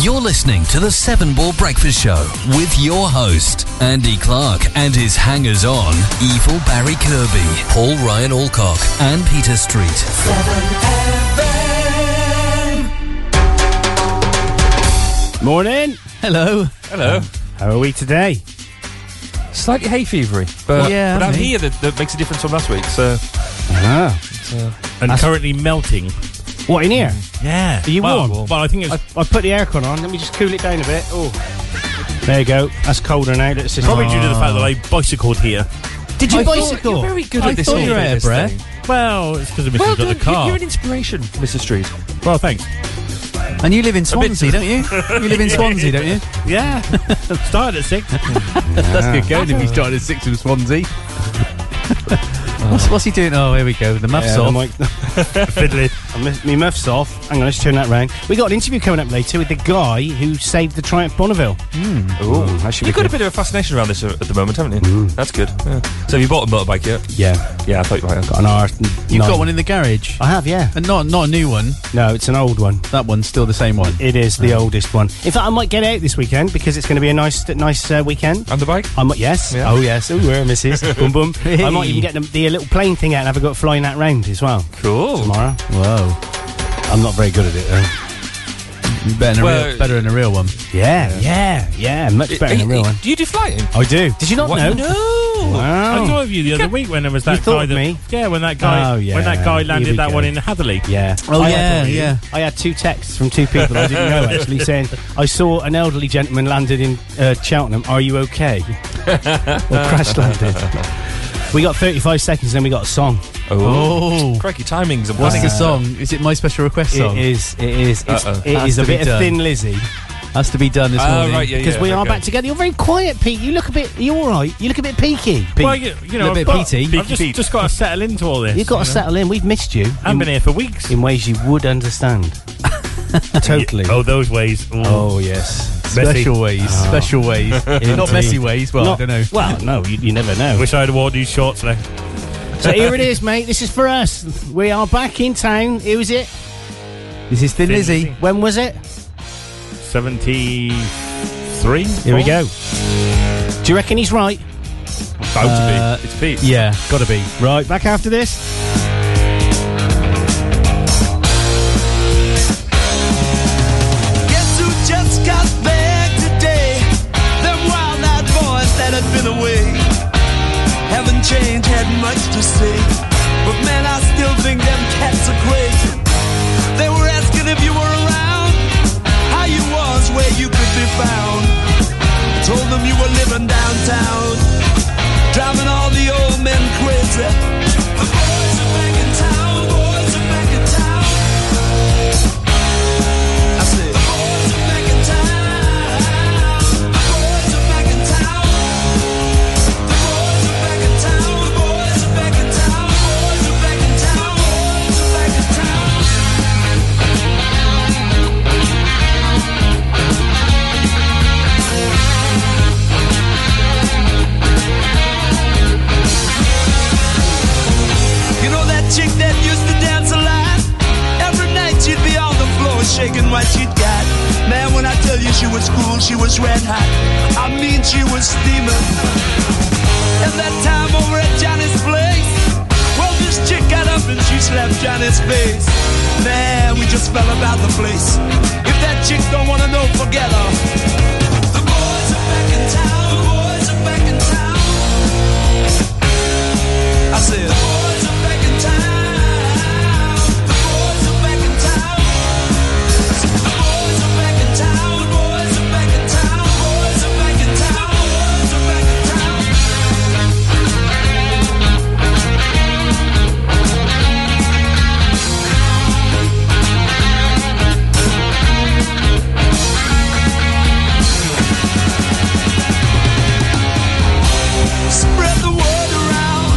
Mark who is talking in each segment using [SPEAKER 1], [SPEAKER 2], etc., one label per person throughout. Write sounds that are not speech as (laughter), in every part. [SPEAKER 1] You're listening to the Seven Ball Breakfast Show with your host, Andy Clark, and his hangers on, Evil Barry Kirby, Paul Ryan Alcock, and Peter Street.
[SPEAKER 2] Morning.
[SPEAKER 1] Hello.
[SPEAKER 3] Hello.
[SPEAKER 2] How are we today?
[SPEAKER 3] Slightly hay fevery, but,
[SPEAKER 1] Yeah,
[SPEAKER 3] but I'm
[SPEAKER 1] me.
[SPEAKER 3] here. That, that makes a difference from last week. So
[SPEAKER 2] Ah.
[SPEAKER 4] and
[SPEAKER 3] (laughs)
[SPEAKER 4] currently melting.
[SPEAKER 2] What in here?
[SPEAKER 4] Yeah.
[SPEAKER 2] Are you
[SPEAKER 4] well,
[SPEAKER 2] warm?
[SPEAKER 4] Well, I think it's
[SPEAKER 2] I, I put the aircon on. Let me just cool it down a bit. Oh, there you go. That's colder now. Let's just
[SPEAKER 4] probably due to the fact that I bicycled here.
[SPEAKER 1] Did you
[SPEAKER 3] I thought-
[SPEAKER 1] bicycle?
[SPEAKER 3] you're very good
[SPEAKER 1] I
[SPEAKER 3] at this.
[SPEAKER 1] thought you were
[SPEAKER 3] all this
[SPEAKER 1] airbreath.
[SPEAKER 3] thing.
[SPEAKER 4] Well, it's because of Mrs.
[SPEAKER 3] Well
[SPEAKER 4] got
[SPEAKER 3] done.
[SPEAKER 4] the car.
[SPEAKER 3] You're an inspiration, Mrs. Street.
[SPEAKER 4] well, thanks.
[SPEAKER 1] And you live in
[SPEAKER 4] bit-
[SPEAKER 1] Swansea, don't you? You
[SPEAKER 4] (laughs)
[SPEAKER 1] live in Swansea, don't you?
[SPEAKER 4] Yeah. (laughs) Started at six.
[SPEAKER 5] That's good going if you started at six in Swansea.
[SPEAKER 1] What's, what's he doing? Oh, here we go. The muff's
[SPEAKER 2] Yeah,
[SPEAKER 1] off.
[SPEAKER 2] my,
[SPEAKER 4] Fiddly.
[SPEAKER 2] I miss, my muff's off. Hang on, let's turn that round. We got an interview coming up later with the guy who saved the Triumph Bonneville.
[SPEAKER 3] Ooh,
[SPEAKER 2] that should be
[SPEAKER 3] you've got a
[SPEAKER 2] good.
[SPEAKER 3] bit of a fascination around this uh, at the moment, haven't you? That's good. yeah. So have you bought a motorbike yet?
[SPEAKER 2] Yeah,
[SPEAKER 3] Yeah, I thought you might. have.
[SPEAKER 2] got an R.
[SPEAKER 5] You've got one in the garage.
[SPEAKER 2] I have, yeah.
[SPEAKER 5] And not not a new one.
[SPEAKER 2] No, it's an old one.
[SPEAKER 5] That one's still the same one.
[SPEAKER 2] It is the oldest one. In fact, I might get out this weekend because it's going to be a nice, nice uh, weekend.
[SPEAKER 3] And the bike?
[SPEAKER 2] I might, yes.
[SPEAKER 3] Yeah.
[SPEAKER 2] Oh, yes. Oh,
[SPEAKER 3] (laughs)
[SPEAKER 2] we're missus. boom, boom. I might
[SPEAKER 5] Hey.
[SPEAKER 2] even get the, the little plane thing out and have a go at flying that round as well.
[SPEAKER 3] Cool.
[SPEAKER 2] tomorrow.
[SPEAKER 5] Whoa.
[SPEAKER 2] I'm not very good at it though.
[SPEAKER 5] Better than, a
[SPEAKER 3] Well-
[SPEAKER 5] real, better than a real one.
[SPEAKER 2] Yeah, yeah, yeah. Much better than a real one.
[SPEAKER 3] Do you do flying?
[SPEAKER 2] I do. Did you not know?
[SPEAKER 3] No.
[SPEAKER 2] Wow.
[SPEAKER 4] I saw you the other week when there was that
[SPEAKER 2] You thought
[SPEAKER 4] guy that
[SPEAKER 2] me?
[SPEAKER 4] yeah when that guy
[SPEAKER 2] Oh, yeah.
[SPEAKER 4] when that guy
[SPEAKER 2] Here we
[SPEAKER 4] landed that
[SPEAKER 2] go.
[SPEAKER 4] one in Hatherley.
[SPEAKER 2] Yeah.
[SPEAKER 5] Oh,
[SPEAKER 2] I
[SPEAKER 5] yeah,
[SPEAKER 2] had,
[SPEAKER 5] yeah.
[SPEAKER 2] I had two texts from two people I didn't know
[SPEAKER 5] (laughs)
[SPEAKER 2] actually saying, I saw an elderly gentleman landed in uh, Cheltenham. Are you
[SPEAKER 5] (laughs)
[SPEAKER 2] okay? or crash landed. We got 35 seconds, then we got a song. uh,
[SPEAKER 5] Oh.
[SPEAKER 3] Cracky timings and
[SPEAKER 5] What's
[SPEAKER 3] planning.
[SPEAKER 5] the song? Is it my special request song?
[SPEAKER 2] It is, it is, it's,
[SPEAKER 3] Uh-oh.
[SPEAKER 2] it
[SPEAKER 5] Has
[SPEAKER 2] is a
[SPEAKER 5] to be
[SPEAKER 2] bit of
[SPEAKER 5] done. Oh,
[SPEAKER 2] Thin Lizzy.
[SPEAKER 5] Has to be done
[SPEAKER 2] Oh,
[SPEAKER 5] this
[SPEAKER 3] Ah,
[SPEAKER 5] morning.
[SPEAKER 3] right, yeah,
[SPEAKER 2] Because
[SPEAKER 3] yeah,
[SPEAKER 2] we are
[SPEAKER 3] okay.
[SPEAKER 2] back together. You're very quiet, Pete. You look a bit, you all right? You look a bit peaky.
[SPEAKER 4] Well, you, you know,
[SPEAKER 5] Little
[SPEAKER 4] I've
[SPEAKER 5] bit
[SPEAKER 4] got-
[SPEAKER 5] peaty.
[SPEAKER 4] I've just, just got to settle into all this.
[SPEAKER 2] You've got to settle in. We've missed you.
[SPEAKER 4] I've
[SPEAKER 2] in,
[SPEAKER 4] been here for weeks.
[SPEAKER 2] in ways you would (laughs) understand. totally.
[SPEAKER 4] Oh, those ways. Ooh.
[SPEAKER 2] Oh yes.
[SPEAKER 4] Messy. Oh.
[SPEAKER 5] Special ways.
[SPEAKER 4] (laughs)
[SPEAKER 5] Special ways. Not messy ways. Well, I
[SPEAKER 2] Not-
[SPEAKER 5] don't know.
[SPEAKER 2] Well, no, you, you never
[SPEAKER 4] I
[SPEAKER 2] know.
[SPEAKER 4] wish I had worn these shorts now.
[SPEAKER 2] so here it is, mate. This is for us. We are back in town. Who was it?
[SPEAKER 5] This is Thin
[SPEAKER 4] Thin
[SPEAKER 5] Lizzy.
[SPEAKER 4] Lizzy.
[SPEAKER 2] When was it?
[SPEAKER 4] Seventy-three.
[SPEAKER 2] Here we
[SPEAKER 4] four?
[SPEAKER 2] go. Do you reckon he's right?
[SPEAKER 3] Bound
[SPEAKER 5] Uh,
[SPEAKER 3] to be. It's Pete.
[SPEAKER 5] Yeah, gotta be.
[SPEAKER 2] Right. Back after this.
[SPEAKER 6] Guess who just got back today? Them wild-eyed boys that had been away. Haven't changed, had much to say. But man, I still think them cats are crazy. They were asking if you were around, how you was, where you could be found. Told them you were living downtown, driving all the old men crazy. The boys are back in town, boys are back in town. I said, the boys are back in town. The boys are back in town. The boys are back in town. The boys are back in town. The boys are back in town. The boys are back in town. You know that chick that used to dance a lot? Every night she'd be on the floor shaking what she'd got. Man, when I tell you she was cool, she was red hot. I mean, she was steaming. And that time over at Johnny's place, well, this chick got up and she slapped Johnny's face. Man, we just fell about the place. If that chick don't wanna know, forget her. The boys are back in town. The boys are back in town. I said, the boys are back in town. The boys are back in town. The boys are back in town. The boys are back in town. The boys are back in town. The boys are back in town. Spread the word around.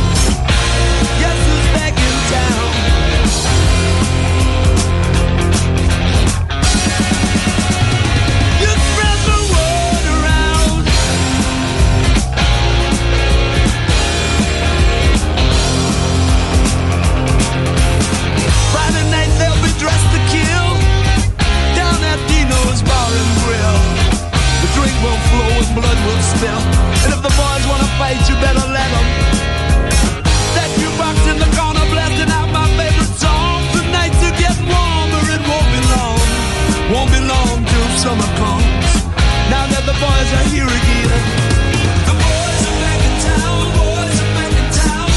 [SPEAKER 6] summer comes. Now that the boys are here again. The boys are back in town, the boys are back in town.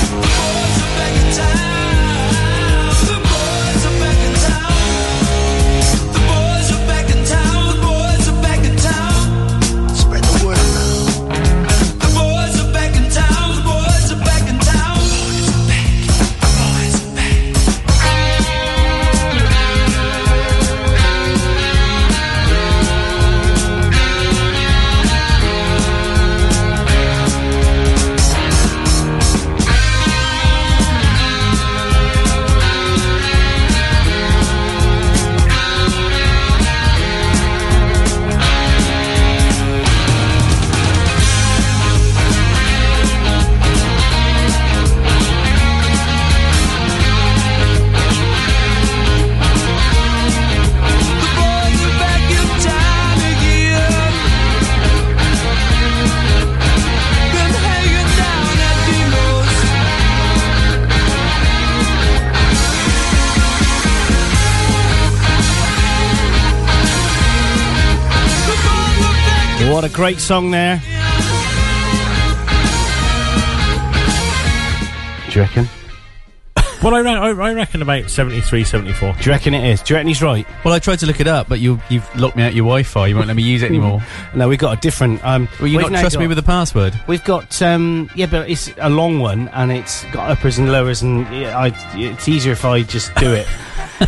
[SPEAKER 6] The boys are back in town. The boys are back in town. The boys are back in town, the boys are back in town. Spread the word around. The boys are back in town, the boys are back in town. Boys are back, the boys are back. The boys are back in town again. Been hanging down at Dino's. The boys are back in
[SPEAKER 2] What a great song there. Do you reckon?
[SPEAKER 4] (laughs) Well, I, re- I I reckon about 73, 74.
[SPEAKER 2] Do you reckon it is? Do you reckon he's right?
[SPEAKER 5] Well, I tried to look it up, but you, you've locked me out your Wi-Fi. You won't let me use it anymore.
[SPEAKER 2] (laughs) No, we've got a different. Um,
[SPEAKER 5] Will you
[SPEAKER 2] we've
[SPEAKER 5] not
[SPEAKER 2] now
[SPEAKER 5] trust
[SPEAKER 2] got-
[SPEAKER 5] me with the password?
[SPEAKER 2] We've got um, yeah, but it's a long one and it's got uppers and lowers, and yeah, I, it's easier if I just do it. (laughs)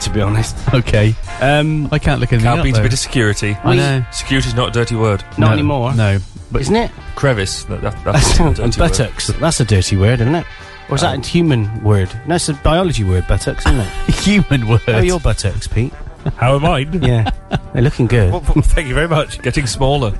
[SPEAKER 2] to be honest,
[SPEAKER 5] Okay.
[SPEAKER 2] um,
[SPEAKER 5] I can't look anything
[SPEAKER 3] Can't
[SPEAKER 5] up,
[SPEAKER 3] beat a
[SPEAKER 5] though.
[SPEAKER 3] bit of security.
[SPEAKER 5] I know.
[SPEAKER 3] Security's not a dirty word.
[SPEAKER 2] not
[SPEAKER 5] No,
[SPEAKER 2] anymore,
[SPEAKER 5] No. But
[SPEAKER 2] isn't it?
[SPEAKER 3] Crevice. That,
[SPEAKER 2] (laughs)
[SPEAKER 3] that, that's a
[SPEAKER 2] and
[SPEAKER 3] dirty word.
[SPEAKER 2] buttocks. That's a dirty word, isn't it? Or is that a human word? No, it's a biology word. Buttocks, isn't it?
[SPEAKER 5] human word.
[SPEAKER 2] How are your buttocks, Pete?
[SPEAKER 4] How am I?
[SPEAKER 2] (laughs) Yeah, they're looking good.
[SPEAKER 3] Well, well, thank you very much. Getting smaller.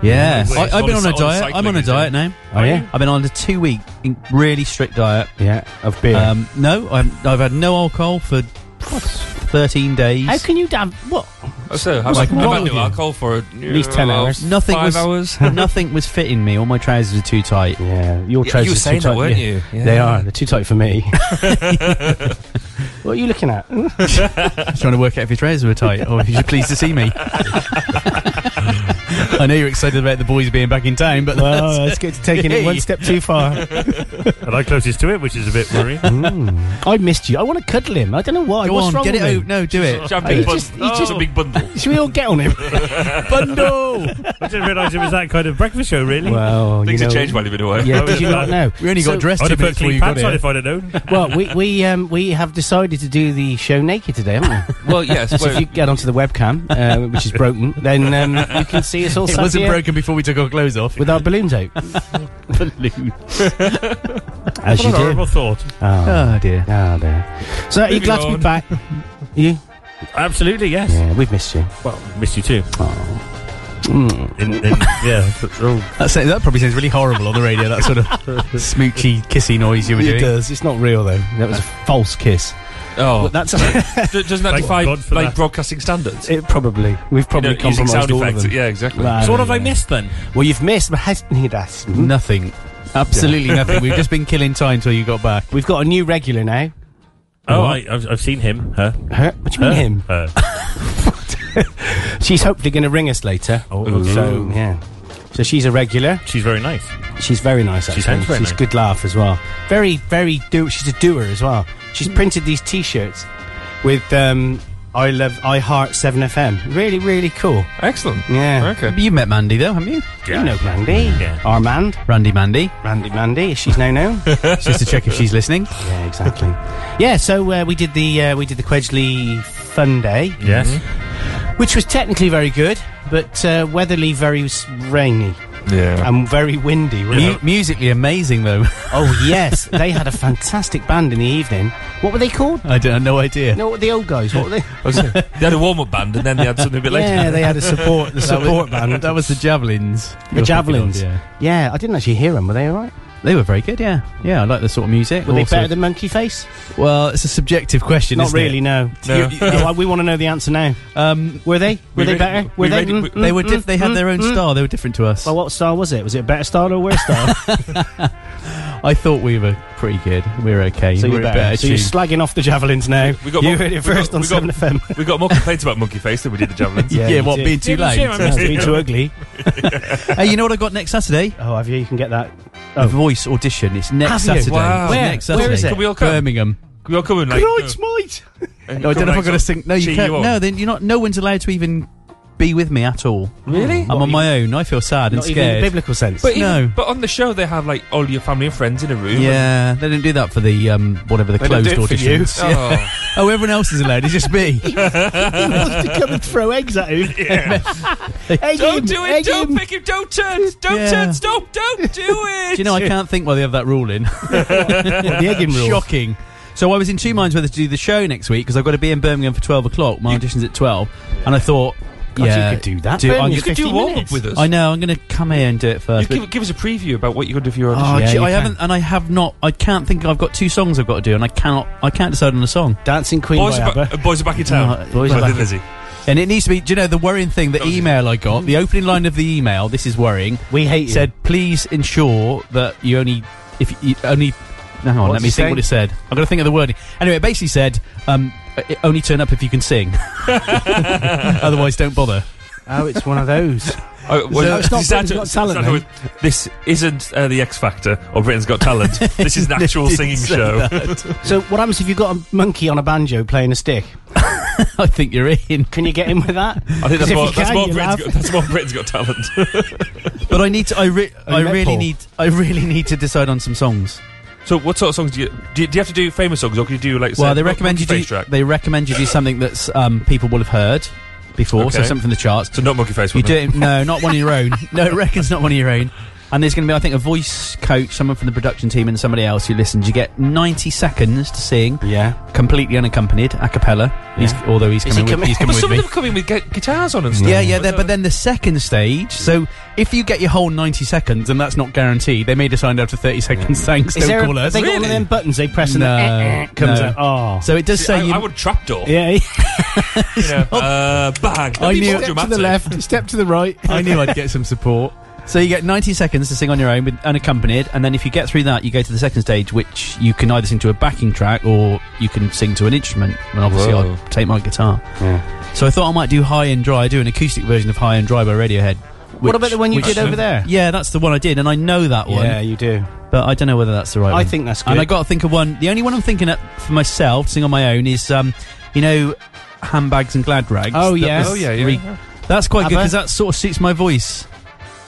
[SPEAKER 5] yeah.
[SPEAKER 4] Wait,
[SPEAKER 5] I,
[SPEAKER 4] it's
[SPEAKER 5] I've been
[SPEAKER 4] on
[SPEAKER 5] on
[SPEAKER 4] a-
[SPEAKER 5] a
[SPEAKER 4] on
[SPEAKER 5] diet. I'm
[SPEAKER 4] cycling,
[SPEAKER 5] on a
[SPEAKER 4] is it?
[SPEAKER 5] diet now.
[SPEAKER 2] Oh yeah,
[SPEAKER 5] I've been on a two-week, in- really strict diet.
[SPEAKER 2] yeah, of beer.
[SPEAKER 5] Um, no, I'm, I've had no alcohol for 13 days.
[SPEAKER 2] How can you damn
[SPEAKER 5] (laughs)
[SPEAKER 2] what?
[SPEAKER 3] Oh, so, how
[SPEAKER 2] What's
[SPEAKER 3] about
[SPEAKER 2] wrong
[SPEAKER 3] no
[SPEAKER 2] with you?
[SPEAKER 3] alcohol for at
[SPEAKER 2] least 10 hours.
[SPEAKER 5] nothing
[SPEAKER 3] Five
[SPEAKER 5] was,
[SPEAKER 2] (laughs)
[SPEAKER 3] hours.
[SPEAKER 5] nothing was fitting me. All my trousers were too tight.
[SPEAKER 2] Yeah, your
[SPEAKER 3] Yeah,
[SPEAKER 2] trousers
[SPEAKER 3] you
[SPEAKER 2] are
[SPEAKER 3] were
[SPEAKER 2] too
[SPEAKER 3] saying
[SPEAKER 2] tight,
[SPEAKER 3] that, weren't
[SPEAKER 2] yeah.
[SPEAKER 3] you? Yeah.
[SPEAKER 2] They are. They're too tight for (laughs) me. what are you
[SPEAKER 3] (laughs)
[SPEAKER 2] looking at?
[SPEAKER 5] I was trying to work out if your trousers were tight or if you're pleased to see
[SPEAKER 3] (laughs)
[SPEAKER 5] me. I know you're excited about the boys being back in town, but
[SPEAKER 2] Well, it's good to taking
[SPEAKER 5] (laughs)
[SPEAKER 2] it one step too far.
[SPEAKER 4] And I'm closest to it, which is a bit
[SPEAKER 5] (laughs)
[SPEAKER 4] worrying.
[SPEAKER 2] I missed you. I want to cuddle him. I don't know why.
[SPEAKER 5] Mm. go
[SPEAKER 2] What's
[SPEAKER 5] on,
[SPEAKER 2] wrong
[SPEAKER 5] get
[SPEAKER 2] with
[SPEAKER 5] it
[SPEAKER 2] him?
[SPEAKER 5] out. No, do it.
[SPEAKER 3] Jam
[SPEAKER 2] He
[SPEAKER 3] big
[SPEAKER 2] just- he
[SPEAKER 3] bundle.
[SPEAKER 2] just-
[SPEAKER 4] Oh.
[SPEAKER 3] It's a big
[SPEAKER 4] (laughs)
[SPEAKER 3] bundle.
[SPEAKER 2] Should we all get
[SPEAKER 3] (laughs)
[SPEAKER 2] on him?
[SPEAKER 5] Bundle.
[SPEAKER 4] I (laughs) didn't realise it was that kind of breakfast show, really.
[SPEAKER 2] well,
[SPEAKER 3] Things
[SPEAKER 2] you know,
[SPEAKER 3] have changed while you've been away.
[SPEAKER 2] Yeah, did you not know?
[SPEAKER 5] (laughs) We only
[SPEAKER 2] So-
[SPEAKER 5] got dressed
[SPEAKER 4] I'd
[SPEAKER 5] two
[SPEAKER 4] have put
[SPEAKER 5] minutes before
[SPEAKER 4] clean
[SPEAKER 5] you got
[SPEAKER 4] pants on
[SPEAKER 5] here.
[SPEAKER 4] if I'd have known.
[SPEAKER 2] (laughs) Well, we we um, we have decided to do the show naked today, haven't we?
[SPEAKER 5] (laughs)
[SPEAKER 3] Well, yes.
[SPEAKER 2] so if
[SPEAKER 3] well,
[SPEAKER 2] you get onto the webcam, uh, which is broken, then um, you can see us all.
[SPEAKER 5] (laughs) It
[SPEAKER 2] sat
[SPEAKER 5] wasn't
[SPEAKER 2] here
[SPEAKER 5] broken before we took our clothes off.
[SPEAKER 2] with our balloons
[SPEAKER 5] (laughs)
[SPEAKER 2] out, as
[SPEAKER 4] What
[SPEAKER 2] you
[SPEAKER 4] an
[SPEAKER 2] do.
[SPEAKER 4] horrible thought.
[SPEAKER 2] Oh,
[SPEAKER 5] Oh dear.
[SPEAKER 2] ah, there. So, are you
[SPEAKER 3] Moving
[SPEAKER 2] glad to be
[SPEAKER 3] on.
[SPEAKER 2] back? you?
[SPEAKER 4] Absolutely, yes.
[SPEAKER 2] Yeah, we've missed you.
[SPEAKER 4] Well, miss you too.
[SPEAKER 2] Oh. Mm.
[SPEAKER 4] In, in, yeah. oh.
[SPEAKER 5] That, sa- that probably sounds really horrible on the radio.
[SPEAKER 4] (laughs)
[SPEAKER 5] That sort of smoochy, kissy noise you were
[SPEAKER 2] It
[SPEAKER 5] doing.
[SPEAKER 2] does. It's not real though. That was a false kiss.
[SPEAKER 3] oh,
[SPEAKER 5] (laughs)
[SPEAKER 2] That's
[SPEAKER 3] d- doesn't that
[SPEAKER 4] Thank
[SPEAKER 3] defy
[SPEAKER 4] God for
[SPEAKER 3] like
[SPEAKER 4] that.
[SPEAKER 3] broadcasting standards?
[SPEAKER 2] it. Probably we've
[SPEAKER 3] You know,
[SPEAKER 2] probably
[SPEAKER 3] using
[SPEAKER 2] compromised
[SPEAKER 3] sound
[SPEAKER 2] all
[SPEAKER 3] effects.
[SPEAKER 2] of them.
[SPEAKER 3] Yeah, exactly.
[SPEAKER 2] Right,
[SPEAKER 4] So what have I
[SPEAKER 2] yeah.
[SPEAKER 4] missed then?
[SPEAKER 2] Well, you've missed. but has- he'd asked.
[SPEAKER 5] Nothing. Absolutely nothing.
[SPEAKER 4] (laughs)
[SPEAKER 5] We've just been killing time until you got back.
[SPEAKER 2] We've got a new regular now.
[SPEAKER 4] Oh, I, I've, I've seen him. Her.
[SPEAKER 2] Her? What do you
[SPEAKER 4] Her.
[SPEAKER 2] mean him?
[SPEAKER 4] Her.
[SPEAKER 2] (laughs) She's hopefully going to ring us later.
[SPEAKER 4] Oh, okay.
[SPEAKER 2] So yeah. So she's a regular.
[SPEAKER 4] She's very nice.
[SPEAKER 2] She's very nice. Actually.
[SPEAKER 4] sounds very
[SPEAKER 2] she's
[SPEAKER 4] nice.
[SPEAKER 2] good laugh as well. Very very do. She's a doer as well. She's printed these T-shirts with um, I love I heart Seven FM. Really really cool.
[SPEAKER 3] Excellent.
[SPEAKER 2] Yeah.
[SPEAKER 3] Okay.
[SPEAKER 5] You've met Mandy though, haven't you?
[SPEAKER 2] You know Mandy.
[SPEAKER 4] Yeah.
[SPEAKER 2] Armand.
[SPEAKER 5] Randy Mandy.
[SPEAKER 2] Randy Mandy. as She's now
[SPEAKER 4] (laughs)
[SPEAKER 2] known.
[SPEAKER 5] just to check if she's listening.
[SPEAKER 2] (laughs) yeah, exactly. Yeah, so uh, we did the uh, we did the Quedgley Fun Day, Mm-hmm.
[SPEAKER 4] Yes.
[SPEAKER 2] which was technically very good, but uh, weatherly very s- rainy
[SPEAKER 3] Yeah.
[SPEAKER 2] and very windy. wasn't
[SPEAKER 5] Mu-
[SPEAKER 2] it?
[SPEAKER 5] musically amazing though.
[SPEAKER 2] Oh
[SPEAKER 5] (laughs)
[SPEAKER 2] yes, they had a fantastic band in the evening. What were they called?
[SPEAKER 5] I don't have no idea.
[SPEAKER 2] No, the old guys. What were
[SPEAKER 5] (laughs)
[SPEAKER 2] they?
[SPEAKER 3] I was saying, they had a warm-up band, and then they had something a bit later.
[SPEAKER 2] yeah, they had
[SPEAKER 4] (laughs)
[SPEAKER 2] a support the support band.
[SPEAKER 5] That was the Javelins.
[SPEAKER 2] (laughs) The Javelins.
[SPEAKER 5] Yeah.
[SPEAKER 2] Yeah, I didn't actually hear them. Were they all right?
[SPEAKER 5] They were very good, yeah. Yeah, I like the sort of music.
[SPEAKER 2] Were they
[SPEAKER 5] Also-
[SPEAKER 2] better than Monkey Face?
[SPEAKER 5] Well, it's a subjective question,
[SPEAKER 2] Not
[SPEAKER 5] isn't
[SPEAKER 2] really.
[SPEAKER 5] it?
[SPEAKER 2] No.
[SPEAKER 3] No.
[SPEAKER 2] You- you- we want to know the answer now.
[SPEAKER 5] Um,
[SPEAKER 2] Were they? Were
[SPEAKER 3] We
[SPEAKER 2] they
[SPEAKER 3] really-
[SPEAKER 2] better? Were
[SPEAKER 3] we
[SPEAKER 2] they?
[SPEAKER 3] really-
[SPEAKER 2] mm,
[SPEAKER 5] they
[SPEAKER 2] mm,
[SPEAKER 5] were diff-
[SPEAKER 2] mm,
[SPEAKER 5] they had
[SPEAKER 2] mm,
[SPEAKER 5] their own
[SPEAKER 2] mm.
[SPEAKER 5] style. They were different to us.
[SPEAKER 2] Well, what star was it? Was it a better star or a worse star? I thought we were pretty good. We were okay.
[SPEAKER 4] So
[SPEAKER 2] we
[SPEAKER 4] you're
[SPEAKER 2] were a
[SPEAKER 4] better. So you're
[SPEAKER 2] tune.
[SPEAKER 4] slagging off the javelins now.
[SPEAKER 3] We got
[SPEAKER 4] you
[SPEAKER 3] more-
[SPEAKER 4] heard it
[SPEAKER 3] we
[SPEAKER 4] first
[SPEAKER 3] got-
[SPEAKER 4] on
[SPEAKER 3] we got- (laughs)
[SPEAKER 4] 7 FM.
[SPEAKER 3] We got more complaints about Monkey Face than we did the
[SPEAKER 4] (laughs)
[SPEAKER 3] Javelins.
[SPEAKER 2] yeah,
[SPEAKER 4] you
[SPEAKER 2] what
[SPEAKER 4] did.
[SPEAKER 2] being too
[SPEAKER 7] Yeah,
[SPEAKER 2] late?
[SPEAKER 7] you see, I missed
[SPEAKER 4] It's been
[SPEAKER 3] (laughs)
[SPEAKER 4] too ugly.
[SPEAKER 2] hey, you know what I got next Saturday?
[SPEAKER 4] Oh, have you? You can get that. Oh.
[SPEAKER 2] A voice audition. It's next
[SPEAKER 4] Have you?
[SPEAKER 2] Saturday.
[SPEAKER 3] Wow.
[SPEAKER 2] It's
[SPEAKER 4] Where?
[SPEAKER 2] Next
[SPEAKER 4] Where
[SPEAKER 2] Saturday.
[SPEAKER 4] is it?
[SPEAKER 3] Can we all come?
[SPEAKER 2] Birmingham.
[SPEAKER 3] We all come and like.
[SPEAKER 4] Christ, mate!
[SPEAKER 3] uh,
[SPEAKER 2] No, I
[SPEAKER 3] come
[SPEAKER 2] don't know if
[SPEAKER 3] like
[SPEAKER 2] I'm going to
[SPEAKER 3] sort
[SPEAKER 2] sing.
[SPEAKER 3] of
[SPEAKER 2] No,
[SPEAKER 3] cheer
[SPEAKER 2] you can't.
[SPEAKER 3] on.
[SPEAKER 2] no, then you're not. No one's allowed to even be with me at all.
[SPEAKER 3] really.
[SPEAKER 2] I'm on my own. I feel sad and
[SPEAKER 4] Not even in the
[SPEAKER 2] scared.
[SPEAKER 4] biblical sense.
[SPEAKER 3] But even-
[SPEAKER 2] No.
[SPEAKER 3] but on the show they have like all your family and friends in a room.
[SPEAKER 2] Yeah, they didn't do that for the um, whatever the
[SPEAKER 4] They don't
[SPEAKER 2] closed
[SPEAKER 4] do it for you.
[SPEAKER 2] auditions. Yeah.
[SPEAKER 3] Oh,
[SPEAKER 2] Oh, everyone else is allowed. It's just
[SPEAKER 4] (laughs)
[SPEAKER 2] me. (laughs)
[SPEAKER 4] he wants to come and throw eggs at (laughs) him. Egg
[SPEAKER 3] don't
[SPEAKER 4] him,
[SPEAKER 3] do it!
[SPEAKER 4] egg
[SPEAKER 3] Don't
[SPEAKER 4] him.
[SPEAKER 3] pick him! Don't turn! Don't
[SPEAKER 2] Yeah.
[SPEAKER 3] turn! Stop! Don't do it!
[SPEAKER 2] Do you know I (laughs) can't think why they have that rule in?
[SPEAKER 4] What, the egging rule.
[SPEAKER 2] Shocking. So I was in two minds whether to do the show next week because I've got to be in Birmingham for twelve o'clock. My audition's at twelve, and I thought,
[SPEAKER 4] God,
[SPEAKER 2] yeah,
[SPEAKER 4] you could do that.
[SPEAKER 2] do-
[SPEAKER 4] Ben,
[SPEAKER 2] I'm
[SPEAKER 3] You could do
[SPEAKER 4] 15
[SPEAKER 3] warm up
[SPEAKER 4] minutes.
[SPEAKER 3] with us.
[SPEAKER 2] I know I'm going to come here and do it
[SPEAKER 3] You
[SPEAKER 2] first. but-
[SPEAKER 3] give, give us a preview about what you're going to do for your audition.
[SPEAKER 2] Oh,
[SPEAKER 4] Yeah,
[SPEAKER 2] gee,
[SPEAKER 4] you
[SPEAKER 2] I
[SPEAKER 4] can.
[SPEAKER 2] haven't, and I have not. I can't think. I've got two songs I've got to do, and I cannot. I can't decide on a song.
[SPEAKER 4] Dancing Queen
[SPEAKER 3] boys,
[SPEAKER 4] by
[SPEAKER 3] are ba-
[SPEAKER 4] ABBA.
[SPEAKER 3] uh, boys are back in town.
[SPEAKER 2] Uh, boys
[SPEAKER 3] Well,
[SPEAKER 2] are back
[SPEAKER 3] didn't he?
[SPEAKER 2] And it needs to be. Do you know the worrying thing? The email I got, the opening line of the email. This is worrying.
[SPEAKER 4] We hate you.
[SPEAKER 2] Said, please ensure that you only if you only. No, hang on,
[SPEAKER 4] What's
[SPEAKER 2] let
[SPEAKER 4] it
[SPEAKER 2] me think
[SPEAKER 4] say?
[SPEAKER 2] what it said. I'm going to think of the wording. Anyway, it basically said, um, uh, only turn up if you
[SPEAKER 3] (laughs)
[SPEAKER 2] can sing. Otherwise, don't bother.
[SPEAKER 4] oh, it's one of those.
[SPEAKER 3] (laughs) Oh, well,
[SPEAKER 4] it's not
[SPEAKER 3] is that
[SPEAKER 4] Britain's
[SPEAKER 3] a-
[SPEAKER 4] Got
[SPEAKER 3] is
[SPEAKER 4] Talent,
[SPEAKER 3] that
[SPEAKER 4] then?
[SPEAKER 3] a- This isn't uh, the X Factor or Britain's Got Talent.
[SPEAKER 2] (laughs)
[SPEAKER 3] this is an
[SPEAKER 4] (laughs)
[SPEAKER 3] actual
[SPEAKER 2] Didn't
[SPEAKER 3] singing
[SPEAKER 2] say
[SPEAKER 3] show. (laughs)
[SPEAKER 2] that.
[SPEAKER 4] So, what happens if you've got a monkey on a banjo playing
[SPEAKER 3] (laughs)
[SPEAKER 4] a stick?
[SPEAKER 2] I think you're in.
[SPEAKER 4] Can you get in with that?
[SPEAKER 3] I think
[SPEAKER 4] 'Cause
[SPEAKER 3] that's
[SPEAKER 4] if
[SPEAKER 3] more,
[SPEAKER 4] you
[SPEAKER 3] that's,
[SPEAKER 4] can,
[SPEAKER 3] more
[SPEAKER 4] you'll
[SPEAKER 3] Britain's
[SPEAKER 4] have-
[SPEAKER 3] got, that's more Britain's Got Talent. (laughs)
[SPEAKER 2] But I need to. I, re-
[SPEAKER 4] Oh, you
[SPEAKER 2] I
[SPEAKER 4] met
[SPEAKER 2] really
[SPEAKER 4] Paul.
[SPEAKER 2] need. I really need to decide on some songs.
[SPEAKER 3] so, what sort of songs do you do? You, do you have to do famous songs, or can you do like?
[SPEAKER 2] Well,
[SPEAKER 3] say,
[SPEAKER 2] they
[SPEAKER 3] Mon-
[SPEAKER 2] recommend you
[SPEAKER 3] Monkey
[SPEAKER 2] do.
[SPEAKER 3] Face track?
[SPEAKER 2] They recommend you do something that's um, people will have heard before, so
[SPEAKER 3] Okay.
[SPEAKER 2] something from the charts.
[SPEAKER 3] So not Monkey Face.
[SPEAKER 2] You
[SPEAKER 3] would
[SPEAKER 2] do
[SPEAKER 3] it?
[SPEAKER 2] it, no, not one of your own. No, (laughs) it reckons not one of your own. And there's going to be, I think, a voice coach, someone from the production team, and somebody else who listens. You get 90 seconds to sing,
[SPEAKER 4] Yeah.
[SPEAKER 2] completely unaccompanied, a cappella. He's, although he's
[SPEAKER 4] Is
[SPEAKER 2] coming,
[SPEAKER 4] he
[SPEAKER 3] But (laughs)
[SPEAKER 4] coming- (laughs)
[SPEAKER 2] with, he's coming with
[SPEAKER 3] some
[SPEAKER 2] me.
[SPEAKER 3] of them come in with gu- guitars on and stuff.
[SPEAKER 2] Yeah, yeah. There, but then the second stage. So if you get your whole 90 seconds, and that's not guaranteed, they may decide after 30 seconds. Thanks,
[SPEAKER 4] Is
[SPEAKER 2] don't
[SPEAKER 4] there a,
[SPEAKER 2] call us.
[SPEAKER 4] they got one of them buttons they press and
[SPEAKER 2] No,
[SPEAKER 4] the eh, eh, comes
[SPEAKER 2] no.
[SPEAKER 4] out. Oh.
[SPEAKER 2] So it does
[SPEAKER 3] See,
[SPEAKER 2] say
[SPEAKER 3] I,
[SPEAKER 2] you.
[SPEAKER 3] I would trapdoor.
[SPEAKER 2] (laughs)
[SPEAKER 4] Yeah.
[SPEAKER 3] You know, uh, bang.
[SPEAKER 2] I
[SPEAKER 3] That'd be
[SPEAKER 2] knew-
[SPEAKER 3] more
[SPEAKER 2] Step to
[SPEAKER 3] dramatic.
[SPEAKER 4] step to the right.
[SPEAKER 2] (laughs) I knew I'd get some support. So you get 90 seconds to sing on your own with unaccompanied, and then if you get through that, you go to the second stage, which you can either sing to a backing track or you can sing to an instrument. And obviously,
[SPEAKER 3] Whoa.
[SPEAKER 2] I'll take my guitar. So I thought I might do High and Dry, do an acoustic version of High and Dry by Radiohead.
[SPEAKER 4] What
[SPEAKER 2] which-
[SPEAKER 4] about the one you
[SPEAKER 2] which-
[SPEAKER 4] did over there?
[SPEAKER 2] Yeah, that's the one I did, and I know that one,
[SPEAKER 4] Yeah, you do.
[SPEAKER 2] but I don't know whether that's the right
[SPEAKER 4] I
[SPEAKER 2] one.
[SPEAKER 4] think that's good.
[SPEAKER 2] and I got to think of one. The only one I'm thinking of for myself, to sing on my own, is um, you know, handbags and glad rags.
[SPEAKER 4] Oh,
[SPEAKER 2] That
[SPEAKER 4] yeah.
[SPEAKER 2] was
[SPEAKER 3] Oh yeah, yeah.
[SPEAKER 2] re- That's quite good
[SPEAKER 4] Abba?
[SPEAKER 2] because that sort of suits my voice.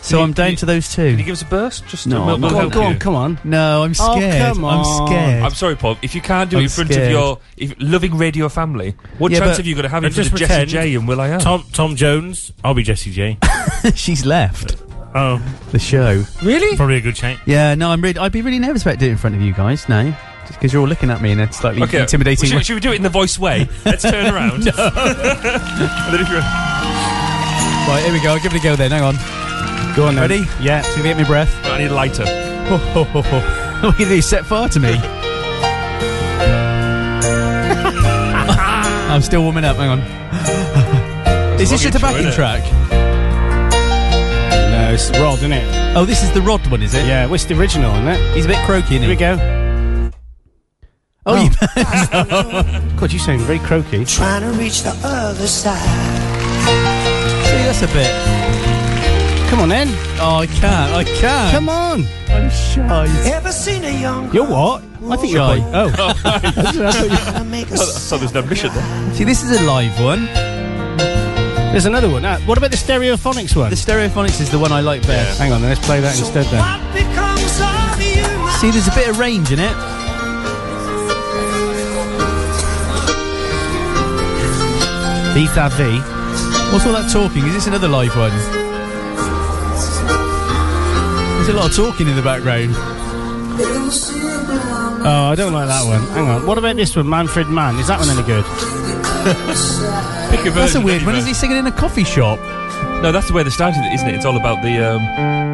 [SPEAKER 2] So
[SPEAKER 3] Can you-
[SPEAKER 2] I'm down
[SPEAKER 3] can you-
[SPEAKER 2] to those
[SPEAKER 3] Can
[SPEAKER 2] two.
[SPEAKER 3] you give us a burst? Just
[SPEAKER 2] No,
[SPEAKER 3] to we'll,
[SPEAKER 2] I'm
[SPEAKER 3] we'll
[SPEAKER 2] not
[SPEAKER 4] go on,
[SPEAKER 3] help
[SPEAKER 4] go on,
[SPEAKER 3] you.
[SPEAKER 4] come on.
[SPEAKER 2] No, I'm
[SPEAKER 4] Oh,
[SPEAKER 2] scared.
[SPEAKER 4] come
[SPEAKER 2] I'm
[SPEAKER 4] on.
[SPEAKER 2] scared.
[SPEAKER 3] I'm sorry, Paul. If you can't do it
[SPEAKER 2] I'm
[SPEAKER 3] in front of
[SPEAKER 2] scared.
[SPEAKER 3] your if, loving radio family, what
[SPEAKER 2] Yeah,
[SPEAKER 3] chance
[SPEAKER 2] but-
[SPEAKER 3] have you got to have in
[SPEAKER 7] But
[SPEAKER 3] front
[SPEAKER 7] just
[SPEAKER 3] of Jesse
[SPEAKER 7] pretend-
[SPEAKER 3] J and Will I Am?
[SPEAKER 7] Tom Tom Jones. I'll be Jesse
[SPEAKER 4] (laughs)
[SPEAKER 7] J.
[SPEAKER 2] She's left
[SPEAKER 7] Oh,
[SPEAKER 2] the show.
[SPEAKER 3] really?
[SPEAKER 7] probably a good change.
[SPEAKER 2] Yeah, no, I'm really. I'd be really nervous about doing it in front of you guys. No, just because you're all looking at me in a slightly
[SPEAKER 3] Okay.
[SPEAKER 2] intimidating
[SPEAKER 3] Should,
[SPEAKER 2] way.
[SPEAKER 3] should we do it in the voice
[SPEAKER 2] (laughs)
[SPEAKER 3] way? Let's turn around. (laughs) And then if you're-
[SPEAKER 2] Right, here we go. I'll give it a go then. Hang on.
[SPEAKER 4] Go on, then.
[SPEAKER 2] Ready?
[SPEAKER 4] Yeah.
[SPEAKER 2] Just gonna get my breath.
[SPEAKER 3] I need a lighter.
[SPEAKER 2] (laughs) Look at these set fire to me. I'm still warming up. Hang on. Is this
[SPEAKER 3] long
[SPEAKER 2] just
[SPEAKER 3] intro,
[SPEAKER 2] a backing
[SPEAKER 3] innit?
[SPEAKER 2] track?
[SPEAKER 4] No, it's Rod, isn't it?
[SPEAKER 2] Oh, this is the Rod one, is it?
[SPEAKER 4] Yeah, well, it's the original, isn't it?
[SPEAKER 2] He's a bit croaky,
[SPEAKER 4] Here
[SPEAKER 2] isn't he?
[SPEAKER 4] we go. Oh.
[SPEAKER 2] Oh, you (laughs)
[SPEAKER 4] God, you sound very croaky.
[SPEAKER 8] trying to reach the other side.
[SPEAKER 2] see, that's a bit.
[SPEAKER 4] Come on, then.
[SPEAKER 2] Oh, I can't. I can't.
[SPEAKER 4] Come on.
[SPEAKER 2] I'm shy.
[SPEAKER 8] Ever seen a young
[SPEAKER 4] You're what? I think you're.
[SPEAKER 2] Shy.
[SPEAKER 4] quite-
[SPEAKER 3] (laughs)
[SPEAKER 4] Oh,
[SPEAKER 8] girl make a
[SPEAKER 3] Oh, So there's no mission there.
[SPEAKER 2] See, this is a live one.
[SPEAKER 4] there's another one. Ah, what about the stereophonics one?
[SPEAKER 2] The stereophonics is the one I like best.
[SPEAKER 4] Hang on, let's play that instead then.
[SPEAKER 8] What becomes of you? my-
[SPEAKER 2] See, there's a bit of range in it.
[SPEAKER 4] Beat that V.
[SPEAKER 2] What's all that talking? Is this another live one? There's a lot of talking in the background.
[SPEAKER 4] Oh, I don't like that one. Hang on. What about this one, Manfred Mann? Is that one any
[SPEAKER 2] (laughs)
[SPEAKER 4] good?
[SPEAKER 3] Pick a version.
[SPEAKER 2] That's a weird
[SPEAKER 3] any
[SPEAKER 2] one. Is
[SPEAKER 3] version.
[SPEAKER 2] he singing in a coffee shop?
[SPEAKER 3] No, that's the way they started it, isn't it? It's all about the. Um,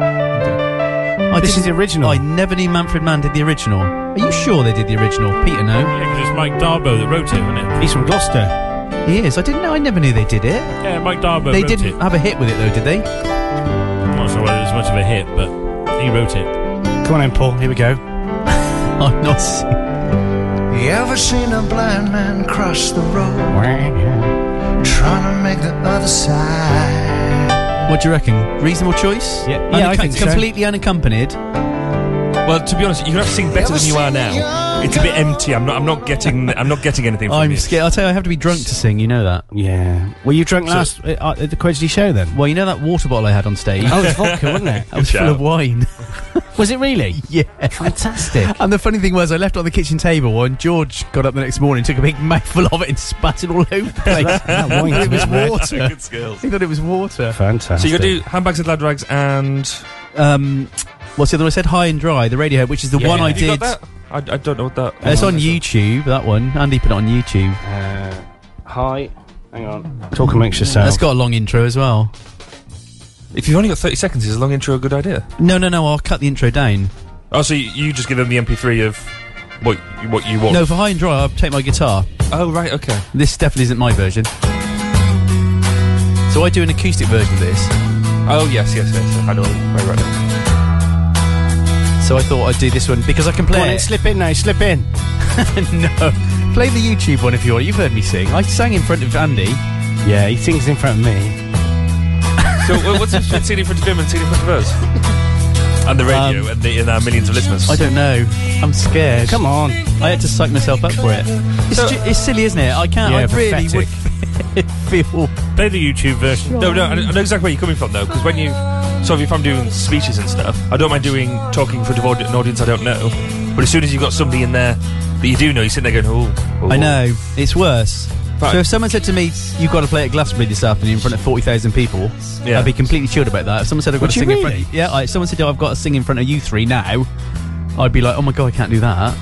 [SPEAKER 2] I
[SPEAKER 4] Oh, This is
[SPEAKER 2] didn't-
[SPEAKER 4] the original.
[SPEAKER 2] I never knew Manfred Mann did the original. Are you sure they did the original? Peter, no.
[SPEAKER 7] Yeah, because it's Mike Darbo that wrote it, isn't it?
[SPEAKER 4] He's from Gloucester.
[SPEAKER 2] He is. I didn't know. I never knew they did it.
[SPEAKER 7] Yeah, Mike Darbo
[SPEAKER 2] They
[SPEAKER 7] wrote it.
[SPEAKER 2] didn't have a hit with it, though, did they?
[SPEAKER 7] I'm not sure whether it was much of a hit, but he wrote it.
[SPEAKER 4] Come on in, Paul. Here we go.
[SPEAKER 2] (laughs) I'm not. sing-
[SPEAKER 9] You ever seen a blind man cross the road trying to make the other side?
[SPEAKER 2] What do you reckon? Reasonable choice?
[SPEAKER 4] Yeah, yeah, I
[SPEAKER 2] Unaccom-
[SPEAKER 4] think so.
[SPEAKER 2] completely unaccompanied.
[SPEAKER 3] Well, to be honest, you're gonna have to sing better than you are now. It's a bit empty. I'm not. I'm not getting. I'm not getting anything. From
[SPEAKER 2] I'm
[SPEAKER 3] you.
[SPEAKER 2] scared. I'll tell you, I have to be drunk to sing. You know that.
[SPEAKER 4] Yeah. Well, you drank last uh, uh, at the Quedgley show then?
[SPEAKER 2] Well, you know that water bottle I had on stage.
[SPEAKER 4] Oh, it's vodka, wasn't it?
[SPEAKER 2] (laughs) That was
[SPEAKER 3] Good
[SPEAKER 2] full
[SPEAKER 3] shout.
[SPEAKER 2] of wine.
[SPEAKER 4] (laughs) Was it really?
[SPEAKER 2] (laughs) yeah.
[SPEAKER 4] Fantastic.
[SPEAKER 2] And the funny thing was, I left it on the kitchen table, and George got up the next morning, took a big mouthful of it, and spat it all over the place.
[SPEAKER 4] that wine
[SPEAKER 2] (laughs) it was
[SPEAKER 4] red.
[SPEAKER 2] water.
[SPEAKER 3] Good skills.
[SPEAKER 2] he thought it was water.
[SPEAKER 4] Fantastic.
[SPEAKER 3] So you got to do handbags and lad rags and
[SPEAKER 2] Um, what's the other one? I said High and Dry, the Radiohead, which is the
[SPEAKER 4] Yeah.
[SPEAKER 2] one I
[SPEAKER 3] Have you
[SPEAKER 2] did.
[SPEAKER 3] got that? I, I don't know what that.
[SPEAKER 2] Uh, it's on YouTube, that one. Andy put it on YouTube.
[SPEAKER 4] Uh, hi. Hang on. Talk amongst yourselves.
[SPEAKER 2] That's got a long intro as well.
[SPEAKER 3] If you've only got 30 seconds, is a long intro a good idea?
[SPEAKER 2] No, no, no, I'll cut the intro down.
[SPEAKER 3] Oh, so you, you just give them the MP3 of what you- what you want?
[SPEAKER 2] No, for High and Dry, I'll take my guitar.
[SPEAKER 3] Oh right, okay.
[SPEAKER 2] This definitely isn't my version. So I do an acoustic version of this.
[SPEAKER 3] Oh yes, yes, yes. yes. I know. Right, right. right.
[SPEAKER 2] So I thought I'd do this one because I can
[SPEAKER 4] Come on
[SPEAKER 2] play
[SPEAKER 4] in,
[SPEAKER 2] it.
[SPEAKER 4] slip in now, slip in.
[SPEAKER 2] (laughs) no. Play the YouTube one if you want. You've heard me sing. I sang in front of Andy.
[SPEAKER 4] Yeah, he sings in front of me.
[SPEAKER 3] (laughs) So wha- what's the difference between singing in front of him and singing in front of us?
[SPEAKER 2] (laughs)
[SPEAKER 3] And the radio and, the, and our millions of listeners.
[SPEAKER 2] Um, I don't know. I'm scared.
[SPEAKER 4] Come on.
[SPEAKER 2] I had to psych myself up for it. It's,
[SPEAKER 3] So-
[SPEAKER 2] ju- it's silly, isn't it? I can't.
[SPEAKER 4] Yeah,
[SPEAKER 2] I really (laughs) would feel.
[SPEAKER 10] Play the YouTube version.
[SPEAKER 3] No, no, I I know exactly where you're coming from though, because when you, so if I'm doing speeches and stuff, I don't mind doing talking in front of aud- an audience I don't know, but as soon as you've got somebody in there that you do know, you're sitting there going, oh, oh.
[SPEAKER 2] I know. It's worse.
[SPEAKER 3] Right.
[SPEAKER 2] So if someone said to me, "You've got to play at Glastonbury this afternoon in front of forty thousand people,"
[SPEAKER 3] Yeah.
[SPEAKER 2] I'd be completely chilled about that. If someone said, "I've got
[SPEAKER 4] Would
[SPEAKER 2] to
[SPEAKER 4] you
[SPEAKER 2] sing in front,"
[SPEAKER 4] really?
[SPEAKER 2] yeah, I, if someone said, oh, "I've got to sing in front of you three now," I'd be like, "Oh my god, I can't do that."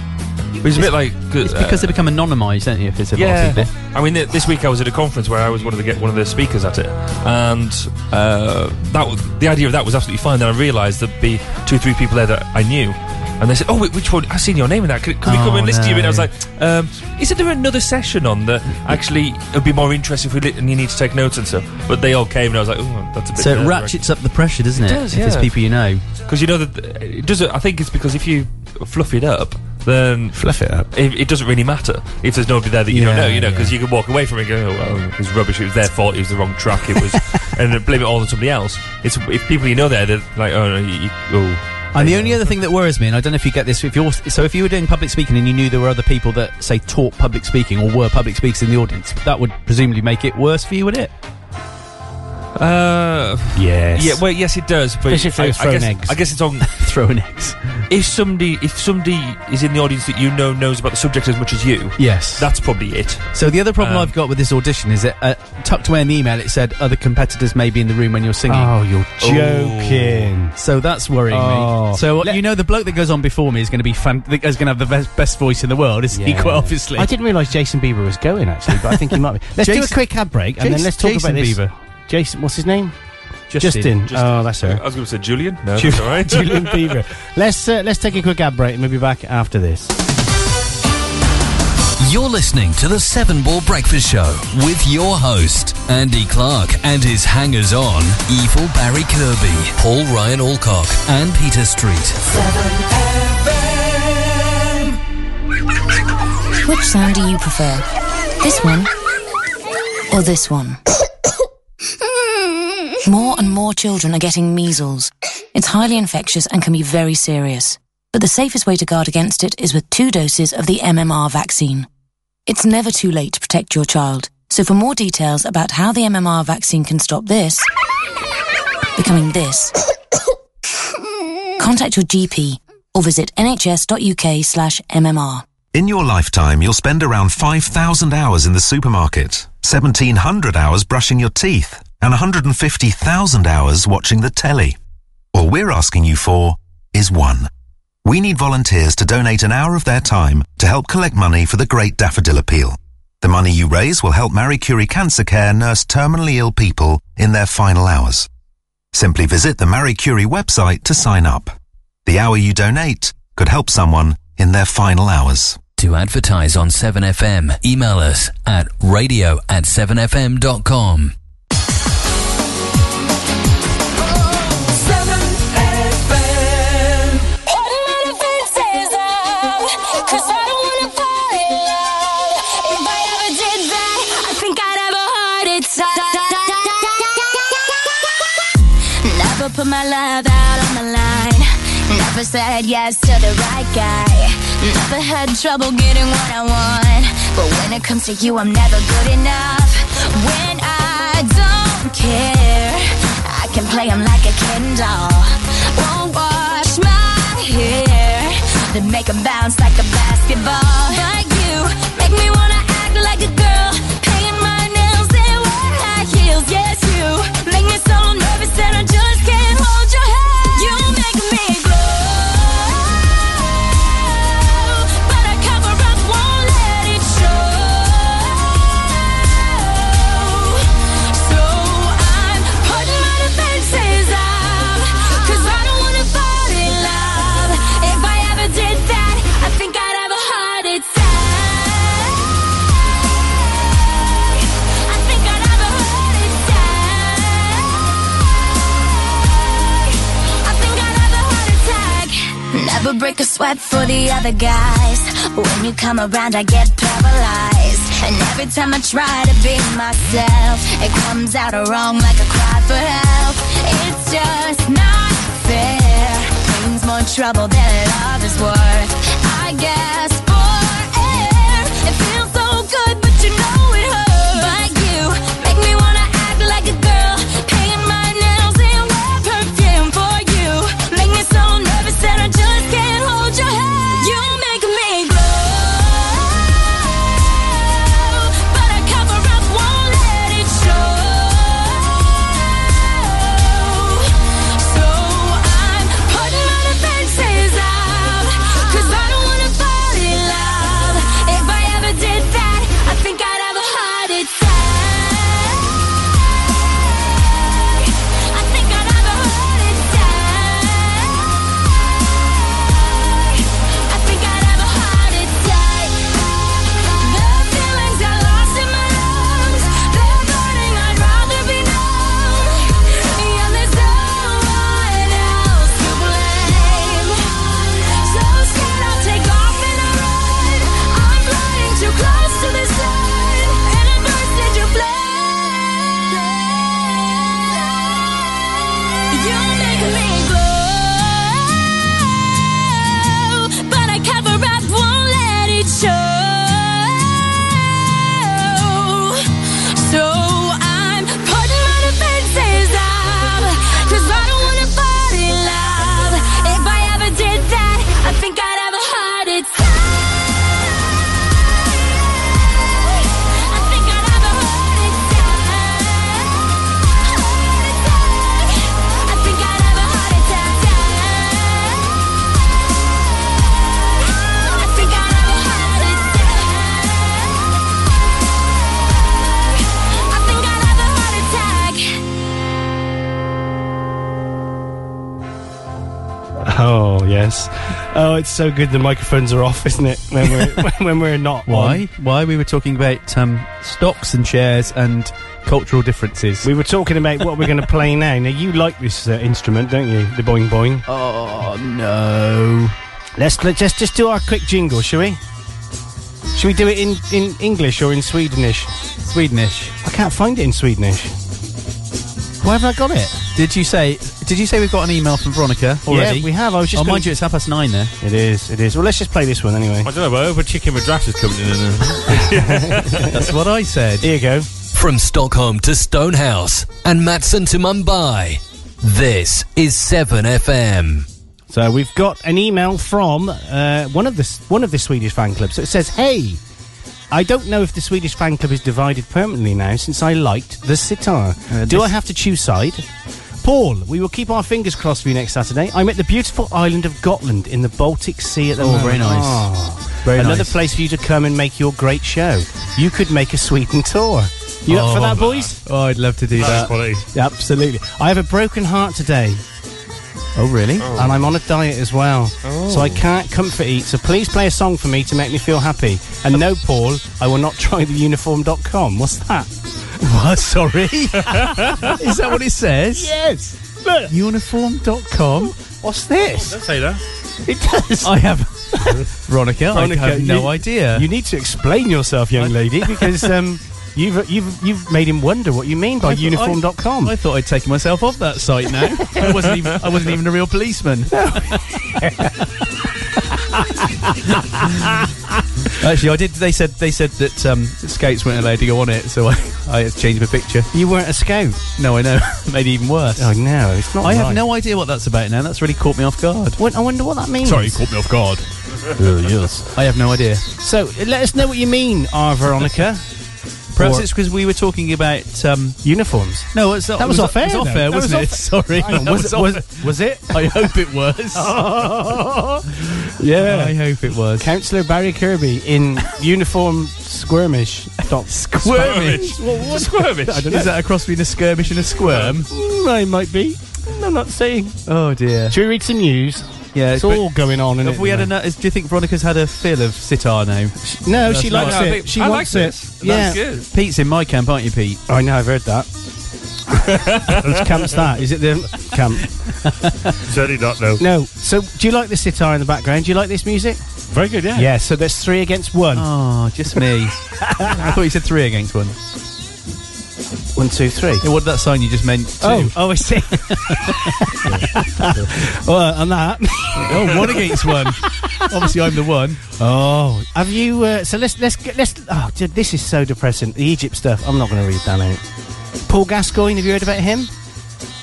[SPEAKER 3] It was a bit like uh,
[SPEAKER 2] It's because they become anonymised, don't you? If it's a lot
[SPEAKER 3] yeah.
[SPEAKER 2] of people.
[SPEAKER 3] I mean, th- this week I was at a conference where I was one of the get one of the speakers at it, and uh, that was, the idea of that was absolutely fine. Then I realised there'd be two, three people there that I knew. And they said, "Oh, wait, which one? I've seen your name in that. Can, can we
[SPEAKER 2] Oh,
[SPEAKER 3] come and listen to you?" a bit?" I was
[SPEAKER 2] no.
[SPEAKER 3] like, um, "Isn't there another session on that? Actually, it'd be more interesting if we li- and you need to take notes and stuff." But they all came, and I was like, "Oh, that's a bit."
[SPEAKER 2] So it ratchets up the pressure, doesn't it?
[SPEAKER 3] does,
[SPEAKER 2] if it's
[SPEAKER 3] yeah.
[SPEAKER 2] people you know.
[SPEAKER 3] because you know that it does. I think it's because if you fluff it up, then
[SPEAKER 2] Fluff it up.
[SPEAKER 3] it, it doesn't really matter if there's nobody there that you don't
[SPEAKER 2] Yeah,
[SPEAKER 3] know, you know, because you can walk away from it and go, oh, well, it's rubbish, it was their fault, it was the wrong track,
[SPEAKER 2] (laughs)
[SPEAKER 3] it was, and then blame it all on somebody else. It's if people you know there, they're like, oh, no, you, you, oh.
[SPEAKER 2] And the only other thing that worries me, and I don't know if you get this, if you're so if you were doing public speaking and you knew there were other people that say taught public speaking or were public speakers in the audience, that would presumably make it worse for you, would it?
[SPEAKER 3] Uh,
[SPEAKER 4] Yes.
[SPEAKER 3] yeah, well, yes, it does, but
[SPEAKER 4] Especially if they
[SPEAKER 3] I,
[SPEAKER 4] were
[SPEAKER 3] I
[SPEAKER 4] throwing
[SPEAKER 3] guess,
[SPEAKER 4] eggs.
[SPEAKER 3] I guess it's on
[SPEAKER 2] (laughs) Throwing eggs.
[SPEAKER 3] if somebody if somebody is in the audience that you know knows about the subject as much as you.
[SPEAKER 2] Yes.
[SPEAKER 3] That's probably it.
[SPEAKER 2] so the other problem
[SPEAKER 3] um,
[SPEAKER 2] I've got with this audition is that uh, tucked away in the email it said other competitors may be in the room when you're singing.
[SPEAKER 4] Oh, you're joking.
[SPEAKER 2] So that's worrying
[SPEAKER 4] Oh.
[SPEAKER 2] me. So uh,
[SPEAKER 4] Let-
[SPEAKER 2] you know the bloke that goes on before me is going to be fan- is going to have the best, best voice in the world, is he?
[SPEAKER 4] Yeah.
[SPEAKER 2] Quite obviously.
[SPEAKER 4] I didn't realise Jason Bieber was going actually, but I think he
[SPEAKER 2] (laughs)
[SPEAKER 4] might be. Let's do a
[SPEAKER 2] Jason-
[SPEAKER 4] quick ad break and then
[SPEAKER 2] Jason-
[SPEAKER 4] let's talk
[SPEAKER 2] Jason
[SPEAKER 4] about this.
[SPEAKER 2] Bieber.
[SPEAKER 4] Jason, what's his name?
[SPEAKER 2] Justin.
[SPEAKER 4] Oh, that's her.
[SPEAKER 3] was going to say Julian. No,
[SPEAKER 4] Ju-
[SPEAKER 3] that's all right.
[SPEAKER 4] (laughs)
[SPEAKER 3] (laughs)
[SPEAKER 4] Julian Bieber. Let's uh, let's take a quick ad break and we'll be back after this.
[SPEAKER 1] You're listening to the Seven Ball Breakfast Show with your host, Andy Clark, and his hangers on, Evil Barry Kirby, Paul Ryan Alcock, and Peter Street.
[SPEAKER 11] Which sound do you prefer? This one or this one? More and more children are getting measles. It's highly infectious and can be very serious. But the safest way to guard against it is with two doses of the MMR vaccine. It's never too late to protect your child. So for more details about how the MMR vaccine can stop this becoming this, contact your GP or visit nhs.uk/mmr.
[SPEAKER 12] In your lifetime, you'll spend around 5,000 hours in the supermarket, 1,700 hours brushing your teeth, and 150,000 hours watching the telly. All we're asking you for is one. We need volunteers to donate an hour of their time to help collect money for the Great Daffodil Appeal. The money you raise will help Marie Curie Cancer Care nurse terminally ill people in their final hours. Simply visit the Marie Curie website to sign up. The hour you donate could help someone in their final hours.
[SPEAKER 1] To
[SPEAKER 2] (laughs)
[SPEAKER 1] advertise on 7FM, email us at radio at 7fm.com.
[SPEAKER 13] Seven FM.
[SPEAKER 11] Automotive Food Sales
[SPEAKER 14] my love out on the line. Never said yes to the right guy. Never had trouble getting what I want. But when it comes to you, I'm never good enough. When I don't care, I can play him like a Ken doll. Won't wash my hair, then make him bounce like a basketball. But you make me wanna act like a girl. Paint my nails and wear high heels. Yes, you make me so nervous that I just can't hold your hand. You make me glow, but I cover up, won't let it show. So I'm putting my defenses up, 'cause I don't wanna fall in love. If I ever did that, I think I'd have a heart attack. I think I'd have a heart attack. I think I'd have a heart attack. Never break a sweat for the other guys. When you come around, I get paralyzed. And every time I try to be myself, it comes out wrong like a cry for help. It's just not fair. Brings more trouble than love is worth. I guess for air, it feels so good, but you know it hurts. But you make me wanna act like a girl. Paint my nails and wear perfume for you. Make me so nervous that I just can't hold your hand. You make me glow, but I cover up, won't let it show. So I'm putting my defenses up, 'cause I don't wanna fall in love. If I ever did that, I think I'd have a heart attack. I think I'd have a heart attack. I think I'd have a heart attack. The feelings I lost in my lungs, they're burning. I'd rather be numb. And there's no one else to blame. So scared I'll take off and I run. I'm flying too close to the sun, and I burst into flame. You make me glow, but I cover up, won't let it show. So I'm putting my defenses up, 'cause I don't wanna fall in love. If I ever did that, I think I'd have a heart attack.
[SPEAKER 2] Oh yes. Oh, it's so good. The microphones are off, isn't it?
[SPEAKER 4] (laughs)
[SPEAKER 2] When we're when we're not.
[SPEAKER 4] Why? Um, Why we were talking about um, stocks and shares and cultural differences.
[SPEAKER 2] We were talking about what we're
[SPEAKER 4] (laughs)
[SPEAKER 2] going to play now. Now you like this uh, instrument, don't you? The boing boing.
[SPEAKER 4] Oh no.
[SPEAKER 2] Let's let's just just do our quick jingle, shall we? Should we do it in in English or in Swedish?
[SPEAKER 4] Swedish.
[SPEAKER 2] I can't find it in Swedish. Where have I got it?
[SPEAKER 4] Did you say? Did you say we've got an email from Veronica already?
[SPEAKER 2] Yeah, we have. I was just.
[SPEAKER 4] Oh,
[SPEAKER 2] gonna-
[SPEAKER 4] mind you, it's half past nine there.
[SPEAKER 2] It is. It is. Well, let's just play this one anyway.
[SPEAKER 15] I don't know, but over chicken madras is coming in. And,
[SPEAKER 4] (laughs) That's what I said.
[SPEAKER 2] Here you go.
[SPEAKER 1] From Stockholm to Stonehouse and Matson to Mumbai, this is 7FM.
[SPEAKER 2] So we've got an email from uh, one of the s- one of the Swedish fan clubs. So it says, "Hey, I don't know if the Swedish fan club is divided permanently now since I liked the sitar.
[SPEAKER 4] Uh,
[SPEAKER 2] Do I have to choose side?" Paul, we will keep our fingers crossed for you next Saturday. I'm at the beautiful island of Gotland in the Baltic Sea at the
[SPEAKER 4] Oh,
[SPEAKER 2] moment.
[SPEAKER 4] very nice.
[SPEAKER 2] Ah,
[SPEAKER 4] Very
[SPEAKER 2] Another
[SPEAKER 4] nice.
[SPEAKER 2] place for you to come and make your great show. You could make a Sweden tour. You up for
[SPEAKER 4] Oh,
[SPEAKER 2] that,
[SPEAKER 4] man.
[SPEAKER 2] boys?
[SPEAKER 4] Oh, I'd love to do that.
[SPEAKER 15] quality.
[SPEAKER 2] Absolutely. I have a broken heart today
[SPEAKER 4] Oh, really?
[SPEAKER 2] and I'm on a diet as well. So I can't comfort eat. So please play a song for me to make me feel happy. And no, Paul, I will not try the uniform.com. What's that?
[SPEAKER 4] (laughs) What? Sorry. (laughs) Is that what it says?
[SPEAKER 2] Yes. Look.
[SPEAKER 4] Uniform.com.
[SPEAKER 2] What's this?
[SPEAKER 15] Don't say that.
[SPEAKER 2] It does.
[SPEAKER 4] I have. Veronica, I
[SPEAKER 2] Veronica,
[SPEAKER 4] have no
[SPEAKER 2] you-
[SPEAKER 4] idea.
[SPEAKER 2] You need to explain yourself, young lady, because um, You've you've you've made him wonder what you mean by
[SPEAKER 5] I thought-
[SPEAKER 2] uniform.com.
[SPEAKER 5] I thought I'd taken myself off that site now.
[SPEAKER 2] (laughs)
[SPEAKER 5] I wasn't even I wasn't even a real policeman. (laughs) Actually, I did. They said they said that um, scouts weren't allowed to go on it, so I, I had to change my picture.
[SPEAKER 2] You weren't a scout.
[SPEAKER 5] No, I know. (laughs) Made it even worse.
[SPEAKER 2] Oh no, it's not.
[SPEAKER 5] I have
[SPEAKER 2] right.
[SPEAKER 5] no idea what that's about now. That's really caught me off guard.
[SPEAKER 2] What, I wonder what that means.
[SPEAKER 5] Sorry, you caught me off guard. yes. I have no idea.
[SPEAKER 2] So let us know what you mean, R. Veronica.
[SPEAKER 5] Perhaps
[SPEAKER 2] Or-
[SPEAKER 5] it's because we were talking about um,
[SPEAKER 2] uniforms.
[SPEAKER 5] No, it's not,
[SPEAKER 2] That was
[SPEAKER 5] it
[SPEAKER 2] off air,
[SPEAKER 5] It was
[SPEAKER 2] though.
[SPEAKER 5] off air,
[SPEAKER 2] That was
[SPEAKER 5] wasn't it?
[SPEAKER 2] off-
[SPEAKER 5] Sorry,
[SPEAKER 2] Hang on,
[SPEAKER 5] (laughs) that
[SPEAKER 2] was it- was-
[SPEAKER 5] was it? I hope
[SPEAKER 2] (laughs)
[SPEAKER 5] it was.
[SPEAKER 2] Yeah.
[SPEAKER 5] I hope it was.
[SPEAKER 2] Councillor Barry Kirby (laughs) in uniform squirmish. Stop.
[SPEAKER 5] Squirmish.
[SPEAKER 3] Squirmish.
[SPEAKER 2] I don't know.
[SPEAKER 5] Is that a cross between a skirmish and a squirm?
[SPEAKER 2] Mm, I might be. I'm not saying.
[SPEAKER 5] Oh dear.
[SPEAKER 2] Should we read some news?
[SPEAKER 5] Yeah,
[SPEAKER 2] It's
[SPEAKER 5] but-
[SPEAKER 2] all going on. In
[SPEAKER 5] Have we had
[SPEAKER 2] enough?
[SPEAKER 5] enough? Do you think Veronica's had a feel of sitar now?
[SPEAKER 2] No,
[SPEAKER 5] That's
[SPEAKER 2] she likes
[SPEAKER 5] not-
[SPEAKER 3] No, I
[SPEAKER 2] it.
[SPEAKER 3] think-
[SPEAKER 2] She
[SPEAKER 3] I
[SPEAKER 2] wants
[SPEAKER 3] like
[SPEAKER 2] it.
[SPEAKER 3] this.
[SPEAKER 2] Yeah.
[SPEAKER 3] That's good.
[SPEAKER 5] Pete's in my camp, aren't you, Pete?
[SPEAKER 2] I know. I've heard (laughs) that. Which camp's that? Is it the camp?
[SPEAKER 4] (laughs) Certainly not, no.
[SPEAKER 2] No. So, do you like the sitar in the background? Do you like this music?
[SPEAKER 4] Very good, yeah.
[SPEAKER 2] Yeah. So there's three against one.
[SPEAKER 5] Oh, just
[SPEAKER 2] (laughs)
[SPEAKER 5] me. I thought you said three against one.
[SPEAKER 2] One, two, three.
[SPEAKER 5] Yeah, what did that sign you just meant? Two?
[SPEAKER 2] Oh, oh, I see. (laughs) well, and that.
[SPEAKER 5] Oh, one against one. Obviously, I'm the one.
[SPEAKER 2] Oh, have you? Uh, so let's let's get- let's. Oh, dude, this is so depressing. The Egypt stuff. I'm not going to read that out. Paul Gascoigne. Have you heard about him?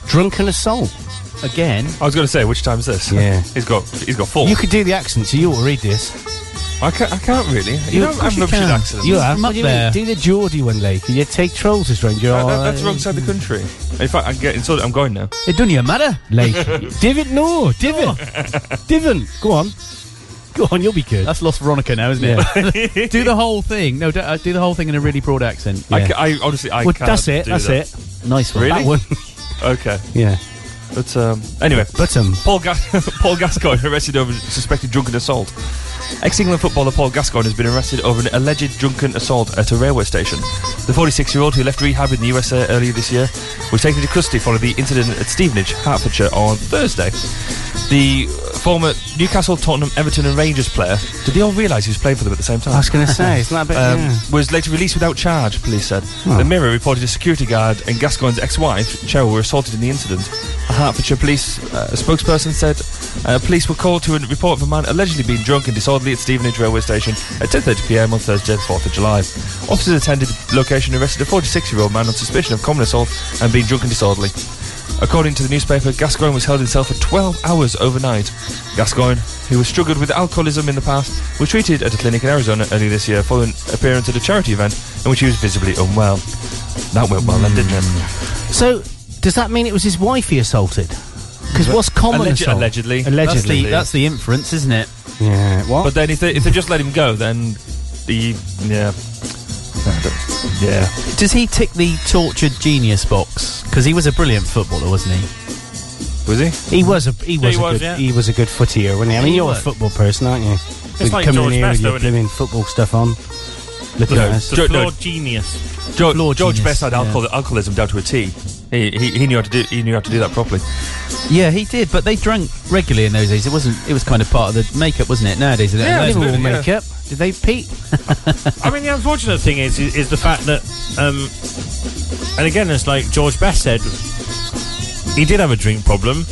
[SPEAKER 2] Drunken assault again.
[SPEAKER 3] I was going to say, which time is this?
[SPEAKER 2] Yeah.
[SPEAKER 3] (laughs) he's got he's got four.
[SPEAKER 2] You could do the accent, so you will read this.
[SPEAKER 3] I, can't, I can't really. You,
[SPEAKER 2] You-
[SPEAKER 3] know,
[SPEAKER 2] of
[SPEAKER 3] I'm
[SPEAKER 2] course you
[SPEAKER 3] rubbish at
[SPEAKER 2] can.
[SPEAKER 3] accents.
[SPEAKER 2] You have.
[SPEAKER 5] Come
[SPEAKER 2] What
[SPEAKER 5] up
[SPEAKER 2] do you mean?
[SPEAKER 5] there.
[SPEAKER 2] Do the Geordie one, Lake. You take trolls as round. You're
[SPEAKER 3] That- that-
[SPEAKER 2] all-
[SPEAKER 3] that's the wrong side of the country. In fact, I'm getting sorted. I'm going now.
[SPEAKER 5] It doesn't even matter.
[SPEAKER 2] Lake. Divot, no. Divot. Divot. Go on. Go on, you'll be good.
[SPEAKER 5] Oh. That's lost Veronica now, isn't it? (laughs) do the whole thing. No, don't, uh, do the whole thing in a really broad accent.
[SPEAKER 3] I
[SPEAKER 2] Yeah.
[SPEAKER 3] ca- I, honestly, I
[SPEAKER 2] well,
[SPEAKER 3] can't.
[SPEAKER 2] that's it.
[SPEAKER 3] do
[SPEAKER 2] That's
[SPEAKER 3] that.
[SPEAKER 2] it.
[SPEAKER 5] Nice one.
[SPEAKER 2] That
[SPEAKER 3] Really?
[SPEAKER 2] one.
[SPEAKER 3] (laughs) Okay.
[SPEAKER 2] yeah.
[SPEAKER 3] But um, anyway,
[SPEAKER 2] But um.
[SPEAKER 3] Paul, Gas- (laughs) Paul Gascoigne (laughs) arrested over suspected drunken assault. Ex-England footballer Paul Gascoigne has been arrested over an alleged drunken assault at a railway station. The 46-year-old, who left rehab in the USA earlier this year, was taken into custody following the incident at Stevenage, Hertfordshire, on Thursday. The former Newcastle, Tottenham, Everton, and Rangers player. Did they all realise he was playing for them at the same time?
[SPEAKER 2] I was going
[SPEAKER 3] (laughs)
[SPEAKER 2] to say, isn't that a bit?
[SPEAKER 3] um,
[SPEAKER 2] yeah. Oh.
[SPEAKER 3] was later released without charge, police said. The Mirror reported a security guard and Gascoigne's ex-wife, Cheryl, were assaulted in the incident. A Hertfordshire police uh, spokesperson said uh, police were called to a report of a man allegedly being drunk and disorderly at Stevenage railway station at 10.30pm on Thursday the 4th of July. Officers attended the location and arrested a 46-year-old man on suspicion of common assault and being drunk and disorderly. According to the newspaper, Gascoigne was held in cell for 12 hours overnight. Gascoigne, who has struggled with alcoholism in the past, was treated at a clinic in Arizona earlier this year following an appearance at a charity event in which he was visibly unwell. That went well then, didn't it?
[SPEAKER 2] So, does that mean it was his wife he assaulted? Because what's common
[SPEAKER 3] Alleged-
[SPEAKER 2] assault?
[SPEAKER 3] allegedly.
[SPEAKER 5] That's
[SPEAKER 2] Allegedly.
[SPEAKER 5] the, that's the inference, isn't it?
[SPEAKER 2] yeah. What?
[SPEAKER 3] But then if they, if they just let him go, then he... yeah. I don't- Yeah.
[SPEAKER 5] Does he tick the tortured genius box? Because he was a brilliant footballer, wasn't he?
[SPEAKER 3] Was he?
[SPEAKER 2] he was a he was,
[SPEAKER 4] he
[SPEAKER 2] a
[SPEAKER 4] was,
[SPEAKER 2] good
[SPEAKER 4] yeah.
[SPEAKER 2] he was a good footier, wasn't he? I mean,
[SPEAKER 5] He
[SPEAKER 2] you're
[SPEAKER 5] was.
[SPEAKER 2] a football person, aren't you? It's
[SPEAKER 4] like
[SPEAKER 2] coming
[SPEAKER 4] George
[SPEAKER 2] in here
[SPEAKER 4] Best,
[SPEAKER 2] with
[SPEAKER 4] though,
[SPEAKER 2] your
[SPEAKER 4] isn't it?
[SPEAKER 2] blooming football stuff on. Look
[SPEAKER 4] The,
[SPEAKER 2] at us.
[SPEAKER 4] the
[SPEAKER 3] Jo- no.
[SPEAKER 4] flawed genius.
[SPEAKER 3] George,
[SPEAKER 5] Flawed
[SPEAKER 3] George
[SPEAKER 5] genius,
[SPEAKER 3] Best had
[SPEAKER 5] yeah.
[SPEAKER 3] alcohol, alcoholism down to a T. He, he, he knew how to do he knew how to do that properly.
[SPEAKER 5] Yeah, he did. But they drank regularly in those days. It wasn't. It was kind of part of the makeup, wasn't it? Nowadays, they don't
[SPEAKER 3] Yeah,
[SPEAKER 5] know.
[SPEAKER 2] They were all
[SPEAKER 3] yeah.
[SPEAKER 2] (laughs) makeup. Did they, Pete?
[SPEAKER 4] I mean, the unfortunate thing is, is, is the fact that, um, and again, it's like George Best said, he did have a drink problem,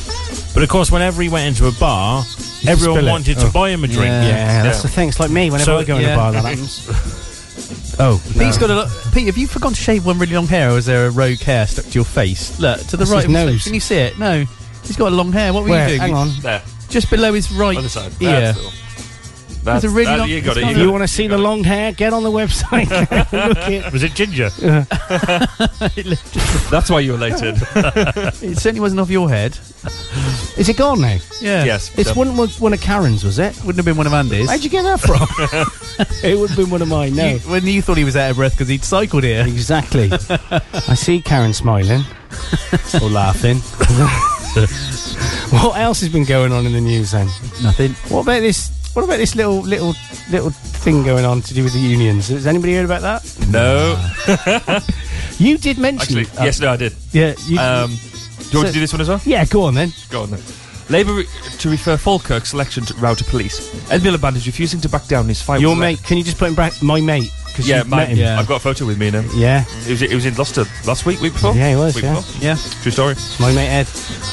[SPEAKER 4] but of course, whenever he went into a bar, everyone
[SPEAKER 2] spill it.
[SPEAKER 4] wanted
[SPEAKER 2] Oh.
[SPEAKER 4] to buy him a drink.
[SPEAKER 5] Yeah.
[SPEAKER 2] Yeah, that's the thing. It's like me whenever
[SPEAKER 4] So,
[SPEAKER 2] I go in
[SPEAKER 5] yeah.
[SPEAKER 4] (laughs)
[SPEAKER 2] a bar, that happens. oh,
[SPEAKER 5] Pete's got a lot. Pete, have you forgotten to shave one really long hair, or is there a rogue hair stuck to your face? Look to the
[SPEAKER 2] That's
[SPEAKER 5] right.
[SPEAKER 2] his
[SPEAKER 5] of
[SPEAKER 2] nose.
[SPEAKER 5] Can you see it? No. He's got a long hair. What were
[SPEAKER 2] Where?
[SPEAKER 5] you doing?
[SPEAKER 2] Hang on.
[SPEAKER 3] There.
[SPEAKER 5] Just below his right
[SPEAKER 3] Other side.
[SPEAKER 5] ear.
[SPEAKER 3] That's the- That's,
[SPEAKER 5] a really
[SPEAKER 3] that-
[SPEAKER 5] long-
[SPEAKER 3] you got
[SPEAKER 5] it's
[SPEAKER 3] it.
[SPEAKER 2] If
[SPEAKER 5] got a-
[SPEAKER 3] got
[SPEAKER 2] you
[SPEAKER 3] it.
[SPEAKER 2] want to see the long hair, get on the website. (laughs)
[SPEAKER 3] (laughs)
[SPEAKER 2] Look it. (laughs)
[SPEAKER 4] Was it ginger?
[SPEAKER 3] (laughs) That's why you were late
[SPEAKER 2] (laughs)
[SPEAKER 3] in.
[SPEAKER 5] (laughs) It certainly wasn't off your head.
[SPEAKER 2] Is it gone now?
[SPEAKER 5] Yeah.
[SPEAKER 3] yes.
[SPEAKER 2] It's
[SPEAKER 3] so-
[SPEAKER 2] one one one of Karen's, was it?
[SPEAKER 5] Wouldn't have been one of Andy's.
[SPEAKER 2] Where'd you get that from? (laughs)
[SPEAKER 3] (laughs)
[SPEAKER 2] it would have been one of mine. No.
[SPEAKER 5] You- when you thought he was out of breath because he'd cycled here. (laughs)
[SPEAKER 2] Exactly. I see Karen smiling or laughing. (laughs) what else has been going on in the news then?
[SPEAKER 5] Nothing.
[SPEAKER 2] What about this? What about this little little little thing going on to do with the unions? Has anybody heard about that?
[SPEAKER 3] No.
[SPEAKER 2] (laughs) You did mention.
[SPEAKER 3] Actually,
[SPEAKER 2] uh,
[SPEAKER 3] yes, no, I did.
[SPEAKER 2] Yeah. You,
[SPEAKER 3] Um, do you want
[SPEAKER 2] So-
[SPEAKER 3] to do this one as well?
[SPEAKER 2] yeah. Go on then.
[SPEAKER 3] Go on then. Labour re- to refer Falkirk's election to, row to police. Ed Miliband is refusing to back down in his fight.
[SPEAKER 2] Your
[SPEAKER 3] with
[SPEAKER 2] mate. Can you just put in brackets? My mate. Because
[SPEAKER 3] yeah,
[SPEAKER 2] you've
[SPEAKER 3] my-
[SPEAKER 2] met him.
[SPEAKER 3] I've got a photo with me and him.
[SPEAKER 2] Yeah.
[SPEAKER 3] It was, it was in Gloucester last week, week before?
[SPEAKER 2] Yeah, he was,
[SPEAKER 3] Week
[SPEAKER 2] yeah.
[SPEAKER 3] before. True story.
[SPEAKER 2] My mate Ed.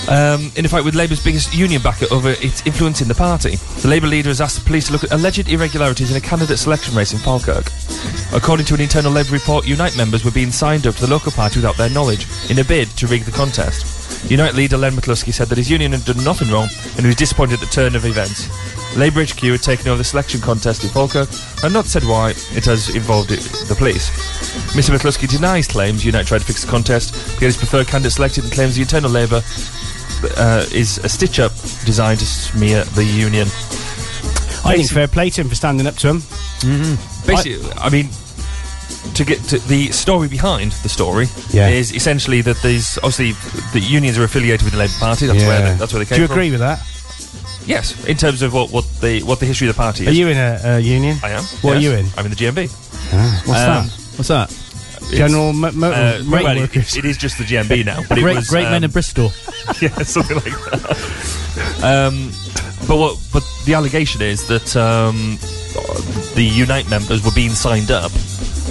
[SPEAKER 3] Um, in a fight with Labour's biggest union backer over its influence in the party, the Labour leader has asked the police to look at alleged irregularities in a candidate selection race in Falkirk. According to an internal Labour report, Unite members were being signed up to the local party without their knowledge in a bid to rig the contest. Unite leader Len McCluskey said that his union had done nothing wrong and he was disappointed at the turn of events. Labour HQ had taken over the selection contest in Falkirk and not said why it has involved it, the police. Mr McCluskey denies claims Unite tried to fix the contest, he had his preferred candidate selected and claims the internal Labour uh, is a stitch up designed to smear the union.
[SPEAKER 2] I think fair play to him for standing up to him.
[SPEAKER 3] Mm-hmm. Basically, I, mean, to get to the story behind the story
[SPEAKER 2] Yeah.
[SPEAKER 3] is essentially that these obviously the unions are affiliated with the Labour Party. That's where
[SPEAKER 2] Yeah.
[SPEAKER 3] they, that's where they came
[SPEAKER 2] Do you
[SPEAKER 3] from.
[SPEAKER 2] agree with that?
[SPEAKER 3] Yes, in terms of what what the what the history of the party
[SPEAKER 2] Are
[SPEAKER 3] is.
[SPEAKER 2] you in a, a union?
[SPEAKER 3] I am.
[SPEAKER 2] What
[SPEAKER 3] yes.
[SPEAKER 2] are you in?
[SPEAKER 3] I'm in the GMB.
[SPEAKER 2] Ah, what's
[SPEAKER 3] Um,
[SPEAKER 2] that?
[SPEAKER 5] What's that?
[SPEAKER 2] General mo-
[SPEAKER 4] Uh,
[SPEAKER 2] mo- motor
[SPEAKER 3] uh, well, it-
[SPEAKER 2] workers.
[SPEAKER 3] it is just the GMB now. But it
[SPEAKER 5] great
[SPEAKER 3] was,
[SPEAKER 5] great
[SPEAKER 3] um,
[SPEAKER 5] men
[SPEAKER 4] (laughs)
[SPEAKER 5] of Bristol.
[SPEAKER 3] yeah, something like that. (laughs) Um, but what? But the allegation is that um, the Unite members were being signed up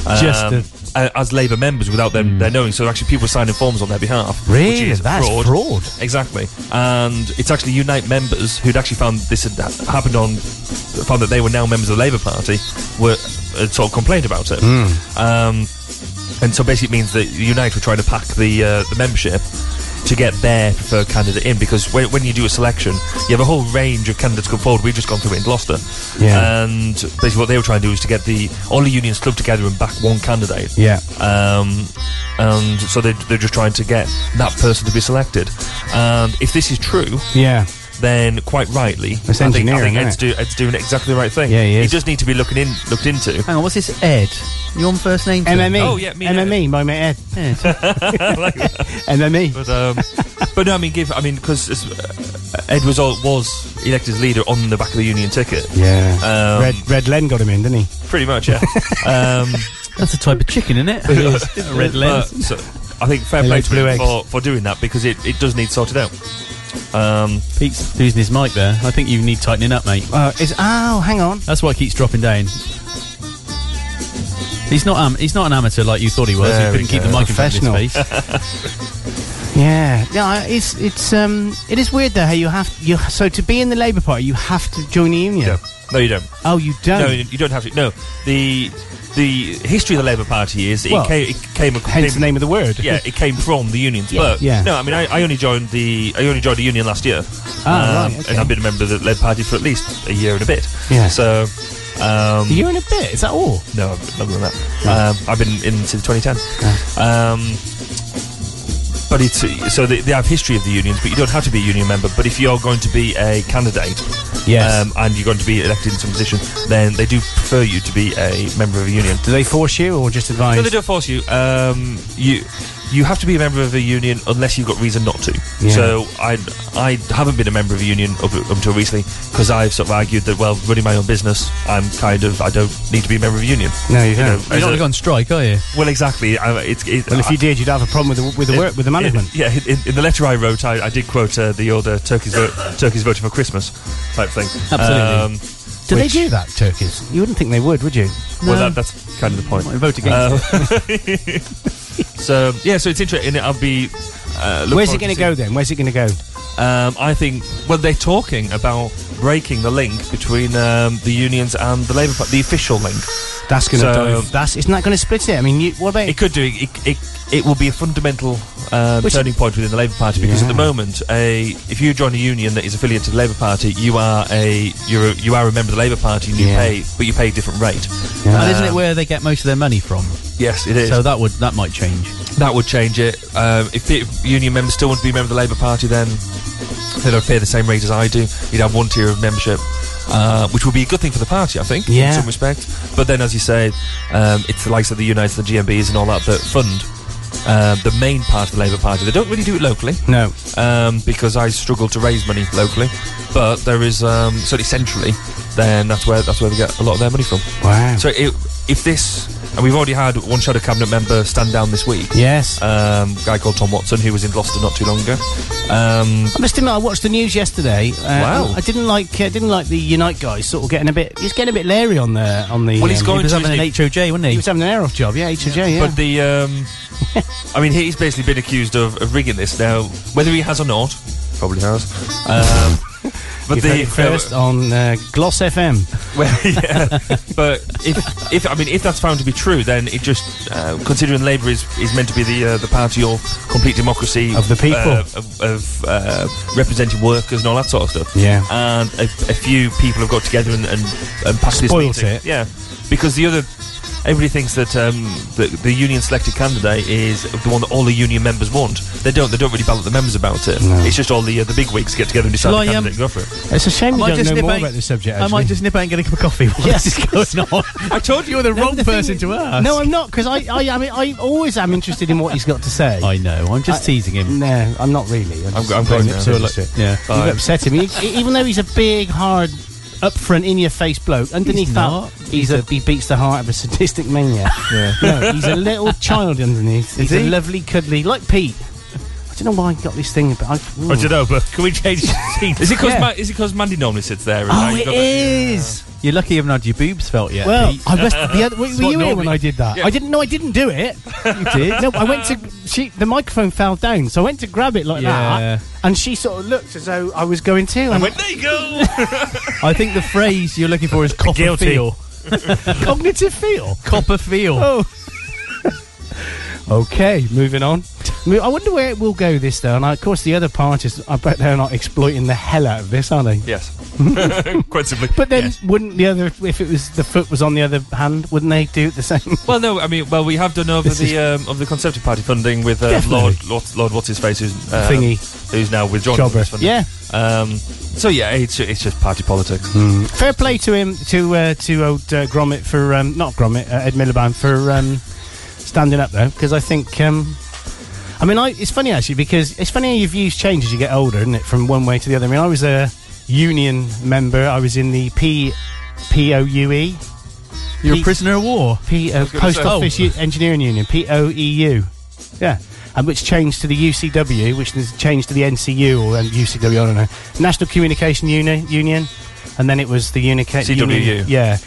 [SPEAKER 3] um,
[SPEAKER 2] Just to- Hmm.
[SPEAKER 3] a- as Labour members without them their knowing. So actually, people were signing forms on their behalf. which
[SPEAKER 2] Really?
[SPEAKER 3] is
[SPEAKER 2] That's
[SPEAKER 3] fraud.
[SPEAKER 2] fraud.
[SPEAKER 3] Exactly. And it's actually Unite members who'd actually found this had ha- happened on found that they were now members of the Labour Party were uh, sort of complained about it.
[SPEAKER 2] Hmm.
[SPEAKER 3] Um, and so basically it means that Unite were trying to pack the uh, the membership to get their preferred candidate in because when, when you do a selection, you have a whole range of candidates come forward. We've just gone through it in Gloucester,
[SPEAKER 2] Yeah.
[SPEAKER 3] and basically what they were trying to do is to get the all the unions club together and back one candidate.
[SPEAKER 2] Yeah.
[SPEAKER 3] Um, and so they, they're just trying to get that person to be selected. And if this is true,
[SPEAKER 2] Yeah.
[SPEAKER 3] then quite rightly, I
[SPEAKER 2] It's
[SPEAKER 3] think, I
[SPEAKER 2] engineering,
[SPEAKER 3] think
[SPEAKER 2] isn't
[SPEAKER 3] Ed's, do,
[SPEAKER 2] it?
[SPEAKER 3] Ed's doing exactly the right thing.
[SPEAKER 2] Yeah, he is.
[SPEAKER 3] does need to be looking in, looked into.
[SPEAKER 5] Hang on, what's this Ed? You on first name? terms?
[SPEAKER 2] MME.
[SPEAKER 3] Oh, yeah, me and
[SPEAKER 2] MME, my mate Ed. (laughs) MME.
[SPEAKER 3] But um, but no, I mean, give. I mean, because uh, Ed was all, was elected as leader on the back of the union ticket.
[SPEAKER 2] Yeah.
[SPEAKER 3] Um,
[SPEAKER 2] Red, Red Len got him in, didn't he?
[SPEAKER 3] Pretty much,
[SPEAKER 2] (laughs)
[SPEAKER 3] yeah. um,
[SPEAKER 5] (laughs) That's a type of chicken, isn't it?
[SPEAKER 2] is.
[SPEAKER 3] (laughs)
[SPEAKER 5] (laughs) A red
[SPEAKER 3] uh,
[SPEAKER 5] lens.
[SPEAKER 3] so I think fair
[SPEAKER 2] They
[SPEAKER 3] play
[SPEAKER 2] like
[SPEAKER 3] to
[SPEAKER 2] blue
[SPEAKER 3] him
[SPEAKER 2] eggs.
[SPEAKER 3] for, for doing that because it, it does need sorted out. Um,
[SPEAKER 5] Pete's losing his mic there. I think you need tightening up, mate.
[SPEAKER 2] Uh, is, oh, hang on.
[SPEAKER 5] That's why it keeps dropping down. He's not um, he's not an amateur like you thought he was.
[SPEAKER 3] There
[SPEAKER 5] he
[SPEAKER 3] we
[SPEAKER 5] couldn't keep
[SPEAKER 3] go.
[SPEAKER 5] the mic in front of his face.
[SPEAKER 2] Yeah, yeah. It's it's um it is weird though how you have you so to be in the Labour Party you have to join the union.
[SPEAKER 3] no, no, you don't.
[SPEAKER 2] Oh, you don't.
[SPEAKER 3] No, you you don't have to. No, the the history of the Labour Party is it,
[SPEAKER 2] Well,
[SPEAKER 3] came, it came
[SPEAKER 2] Hence the name of the word.
[SPEAKER 3] yeah, it came from the unions.
[SPEAKER 2] Yeah.
[SPEAKER 3] But
[SPEAKER 2] Yeah.
[SPEAKER 3] no, I mean, I, I only joined the I only joined the union last year, Um,
[SPEAKER 2] Ah, right, okay.
[SPEAKER 3] and I've been a member of the Labour Party for at least a year and a bit.
[SPEAKER 2] Yeah.
[SPEAKER 3] So, um,
[SPEAKER 2] You're in a bit. Is that all?
[SPEAKER 3] no, longer than that. Um, I've been in since 2010. Um, but it's uh, so they, they have history of the unions, but you don't have to be a union member. But if you're going to be a candidate, um,
[SPEAKER 2] Yes.
[SPEAKER 3] and you're going to be elected into a position, then they do prefer you to be a member of a union.
[SPEAKER 2] Do they force you or just advise?
[SPEAKER 3] No, they don't force you. Um, you you have to be a member of a union unless you've got reason not to.
[SPEAKER 2] Yeah.
[SPEAKER 3] So I I haven't been a member of a union up, up until recently because I've sort of argued that well, running my own business, I'm kind of I don't need to be a member of a union.
[SPEAKER 2] No, you don't.
[SPEAKER 3] as a-
[SPEAKER 5] on strike, are you?
[SPEAKER 3] well, exactly. I, it's, it,
[SPEAKER 2] well, if you
[SPEAKER 3] I-
[SPEAKER 2] did, you'd have a problem with the with the
[SPEAKER 3] it-
[SPEAKER 2] work with the
[SPEAKER 3] it-
[SPEAKER 2] management.
[SPEAKER 3] yeah, in, in the letter I wrote, I, I did quote uh, the order "Turkey's vo- Turkey's voting for Christmas" type thing.
[SPEAKER 5] Absolutely.
[SPEAKER 3] Um,
[SPEAKER 2] do they
[SPEAKER 3] which-
[SPEAKER 2] do that, Turkeys? You wouldn't think they would, would you?
[SPEAKER 3] Well, that, that's kind of the point.
[SPEAKER 5] I vote against
[SPEAKER 3] Um, (laughs) so yeah, so it's interesting. I'll be. Uh, look
[SPEAKER 2] Where's
[SPEAKER 3] forward
[SPEAKER 2] it going to
[SPEAKER 3] seeing-
[SPEAKER 2] go then? Where's it going to go?
[SPEAKER 3] Um, I think well they're talking about breaking the link between um, the unions and the Labour Party, the official link.
[SPEAKER 2] That's going to
[SPEAKER 3] So-
[SPEAKER 2] dive. That's it's not going to split it. I mean, you, what about?
[SPEAKER 3] It could do it. It, it will be a fundamental um,
[SPEAKER 2] Which-
[SPEAKER 3] turning point within the Labour Party because at the
[SPEAKER 2] Yeah.
[SPEAKER 3] moment, a if you join a union that is affiliated to the Labour Party, you are a you're a, you are a member of the Labour Party and you
[SPEAKER 2] Yeah.
[SPEAKER 3] pay, but you pay a different rate. Uh,
[SPEAKER 5] and isn't it where they get most of their money from?
[SPEAKER 3] Yes, it is.
[SPEAKER 5] So that would that might change.
[SPEAKER 3] That would change it. Um, if the union members still want to be a member of the Labour Party, then they'd have to pay the same rate as I do. You'd have one tier of membership, uh, which would be a good thing for the party, I think, in
[SPEAKER 2] Yeah.
[SPEAKER 3] some respect. But then, as you say, um, it's the likes of the United, the GMBs, and all that that fund uh, the main part of the Labour Party. They don't really do it locally
[SPEAKER 2] no.
[SPEAKER 3] um, because I struggle to raise money locally. But there is um, certainly centrally, then that's where that's where they get a lot of their money from.
[SPEAKER 2] Wow.
[SPEAKER 3] So it, if this And we've already had one shadow cabinet member stand down this week.
[SPEAKER 2] Yes.
[SPEAKER 3] Um, a guy called Tom Watson, who was in Gloucester not too long ago. Um,
[SPEAKER 2] I must admit, I watched the news yesterday. Uh,
[SPEAKER 3] Wow.
[SPEAKER 2] I didn't like uh, didn't like the Unite guy. Sort of getting a bit. He's getting a bit leery on the on the. um,
[SPEAKER 3] Well, he's going
[SPEAKER 2] he was
[SPEAKER 3] to
[SPEAKER 2] having
[SPEAKER 3] his
[SPEAKER 2] an
[SPEAKER 3] new-
[SPEAKER 2] HOJ, wasn't he? He was having an air off job. Yeah, HOJ. Yeah.
[SPEAKER 3] But the,
[SPEAKER 2] (laughs)
[SPEAKER 3] um, I mean, he's basically been accused of, of rigging this. Now, whether he has or not, probably has. Um, but
[SPEAKER 2] (laughs) You've
[SPEAKER 3] the
[SPEAKER 2] heard it first on uh, Gloss FM.
[SPEAKER 3] (laughs) Well, yeah. but if, if I mean, if that's found to be true, then it just uh, considering Labour is, is meant to be the uh, the party of complete democracy
[SPEAKER 2] Of the people.
[SPEAKER 3] uh, of, of uh, representing workers and all that sort of stuff.
[SPEAKER 2] Yeah.
[SPEAKER 3] and a, a few people have got together and and, and passed
[SPEAKER 2] Spoilt
[SPEAKER 3] this meeting.
[SPEAKER 2] it.
[SPEAKER 3] Yeah, because the other. Everybody thinks that um, the, the union selected candidate is the one that all the union members want. They don't. They don't really ballot the members about it.
[SPEAKER 2] No.
[SPEAKER 3] It's just all the uh, the big wigs get together and decide
[SPEAKER 5] Shall
[SPEAKER 3] the
[SPEAKER 5] I, um,
[SPEAKER 3] candidate and go for it.
[SPEAKER 2] It's a shame
[SPEAKER 5] I
[SPEAKER 2] you
[SPEAKER 5] might
[SPEAKER 2] don't
[SPEAKER 5] just
[SPEAKER 2] know
[SPEAKER 5] nip
[SPEAKER 2] more
[SPEAKER 5] out-
[SPEAKER 2] about this subject.
[SPEAKER 5] I
[SPEAKER 2] Actually.
[SPEAKER 5] might just nip out and get a cup of (laughs) coffee. While
[SPEAKER 2] Yes.
[SPEAKER 5] this is going on. I told you were the wrong
[SPEAKER 2] the thing
[SPEAKER 5] person
[SPEAKER 2] is-
[SPEAKER 5] to ask.
[SPEAKER 2] No, (laughs) I'm not because I, I, I mean, I always am interested in what he's got to say.
[SPEAKER 5] (laughs) I know. I'm just
[SPEAKER 2] I-
[SPEAKER 5] teasing him.
[SPEAKER 2] No, I'm not really. I'm, just
[SPEAKER 3] I'm
[SPEAKER 2] throwing
[SPEAKER 3] going
[SPEAKER 2] it
[SPEAKER 3] now.
[SPEAKER 2] to a lot- You've
[SPEAKER 5] Yeah.
[SPEAKER 3] Bye.
[SPEAKER 2] upset him, E- even though he's a big, hard, upfront, in-your-face bloke. Underneath
[SPEAKER 5] not.
[SPEAKER 2] that, he's a, he beats the heart of a sadistic
[SPEAKER 5] (laughs)
[SPEAKER 2] maniac.
[SPEAKER 3] Yeah.
[SPEAKER 2] (laughs) no, he's a little child underneath. he's
[SPEAKER 5] he?
[SPEAKER 2] a lovely, cuddly, like Pete. I don't know why I got this thing about. I,
[SPEAKER 3] Oh,
[SPEAKER 4] I don't know, but can we change the
[SPEAKER 3] (laughs)
[SPEAKER 4] seat?
[SPEAKER 3] Is it because
[SPEAKER 2] Yeah.
[SPEAKER 3] is it because Mandy normally sits there? And now
[SPEAKER 2] Oh,
[SPEAKER 3] you've
[SPEAKER 2] it
[SPEAKER 3] got that-
[SPEAKER 2] is.
[SPEAKER 5] You're lucky you haven't had your boobs felt yet.
[SPEAKER 2] Well,
[SPEAKER 5] Pete.
[SPEAKER 2] I must, the other,
[SPEAKER 5] (laughs)
[SPEAKER 2] were, were you here when I did that?
[SPEAKER 3] Yeah.
[SPEAKER 2] I didn't. No, I didn't do it. you did. No, I went to. She, the microphone fell down, so I went to grab it like
[SPEAKER 5] Yeah.
[SPEAKER 2] that, and she sort of looked as though I was going to. And
[SPEAKER 3] There you
[SPEAKER 2] (laughs)
[SPEAKER 3] go.
[SPEAKER 5] I think the phrase you're looking for is copper
[SPEAKER 4] Guilty.
[SPEAKER 5] feel.
[SPEAKER 2] (laughs) cognitive feel.
[SPEAKER 5] Copper feel.
[SPEAKER 2] Oh. (laughs) okay, moving on. I mean, I wonder where it will go this though, and I, of course the other parties. I bet they're not exploiting the hell out of this, are
[SPEAKER 3] (laughs)
[SPEAKER 2] they?
[SPEAKER 4] (laughs)
[SPEAKER 3] yes. Quite simply.
[SPEAKER 2] But then,
[SPEAKER 3] Yes.
[SPEAKER 2] wouldn't the other, if it was the foot was on the other hand, wouldn't they do the same? (laughs)
[SPEAKER 3] Well, no, I mean, well, we have done over
[SPEAKER 2] This
[SPEAKER 3] the um, of the Conservative Party funding with uh,
[SPEAKER 2] Definitely.
[SPEAKER 3] Lord, Lord Lord what's his face who's uh,
[SPEAKER 2] Thingy.
[SPEAKER 3] who's now withdrawn.
[SPEAKER 2] Jobber.
[SPEAKER 3] from this funding.
[SPEAKER 2] Yeah.
[SPEAKER 3] Um, so yeah, it's it's just party politics.
[SPEAKER 2] Fair play to him, to uh, to old uh, Gromit for um, not Gromit, uh, Ed Miliband for um, standing up though, because I think. Um, I mean, I, it's funny actually because it's funny how your views change as you get older, isn't it? From one way to the other. I mean, I was a union member. I was in the P P O U E
[SPEAKER 5] You're a
[SPEAKER 2] Pete-
[SPEAKER 5] prisoner of war. Oh,
[SPEAKER 2] P O
[SPEAKER 3] gonna
[SPEAKER 2] Post
[SPEAKER 3] say-
[SPEAKER 2] Office U- Engineering Union P O E U. Yeah. And which changed to the UCW, which is changed to the NCU or um, UCW, I don't know. National Communication Uni- Union, and then it was the Unica-
[SPEAKER 3] CWU.
[SPEAKER 2] Union- yeah.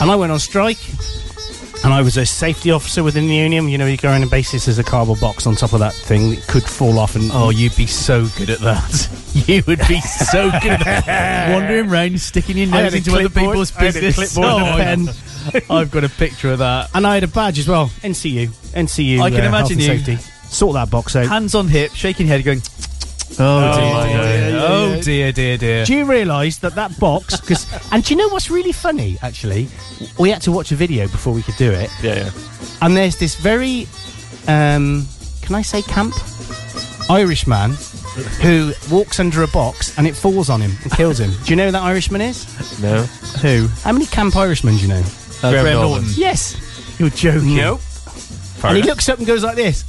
[SPEAKER 2] And I went on strike, and I was a safety officer within the union. You know, you go on a basis as a cardboard box on top of that thing that could fall off and.
[SPEAKER 5] Oh, you'd be so good at that.
[SPEAKER 2] (laughs)
[SPEAKER 5] You would be so good at that. Wandering round, sticking your
[SPEAKER 2] I had
[SPEAKER 5] nose
[SPEAKER 2] a
[SPEAKER 5] into other
[SPEAKER 2] clipboard-
[SPEAKER 5] people's
[SPEAKER 2] I had a
[SPEAKER 5] business. Oh,
[SPEAKER 2] clipboard
[SPEAKER 5] (laughs)
[SPEAKER 2] and a
[SPEAKER 5] and I've got a picture of that.
[SPEAKER 2] And I had a badge as well NCU. NCU.
[SPEAKER 5] I can
[SPEAKER 2] uh, health
[SPEAKER 5] imagine
[SPEAKER 2] and
[SPEAKER 5] you-
[SPEAKER 2] Safety. Sort that box out.
[SPEAKER 5] Hands on hip, shaking head, going, Oh, dear, dear, dear. Oh, dear, dear, dear.
[SPEAKER 2] Do you realise that that box? Because (laughs) and do you know what's really funny? Actually, we had to watch a video before we could do it,
[SPEAKER 3] Yeah, yeah.
[SPEAKER 2] and there's this very, um, can I say camp, Irish man who walks under a box and it falls on him and kills him. do you know who that Irishman is?
[SPEAKER 3] No.
[SPEAKER 2] Who? How many camp Irishmen do you know?
[SPEAKER 5] Uh, Graham,
[SPEAKER 3] Graham
[SPEAKER 5] Norton.
[SPEAKER 2] Yes, you're joking. No. And he looks up and goes like this,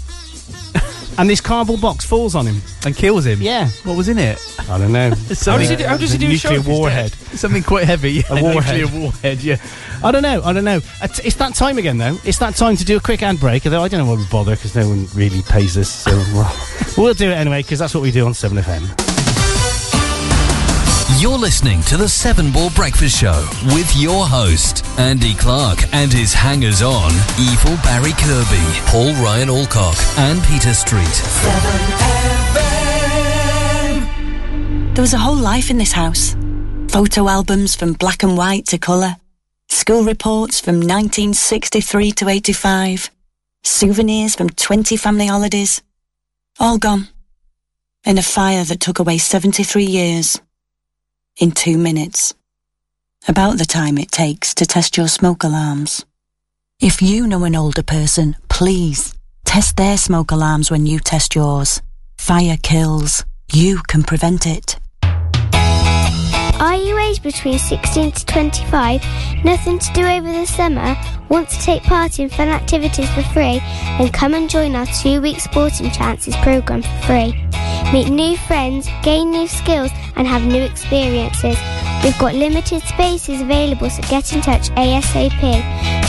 [SPEAKER 2] (laughs) and this cardboard box falls on him.
[SPEAKER 5] And kills him.
[SPEAKER 2] Yeah.
[SPEAKER 5] What was in it?
[SPEAKER 2] I don't
[SPEAKER 5] (laughs)
[SPEAKER 2] know. Uh,
[SPEAKER 5] How does he do-
[SPEAKER 3] how does he
[SPEAKER 2] a
[SPEAKER 3] do his show
[SPEAKER 2] nuclear
[SPEAKER 3] if he's
[SPEAKER 2] warhead?
[SPEAKER 5] (laughs) Something quite heavy. (laughs)
[SPEAKER 2] A warhead.
[SPEAKER 5] Nuclear warhead, yeah.
[SPEAKER 2] I don't know. I don't know. It's, it's that time again, though. It's that time to do a quick ad break. Although I don't know why we bother because no one really pays us. So (laughs) we'll, we'll do it anyway because that's what we do on Seven FM.
[SPEAKER 1] You're listening to the Seven Ball Breakfast Show with your host, Andy Clark, and his hangers on, Evil Barry Kirby, Paul Ryan Alcock, and Peter Street.
[SPEAKER 16] There was a whole life in this house. Photo albums from black and white to colour, school reports from 1963 to 85, souvenirs from 20 family holidays. All gone. In a fire that took away 73 years. In two minutes. About the time it takes to test your smoke alarms. If you know an older person, please test their smoke alarms when you test yours. Fire kills. You can prevent it.
[SPEAKER 17] Are you aged between 16 to 25? Nothing to do over the summer? Want to take part in fun activities for free? Then come and join our two week sporting chances programme for free. Meet new friends, gain new skills, and have new experiences. We've got limited spaces available, so get in touch ASAP.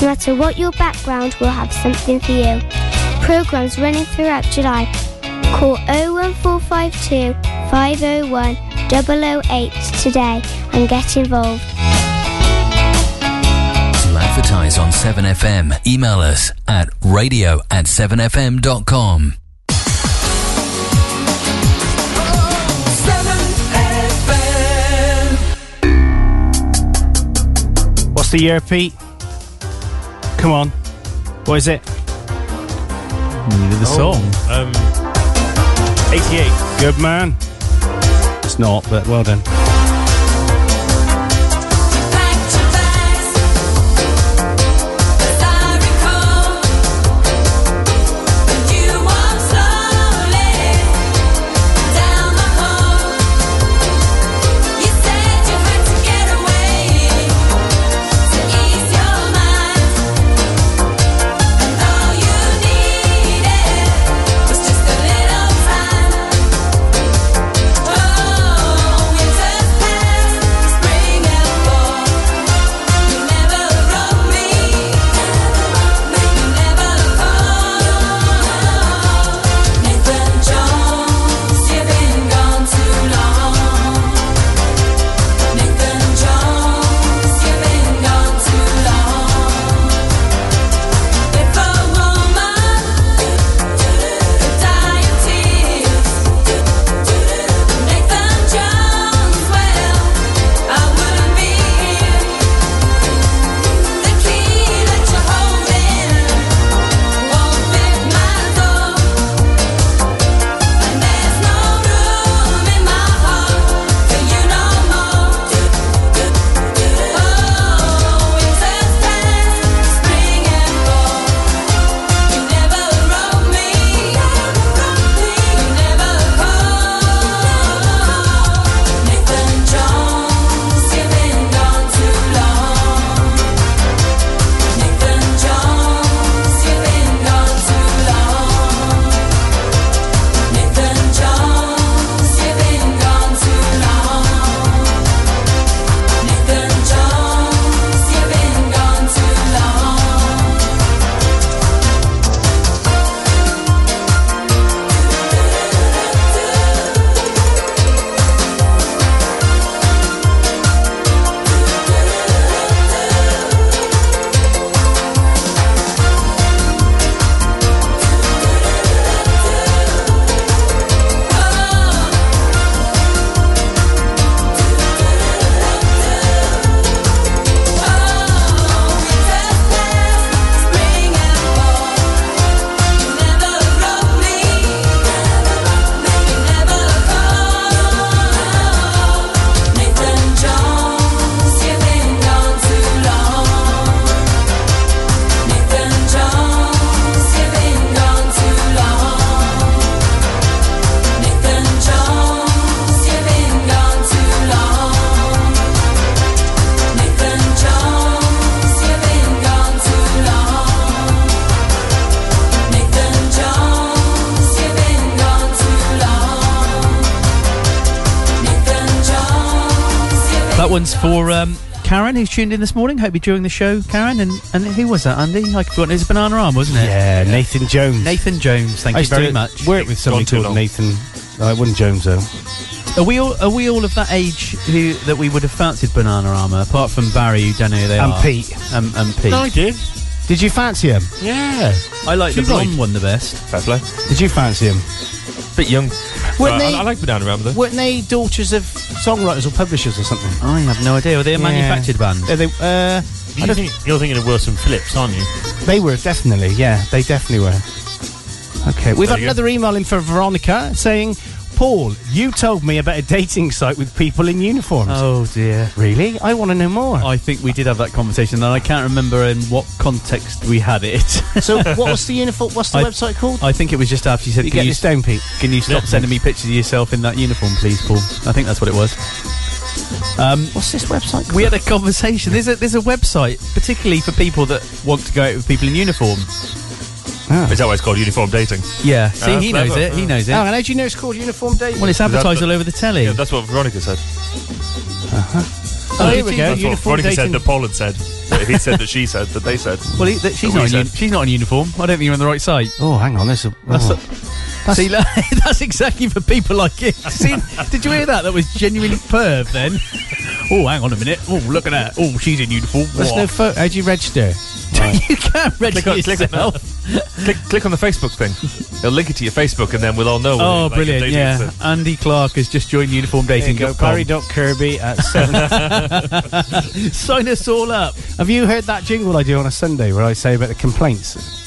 [SPEAKER 17] No matter what your background, we'll have something for you. Programs running throughout July. Call 01452 501 008 today and get involved.
[SPEAKER 1] To advertise on 7FM, email us at radio at 7fm.com.
[SPEAKER 18] 7FM.
[SPEAKER 2] What's the year, Pete? Come on. What is it? Neither
[SPEAKER 4] the song. Um, 88.
[SPEAKER 2] Good man. It's not, but well done.
[SPEAKER 8] That one's for um, Karen, who's tuned in this morning. Hope you're during the show, Karen. And and who was that, Andy? I forgot. It was Banana Arm, wasn't it?
[SPEAKER 2] Yeah, Nathan Jones.
[SPEAKER 8] Nathan Jones. Thank
[SPEAKER 2] I
[SPEAKER 8] you
[SPEAKER 2] used to
[SPEAKER 8] very much.
[SPEAKER 2] Work with somebody called Nathan. Uh, I wouldn't Jones though. eh?
[SPEAKER 8] Are we all are we all of that age who that we would have fancied Banana Armour, apart from Barry, who don't know who they
[SPEAKER 2] And
[SPEAKER 8] are,
[SPEAKER 2] Pete.
[SPEAKER 8] um, and Pete?
[SPEAKER 2] No, I did. Did you fancy him?
[SPEAKER 8] Yeah, I like the
[SPEAKER 2] You like-
[SPEAKER 8] blonde one the best.
[SPEAKER 3] Fair play.
[SPEAKER 2] Did you fancy him?
[SPEAKER 3] Bit young. But
[SPEAKER 2] Weren't
[SPEAKER 3] I-
[SPEAKER 2] they-
[SPEAKER 3] I, like banana ram though.
[SPEAKER 2] Weren't they daughters of songwriters or publishers or something?
[SPEAKER 8] I have no idea. Were they a manufactured band?
[SPEAKER 2] They, uh, I
[SPEAKER 4] You're,
[SPEAKER 2] don't
[SPEAKER 4] think, you're thinking of Wilson Phillips, aren't you?
[SPEAKER 2] They were definitely, yeah, they definitely were. Okay, we've
[SPEAKER 4] There
[SPEAKER 2] had
[SPEAKER 4] you go.
[SPEAKER 2] another email in for Veronica saying, "Paul, you told me about a dating site with people in uniforms."
[SPEAKER 8] Oh dear.
[SPEAKER 2] Really? I want to know more.
[SPEAKER 8] I think we did have that conversation, and I can't remember in what context we had it.
[SPEAKER 4] (laughs)
[SPEAKER 2] So, what was
[SPEAKER 8] (laughs)
[SPEAKER 2] the uniform? What's the
[SPEAKER 8] I-
[SPEAKER 2] website called?
[SPEAKER 8] I think it was just after you said,
[SPEAKER 2] You
[SPEAKER 8] "Can
[SPEAKER 2] get
[SPEAKER 8] you
[SPEAKER 2] this down, Pete?
[SPEAKER 8] Can you stop
[SPEAKER 2] Yeah.
[SPEAKER 8] sending me pictures of yourself in that uniform, please, Paul?" I think that's what it was. Um,
[SPEAKER 2] What's this website?
[SPEAKER 8] we had a conversation. There's a there's a website, particularly for people that want to go out with people in uniform.
[SPEAKER 2] Ah.
[SPEAKER 3] Is that why it's called uniform dating? Uh,
[SPEAKER 8] Yeah. See, he knows it. He knows it.
[SPEAKER 2] Oh, and how do you know it's called uniform dating?
[SPEAKER 8] Well, it's
[SPEAKER 3] Is that
[SPEAKER 8] advertised
[SPEAKER 3] the-
[SPEAKER 8] all over the telly.
[SPEAKER 5] Uh-huh.
[SPEAKER 3] Yeah, that's what Veronica said.
[SPEAKER 4] Oh, here we go.
[SPEAKER 3] That's what
[SPEAKER 4] Uniform
[SPEAKER 3] Veronica said
[SPEAKER 4] dating-
[SPEAKER 3] that Paul had said. That he said that she said that they said.
[SPEAKER 5] Well, he, that, she's
[SPEAKER 3] That we
[SPEAKER 5] not. In,
[SPEAKER 3] said.
[SPEAKER 5] she's not in uniform. I don't think you're on the right site.
[SPEAKER 2] Oh, hang on. This.
[SPEAKER 5] That's
[SPEAKER 2] oh.
[SPEAKER 5] a, see, look, (laughs) (laughs) that's exactly for people like you. (laughs) See, did you hear that? That was genuinely perv. Then. Oh, hang on a minute. Oh, look at that. Oh, she's in uniform.
[SPEAKER 2] There's no photo. How do you
[SPEAKER 5] (laughs)
[SPEAKER 2] register?
[SPEAKER 5] you can't register
[SPEAKER 3] Click on- click on-
[SPEAKER 5] yourself.
[SPEAKER 3] (laughs) click, click on the Facebook thing. It'll link it to your Facebook, and then we'll all know. when
[SPEAKER 5] Oh,
[SPEAKER 3] it, like,
[SPEAKER 5] brilliant!
[SPEAKER 3] updates
[SPEAKER 5] yeah,
[SPEAKER 3] it.
[SPEAKER 5] Andy Clark has just joined Uniform Dating.
[SPEAKER 2] There you go, Barry.Kirby at
[SPEAKER 5] (laughs)
[SPEAKER 2] seven.
[SPEAKER 5] Sign us all
[SPEAKER 2] (laughs)
[SPEAKER 5] up.
[SPEAKER 2] Have you heard that jingle I do on a Sunday where I say about the complaints?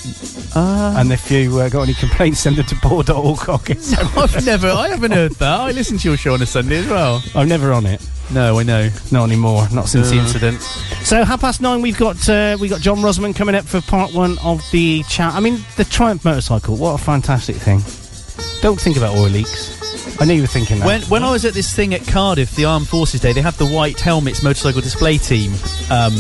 [SPEAKER 2] and if you uh, got any complaints, send them to paul.alcock.
[SPEAKER 5] (laughs) I've never, I haven't heard that. I listen to your show on a Sunday as well.
[SPEAKER 2] I'm never on it.
[SPEAKER 5] No, I know.
[SPEAKER 2] Not anymore. Not since the
[SPEAKER 5] Uh.
[SPEAKER 2] incident. So half past nine, we've got uh, we got John Rosman coming up for part one of the chat. I mean, the Triumph motorcycle. What a fantastic thing! Don't think about oil leaks. I knew you were thinking that.
[SPEAKER 5] When, when I was at this thing at Cardiff, the Armed Forces Day, they have the White Helmets Motorcycle Display Team, um,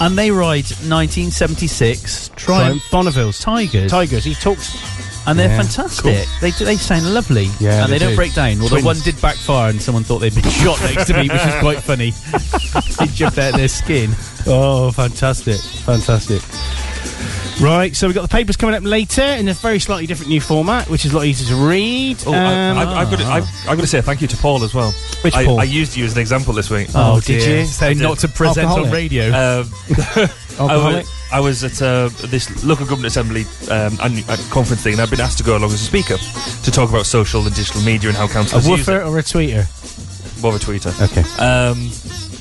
[SPEAKER 5] and they ride 1976 Triumph,
[SPEAKER 2] Triumph Bonnevilles
[SPEAKER 5] Tigers.
[SPEAKER 2] Tigers. He talks,
[SPEAKER 5] and they're
[SPEAKER 2] Yeah,
[SPEAKER 5] fantastic.
[SPEAKER 2] cool.
[SPEAKER 5] They do- they sound lovely,
[SPEAKER 2] Yeah,
[SPEAKER 5] and
[SPEAKER 2] they
[SPEAKER 5] they, don't
[SPEAKER 2] do.
[SPEAKER 5] break down. Although
[SPEAKER 2] Twins.
[SPEAKER 5] one did backfire, and someone thought they'd been shot next to me, which is
[SPEAKER 2] (laughs)
[SPEAKER 5] quite funny. they jumped out of their skin.
[SPEAKER 2] Oh, fantastic. Fantastic. Right, so we've got the papers coming up later in a very slightly different new format, which is a lot easier to read.
[SPEAKER 3] Oh,
[SPEAKER 2] Um,
[SPEAKER 3] I, I've, I've got to, I've, I've got to say thank you to Paul as well.
[SPEAKER 2] Which
[SPEAKER 3] I,
[SPEAKER 2] Paul?
[SPEAKER 3] I used you as an example this week.
[SPEAKER 2] Oh, Oh, did dear. you? Say
[SPEAKER 3] I did.
[SPEAKER 2] not to present on Alcoholic? radio.
[SPEAKER 3] Um, (laughs) I,
[SPEAKER 2] Alcoholic?
[SPEAKER 3] was, I was at uh, this local government assembly um, annu- uh, conference thing, and I've been asked to go along as a speaker to talk about social and digital media and how
[SPEAKER 2] a
[SPEAKER 3] councils use it.
[SPEAKER 2] woofer or a tweeter?
[SPEAKER 3] More of a tweeter.
[SPEAKER 2] Okay.
[SPEAKER 3] Um,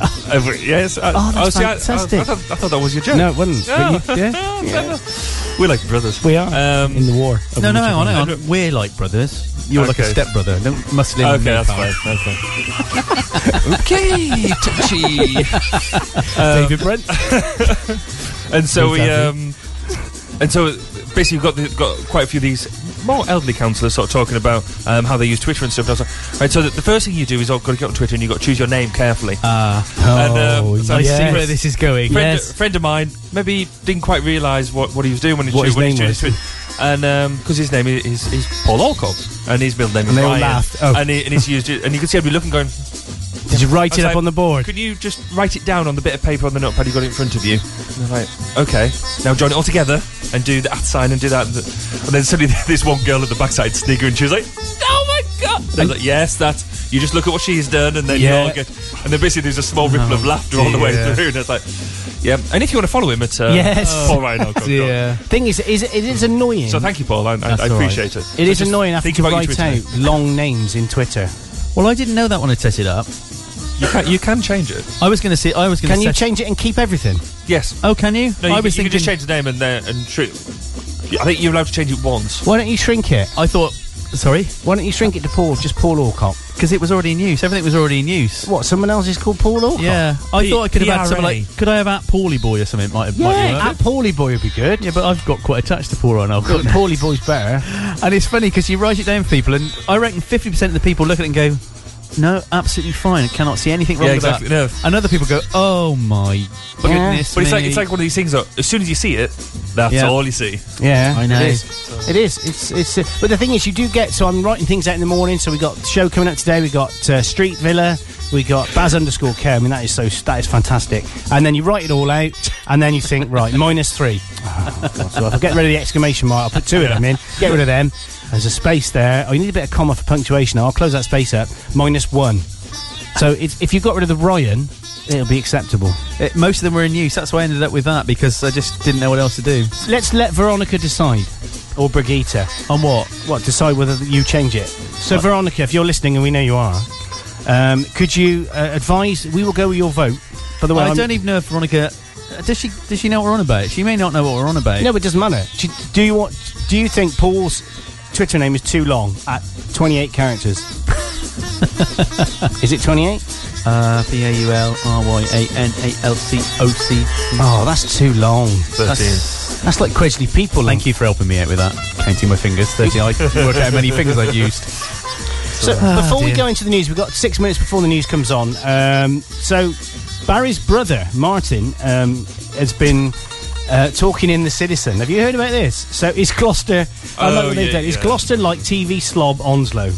[SPEAKER 3] (laughs) over- yes. I,
[SPEAKER 2] Oh, that's
[SPEAKER 3] I, see, I- I-
[SPEAKER 2] fantastic.
[SPEAKER 3] I, thought, I thought that was your joke.
[SPEAKER 2] No, it wasn't.
[SPEAKER 3] No. (laughs)
[SPEAKER 2] But you- yeah.
[SPEAKER 3] Yeah. We're like brothers. Um,
[SPEAKER 2] We are in the war.
[SPEAKER 5] No, no, hang on, hang on. We're like brothers. You're like a
[SPEAKER 3] Okay.
[SPEAKER 5] stepbrother. Don't muscle in. on
[SPEAKER 3] Okay,
[SPEAKER 5] me,
[SPEAKER 3] that's
[SPEAKER 5] pal.
[SPEAKER 3] fine. That's fine.
[SPEAKER 2] (laughs)
[SPEAKER 1] okay, touchy.
[SPEAKER 2] David Brent.
[SPEAKER 3] Um, (laughs) and so we,
[SPEAKER 1] Exactly.
[SPEAKER 3] um, and so basically, we've got the, got quite a few of these more elderly counsellors sort of talking about um, how they use Twitter and stuff. And I was like, right, so the, the first thing you do is oh, got to get on Twitter and you have got to choose your name carefully. um,
[SPEAKER 5] Ah,
[SPEAKER 2] oh,
[SPEAKER 3] so
[SPEAKER 2] yes.
[SPEAKER 3] friend-
[SPEAKER 2] Where this is going.
[SPEAKER 3] Friend,
[SPEAKER 2] Yes.
[SPEAKER 3] friend of mine, maybe didn't quite realise what, what he was doing when he
[SPEAKER 2] What
[SPEAKER 3] chose,
[SPEAKER 2] his
[SPEAKER 3] when
[SPEAKER 2] name
[SPEAKER 3] he chose
[SPEAKER 2] was.
[SPEAKER 3] Twitter. And because his name is, is, is Paul Alcock, and his middle name
[SPEAKER 2] And
[SPEAKER 3] is
[SPEAKER 2] they all
[SPEAKER 3] Ryan,
[SPEAKER 2] laughed. Oh.
[SPEAKER 3] and, he, and he's used it, and you can see everybody looking, going,
[SPEAKER 2] Did you write
[SPEAKER 3] I was
[SPEAKER 2] it up
[SPEAKER 3] like,
[SPEAKER 2] on the board?
[SPEAKER 3] Could you just write it down on the bit of paper on the notepad you got in front of you? And they're like, okay. Now join it all together and do the at sign and do that. And, th- and then suddenly (laughs) this one girl at the backside sniggering. and she was like, oh my god! And I was like, yes, that's. You just look at what she's done and then
[SPEAKER 2] Yeah.
[SPEAKER 3] you all get. And then basically there's a small ripple of laughter all the way
[SPEAKER 2] dear.
[SPEAKER 3] through. And it's like, yeah. And if you want to follow him at. Uh,
[SPEAKER 2] Yes.
[SPEAKER 3] Paul Ryan
[SPEAKER 2] (laughs)
[SPEAKER 3] Alcock.
[SPEAKER 2] Yeah. Thing is, is it is annoying.
[SPEAKER 3] So thank you, Paul. I, I,
[SPEAKER 5] That's
[SPEAKER 3] I
[SPEAKER 5] all right.
[SPEAKER 3] appreciate it.
[SPEAKER 2] It
[SPEAKER 3] So
[SPEAKER 2] is
[SPEAKER 3] just
[SPEAKER 2] annoying having
[SPEAKER 3] think
[SPEAKER 2] to
[SPEAKER 3] about your
[SPEAKER 2] write
[SPEAKER 3] Twitter
[SPEAKER 2] out
[SPEAKER 3] name.
[SPEAKER 2] long names in Twitter.
[SPEAKER 5] Well, I didn't know that when I set it up.
[SPEAKER 3] You can, you can change it.
[SPEAKER 5] I was going to say. I was going to.
[SPEAKER 2] Can you change it and keep everything?
[SPEAKER 3] Yes.
[SPEAKER 5] Oh, can you?
[SPEAKER 3] No, you,
[SPEAKER 5] I
[SPEAKER 3] can-
[SPEAKER 5] was
[SPEAKER 3] you can
[SPEAKER 5] thinking.
[SPEAKER 3] just change the name and then. And tr- I think you're allowed to change it once.
[SPEAKER 2] Why don't you shrink it?
[SPEAKER 5] I thought. Sorry,
[SPEAKER 2] Why don't you shrink it to Paul? Just Paul Alcock.
[SPEAKER 5] because it was already in use. Everything was already in use.
[SPEAKER 2] What? Someone else is called Paul Alcock?
[SPEAKER 5] Yeah, I
[SPEAKER 3] P-
[SPEAKER 5] thought I could have had
[SPEAKER 3] PRA.
[SPEAKER 5] something like. Could I have at Paulie Boy or something? Might have.
[SPEAKER 2] Yeah,
[SPEAKER 5] might
[SPEAKER 2] at Paulie Boy would be good.
[SPEAKER 5] yeah, but I've got quite attached to Paul Ryan
[SPEAKER 2] But
[SPEAKER 5] (laughs) Alcock.
[SPEAKER 2] Paulie Boy's better.
[SPEAKER 5] and it's funny because you write it down for people, and I reckon fifty percent of the people look at it and go, "No, absolutely fine. I cannot see anything wrong
[SPEAKER 3] Yeah,
[SPEAKER 5] with
[SPEAKER 3] exactly.
[SPEAKER 5] that."
[SPEAKER 3] No.
[SPEAKER 5] And other people go, "Oh my
[SPEAKER 2] Yeah.
[SPEAKER 5] goodness!"
[SPEAKER 3] But it's like
[SPEAKER 5] me."
[SPEAKER 3] it's like one of these things that as soon as you see it, that's
[SPEAKER 5] Yeah.
[SPEAKER 3] all you see.
[SPEAKER 2] Yeah,
[SPEAKER 5] I know.
[SPEAKER 2] It is. It is. It's. It's. Uh, but the thing is, you do get. So I'm writing things out in the morning. So we got the show coming up today. We got uh, Street Villa. We got Baz underscore Care. I mean, that is so. That is fantastic. And then you write it all out, and then you think, (laughs) right, minus three. Oh, God. so if I (laughs) get rid of the exclamation mark, I'll put two of them in. Get rid of them. There's a space there. I need a bit of comma for punctuation. I'll close that space up. Minus one. So it's, if you got rid of the Ryan, it'll be acceptable.
[SPEAKER 5] It- Eh, most of them were in use. That's why I ended up with that because I just didn't know what else to do.
[SPEAKER 2] Let's let Veronica decide, or Brigitte.
[SPEAKER 5] On what?
[SPEAKER 2] What, decide whether you change it? So, Veronica, if you're listening, and we know you are, um, could you uh, advise? We will go with your vote. By the way,
[SPEAKER 5] I
[SPEAKER 2] I'm-
[SPEAKER 5] don't even know if Veronica uh, does she does she know what we're on about. She may not know what we're on about.
[SPEAKER 2] No, it doesn't matter. Do, do you want? Do you think Paul's Twitter name is too long at 28
[SPEAKER 5] (laughs)
[SPEAKER 2] characters? is it 28?
[SPEAKER 5] Uh, P A U L R Y A N A L C O C.
[SPEAKER 2] Oh, that's too long.
[SPEAKER 5] That's-
[SPEAKER 2] That's like Quedgley people.
[SPEAKER 5] Thank you for helping me out with that. Counting
[SPEAKER 2] (laughs)
[SPEAKER 5] my fingers, thirty. I can work out how many fingers I've used.
[SPEAKER 2] So
[SPEAKER 5] Ah,
[SPEAKER 2] before we
[SPEAKER 5] dear.
[SPEAKER 2] go into the news, we've got six minutes before the news comes on. Um, so Barry's brother Martin um, has been uh, talking in the Citizen. Have you heard about this? So is Gloucester? I love
[SPEAKER 3] Oh,
[SPEAKER 2] what they've
[SPEAKER 3] yeah,
[SPEAKER 2] done. Is
[SPEAKER 3] yeah.
[SPEAKER 2] Gloucester like TV slob Onslow?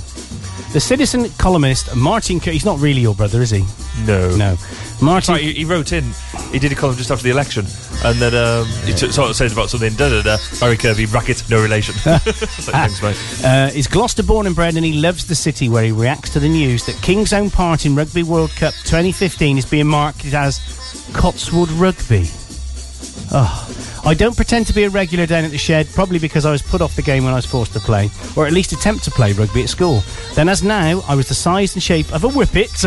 [SPEAKER 2] The Citizen columnist Martin. Cur- He's not really your brother, is he?
[SPEAKER 3] No.
[SPEAKER 2] No. Martin.
[SPEAKER 3] Right, he, he wrote in. He did a column just after the election, and then um, he t- sort of says about something. Da da da. Barry Kirby brackets no relation. (laughs) It's like, thanks, mate.
[SPEAKER 2] Uh, is Gloucester born and bred, and he loves the city where he reacts to the news that King's Own part in Rugby World Cup 2015 is being marketed as Cotswold Rugby. Oh, I don't pretend to be a regular down at the shed, probably because I was put off the game when I was forced to play, or at least attempt to play rugby at school. Then, as now, I was the size and shape of a whippet,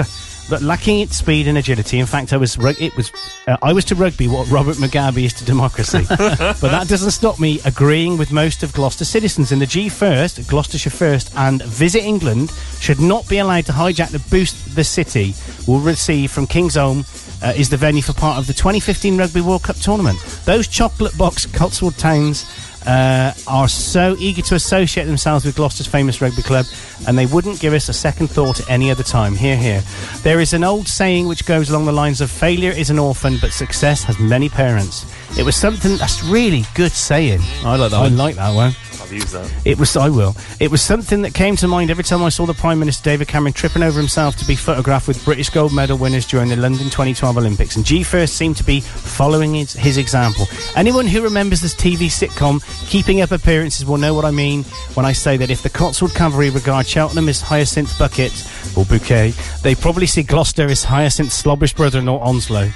[SPEAKER 2] but lacking its speed and agility. In fact, I was rug- it was uh, I was to rugby what Robert Mugabe is to democracy. but that doesn't stop me agreeing with most of Gloucester citizens in the G First, Gloucestershire First, and Visit England should not be allowed to hijack the boost the city will receive from King's Home uh, is the venue for part of the 2015 Rugby World Cup tournament. Those chocolate box Cotswold towns uh, are so eager to associate themselves with Gloucester's famous rugby club, and they wouldn't give us a second thought at any other time. Here, here. There is an old saying which goes along the lines of failure is an orphan, but success has many parents. It was something that's really good saying. I like that. I like that one.
[SPEAKER 3] I've used that.
[SPEAKER 2] It was. I will. It was something that came to mind every time I saw the Prime Minister David Cameron tripping over himself to be photographed with British gold medal winners during the London 2012 Olympics. And G First seemed to be following his, his example. Anyone who remembers this TV sitcom, Keeping Up Appearances, will know what I mean when I say that if the Cotswold Cavalry regard Cheltenham as Hyacinth Bucket or Bouquet, they probably see Gloucester as Hyacinth Slobber's brother-in-law Onslow.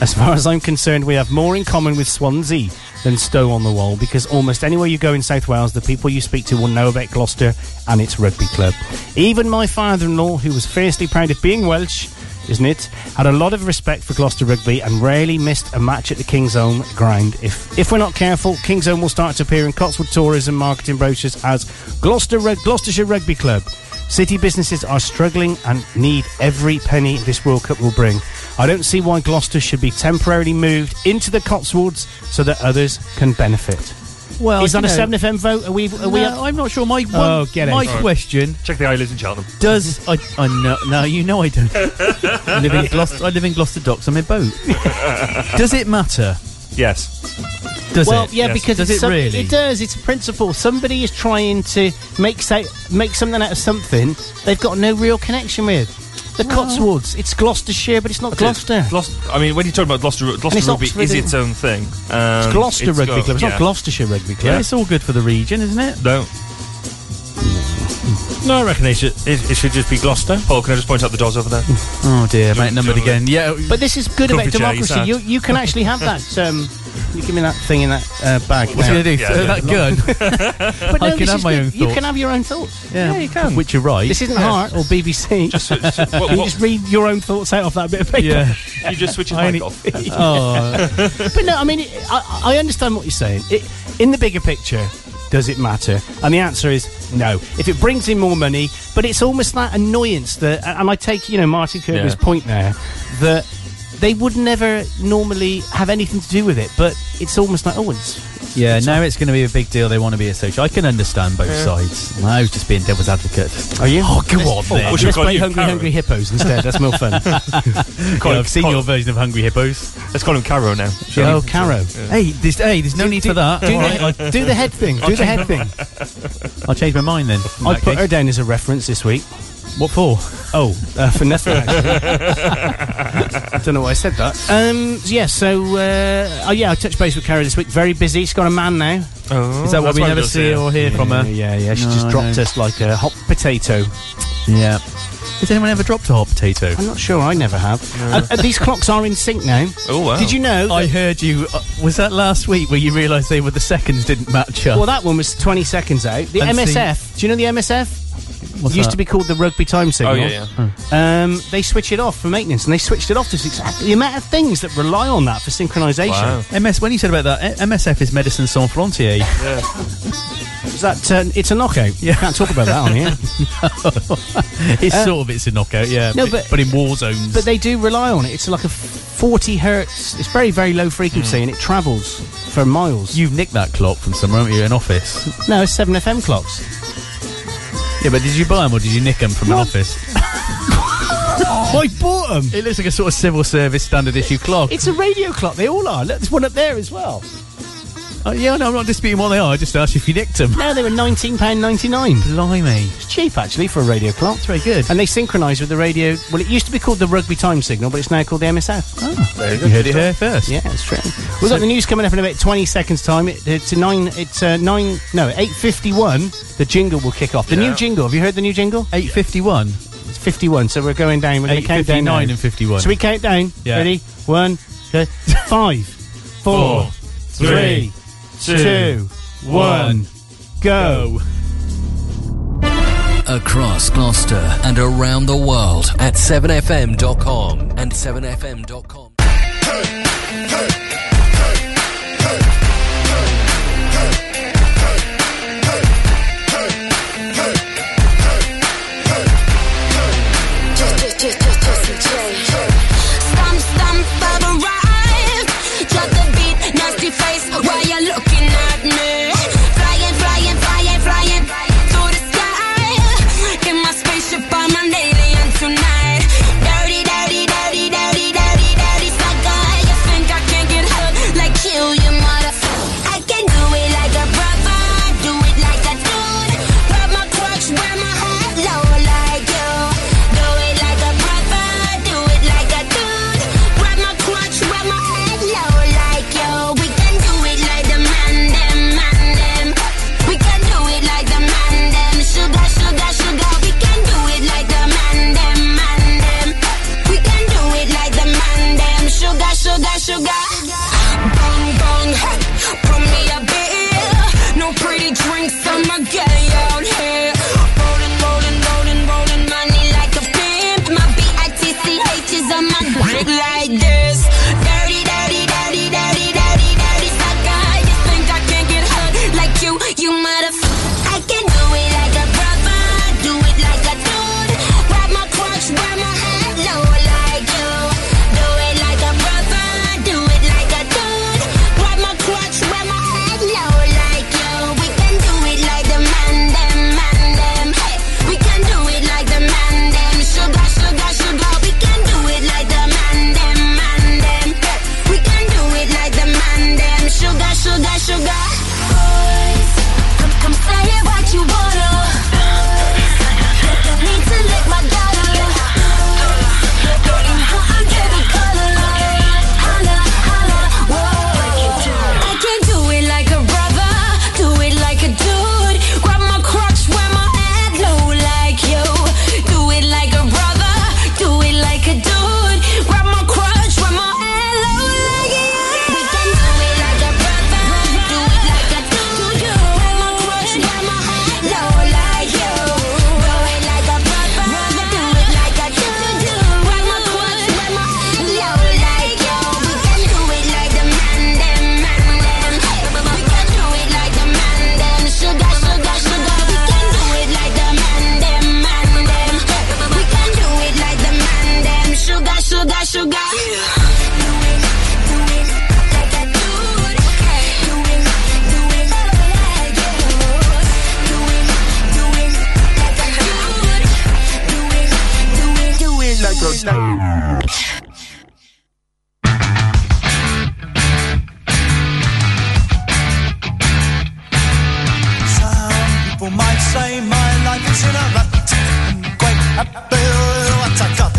[SPEAKER 2] As far as I'm concerned, we have more in common with Swansea than Stow on the Wall because almost anywhere you go in South Wales, the people you speak to will know about Gloucester and its rugby club. Even my father in law, who was fiercely proud of being Welsh, isn't it, had a lot of respect for Gloucester rugby and rarely missed a match at the King's Own ground. If if we're not careful, King's Own will start to appear in Cotswold tourism marketing brochures as Gloucester Rug- Gloucestershire Rugby Club. City businesses are struggling and need every penny this World Cup will bring. I don't see why Gloucester should be temporarily moved into the Cotswolds so that others can benefit.
[SPEAKER 5] Well,
[SPEAKER 2] is
[SPEAKER 5] you
[SPEAKER 2] that a
[SPEAKER 5] know-
[SPEAKER 2] 7 FM vote? Are we? Are we
[SPEAKER 5] No,
[SPEAKER 2] up?
[SPEAKER 5] I'm not sure. My
[SPEAKER 2] Oh,
[SPEAKER 5] one-
[SPEAKER 2] get it.
[SPEAKER 5] my
[SPEAKER 2] Sorry.
[SPEAKER 5] question
[SPEAKER 3] Check the eye lives in Cheltenham.
[SPEAKER 5] does I, I know no you know
[SPEAKER 3] (laughs)
[SPEAKER 5] I don't (laughs) I live in Gloucester I live in Gloucester Docks I'm in boat does it matter
[SPEAKER 3] yes
[SPEAKER 5] does
[SPEAKER 2] well,
[SPEAKER 5] it
[SPEAKER 2] yeah, because
[SPEAKER 5] does
[SPEAKER 2] it's
[SPEAKER 5] it
[SPEAKER 2] some-
[SPEAKER 5] really
[SPEAKER 2] It does. It's a principle. Somebody is trying to make say, make something out of something they've got no real connection with. The Cotswolds. It's Gloucestershire, but it's not Gloucester.
[SPEAKER 3] Gloucester. I mean, when you talk about Gloucester,
[SPEAKER 2] it's
[SPEAKER 3] Gloucester rugby
[SPEAKER 2] Oxford,
[SPEAKER 3] is
[SPEAKER 2] isn't
[SPEAKER 3] its
[SPEAKER 2] it?
[SPEAKER 3] own thing. Um,
[SPEAKER 2] It's Gloucester Rugby
[SPEAKER 3] got-
[SPEAKER 2] Club. It's
[SPEAKER 3] yeah.
[SPEAKER 2] not Gloucestershire Rugby Club.
[SPEAKER 3] Yeah.
[SPEAKER 5] it's all good for the region isn't it
[SPEAKER 3] No.
[SPEAKER 4] No, I reckon they should, it, it should just be Gloucester.
[SPEAKER 3] Paul, can I just point out the doors over there?
[SPEAKER 5] oh dear mate numbered again yeah
[SPEAKER 2] But this is good
[SPEAKER 3] Grumpy
[SPEAKER 2] about
[SPEAKER 3] Jay,
[SPEAKER 2] democracy.
[SPEAKER 3] sad.
[SPEAKER 2] You you can actually have (laughs) that. Um, you give me that thing in that uh, bag.
[SPEAKER 5] what's he
[SPEAKER 2] there.
[SPEAKER 5] gonna do
[SPEAKER 3] Yeah,
[SPEAKER 5] throw
[SPEAKER 3] yeah.
[SPEAKER 2] (laughs)
[SPEAKER 5] that gun
[SPEAKER 2] But no,
[SPEAKER 5] I can
[SPEAKER 2] this
[SPEAKER 5] have
[SPEAKER 2] is
[SPEAKER 5] my
[SPEAKER 2] good.
[SPEAKER 5] own
[SPEAKER 2] You
[SPEAKER 5] thoughts.
[SPEAKER 2] can have your own thoughts.
[SPEAKER 5] yeah,
[SPEAKER 3] you can.
[SPEAKER 5] which you're right
[SPEAKER 2] This isn't
[SPEAKER 3] Yeah.
[SPEAKER 2] Heart or BBC.
[SPEAKER 3] Just, just,
[SPEAKER 2] (laughs)
[SPEAKER 3] what-
[SPEAKER 2] you
[SPEAKER 3] what-
[SPEAKER 2] just read your own thoughts out off that bit of paper.
[SPEAKER 5] yeah
[SPEAKER 3] you just switch his
[SPEAKER 5] I
[SPEAKER 3] mic
[SPEAKER 5] only-
[SPEAKER 3] off.
[SPEAKER 2] (laughs)
[SPEAKER 5] oh
[SPEAKER 2] But no, I mean, it, I, I understand what you're saying. It, in the bigger picture, does it matter? And the answer is no. If it brings in more money, but it's almost that annoyance that, and I take, you know, Martin Kirby's
[SPEAKER 3] Yeah.
[SPEAKER 2] point there, that they would never normally have anything to do with it, but it's almost like, oh, it's.
[SPEAKER 5] yeah now it's going to be a big deal they want to be associated I can understand both sides I was just being devil's advocate
[SPEAKER 2] Are you?
[SPEAKER 5] oh go on
[SPEAKER 3] oh,
[SPEAKER 5] then
[SPEAKER 3] we should
[SPEAKER 2] Let's
[SPEAKER 3] call
[SPEAKER 2] play
[SPEAKER 3] you (laughs)
[SPEAKER 2] Hungry
[SPEAKER 3] Karen.
[SPEAKER 2] Hungry Hippos instead. That's more
[SPEAKER 3] (laughs)
[SPEAKER 2] fun.
[SPEAKER 3] Call him-
[SPEAKER 5] I've seen
[SPEAKER 3] call-
[SPEAKER 5] your version of Hungry Hippos
[SPEAKER 3] Let's call him Caro now.
[SPEAKER 2] oh, Caro.
[SPEAKER 5] Hey, there's, hey, there's no need for that.
[SPEAKER 2] Do,
[SPEAKER 5] Alright,
[SPEAKER 2] the, do the head thing. Do the
[SPEAKER 3] (laughs)
[SPEAKER 2] head thing.
[SPEAKER 5] I'll change my mind then. in
[SPEAKER 2] I
[SPEAKER 5] that
[SPEAKER 2] put
[SPEAKER 5] case.
[SPEAKER 2] her down as a reference this week.
[SPEAKER 5] what for?
[SPEAKER 2] Oh, uh, for nothing. Actually. I
[SPEAKER 5] (laughs)
[SPEAKER 2] don't know why I said that. Um, yeah, so uh, oh yeah, I touched base with Carrie this week. Very busy. She's got a man now.
[SPEAKER 3] Oh,
[SPEAKER 5] Is that what
[SPEAKER 3] that's
[SPEAKER 5] we
[SPEAKER 3] why
[SPEAKER 5] never
[SPEAKER 3] don't
[SPEAKER 5] see
[SPEAKER 3] her.
[SPEAKER 5] or hear from
[SPEAKER 2] yeah,
[SPEAKER 5] her?
[SPEAKER 2] yeah, yeah. She
[SPEAKER 5] No,
[SPEAKER 2] just
[SPEAKER 5] I
[SPEAKER 2] dropped
[SPEAKER 5] know.
[SPEAKER 2] us like a hot potato.
[SPEAKER 5] Yeah. Has anyone ever dropped a hot potato?
[SPEAKER 2] I'm not sure. I never have. Uh, uh, these clocks are in sync (laughs) now.
[SPEAKER 3] Oh, wow.
[SPEAKER 2] Did you know?
[SPEAKER 5] I
[SPEAKER 2] that-
[SPEAKER 5] heard you. Uh, was that last week where you realised they were the seconds didn't match up?
[SPEAKER 2] well, that one was 20 seconds out. The
[SPEAKER 5] And see-
[SPEAKER 2] MSF. Do you know the MSF?
[SPEAKER 5] What's
[SPEAKER 2] used
[SPEAKER 5] that?
[SPEAKER 2] to be called the rugby time
[SPEAKER 3] Oh,
[SPEAKER 2] signal.
[SPEAKER 3] yeah, yeah.
[SPEAKER 2] Um, they switch it off for maintenance, and they switched it off to exactly the amount of things that rely on that for synchronisation.
[SPEAKER 3] Wow.
[SPEAKER 5] MS. When you said about that, M- MSF is Medicine Sans Frontier.
[SPEAKER 2] Is that uh, it's a knockout? Yeah, can't talk about that on
[SPEAKER 5] (laughs)
[SPEAKER 2] here.
[SPEAKER 5] it's
[SPEAKER 2] Uh,
[SPEAKER 5] sort of it's a knockout, yeah.
[SPEAKER 2] no,
[SPEAKER 5] but,
[SPEAKER 2] but-
[SPEAKER 5] in war zones.
[SPEAKER 2] But they do rely on it. It's like a 40 hertz. It's very, very low frequency and it travels for miles.
[SPEAKER 5] Hmm. You've nicked that clock from somewhere, haven't you? An office.
[SPEAKER 2] (laughs) no, it's 7FM clocks.
[SPEAKER 5] Yeah, but did you buy them or did you nick them from
[SPEAKER 2] (laughs)
[SPEAKER 5] an office?
[SPEAKER 2] I bought them.
[SPEAKER 5] It looks like a sort of civil service standard issue clock.
[SPEAKER 2] It's a radio clock. They all are. Look, there's one up there as well.
[SPEAKER 4] Uh, yeah, no, I'm not disputing what they are. I just asked if you nicked them.
[SPEAKER 2] No, they were £19.99.
[SPEAKER 4] Blimey.
[SPEAKER 2] It's cheap, actually, for a radio clock. It's very good. And they synchronise with the radio. Well, it used to be called the Rugby Time Signal, but it's now called the MSF. Oh,
[SPEAKER 4] you heard it here first.
[SPEAKER 2] Yeah, it's true. We've got the news coming up in about 20 seconds' time. It, it's a nine. It's uh, nine. No, 8:51. The jingle will kick off. The
[SPEAKER 4] Yeah.
[SPEAKER 2] new jingle. Have you heard the new jingle?
[SPEAKER 4] 8:51.
[SPEAKER 2] It's 51. So we're going down. We're going to count down.
[SPEAKER 4] 8:59
[SPEAKER 2] now.
[SPEAKER 4] and 51.
[SPEAKER 2] So we count down.
[SPEAKER 4] Yeah.
[SPEAKER 2] Ready? One, two, (laughs) five, four,
[SPEAKER 4] Four,
[SPEAKER 2] three,
[SPEAKER 4] three,
[SPEAKER 2] two, one.
[SPEAKER 4] two, one,
[SPEAKER 2] Go.
[SPEAKER 1] Across Gloucester and around the world at 7fm.com and 7fm.com.
[SPEAKER 19] Stomp, stomp, I've arrived. Drop the beat, nasty face, why you looking at me? Flying, flying, flying, flying through the sky. In my spaceship, I'm an alien tonight. Dirty, dirty, dirty, dirty, dirty, dirty sucker. You think I can get hurt like you, you motherfucker? I can do it like a brother, do it like a dude. Grab my crutch, wear my hat low like you. Do it like a brother, do it like a dude. Grab my crutch, wear my hat low like you. We can do it like the man, them, man, them. We can do it like the man, them. Sugar, sugar, sugar. We can do it like the man, them, man, them. We can do it like the man, them. Sugar, sugar, sugar. Bong, bong, hey. Pour me a beer. No pretty drinks, I'ma get out here. Rolling, rolling, rolling, rolling money like a pimp. My B-I-T-C-H is on my dick like this. Dirty, dirty, dirty, dirty, dirty, dirty sucker. You think I can get hurt like you, you motherfucker. I can do it like a brother, do it like a dude. Grab my crotch, wear my hat low like you. Do it like a brother, do it like a dude. Grab my crotch, wear my hat low like you. We can do it like the man, them, man, them. Hey, we can do it like the man, them. Sugar, sugar, sugar. We can do it like the man, them, man, them. Hey, we can do it like the man, them. Sugar, sugar, sugar. Boys, come, come say it what you wanna. Look at me to lick my daughter. In her, I'm different color. Holla, holla, whoa. I can do it like a brother, do it like a dude. Grab my crotch, wear my head low like you. Do it like a brother, do it like a dude. Grab my crotch, wear my head low like you. We can do it like a brother, do it like a dude. Grab my crotch, wear my head low like you. Do it like a brother, do it like a dude. Grab my crotch, wear my head low like you. We can do it like the man, them man, them. We can do it like the man, them sugar, sugar, sugar. We can do it like the man, them man, them. We can do it like the man, them sugar, sugar, sugar.
[SPEAKER 9] Do it like a Some people might say my life is in a rut. I'm quite happy with what I got.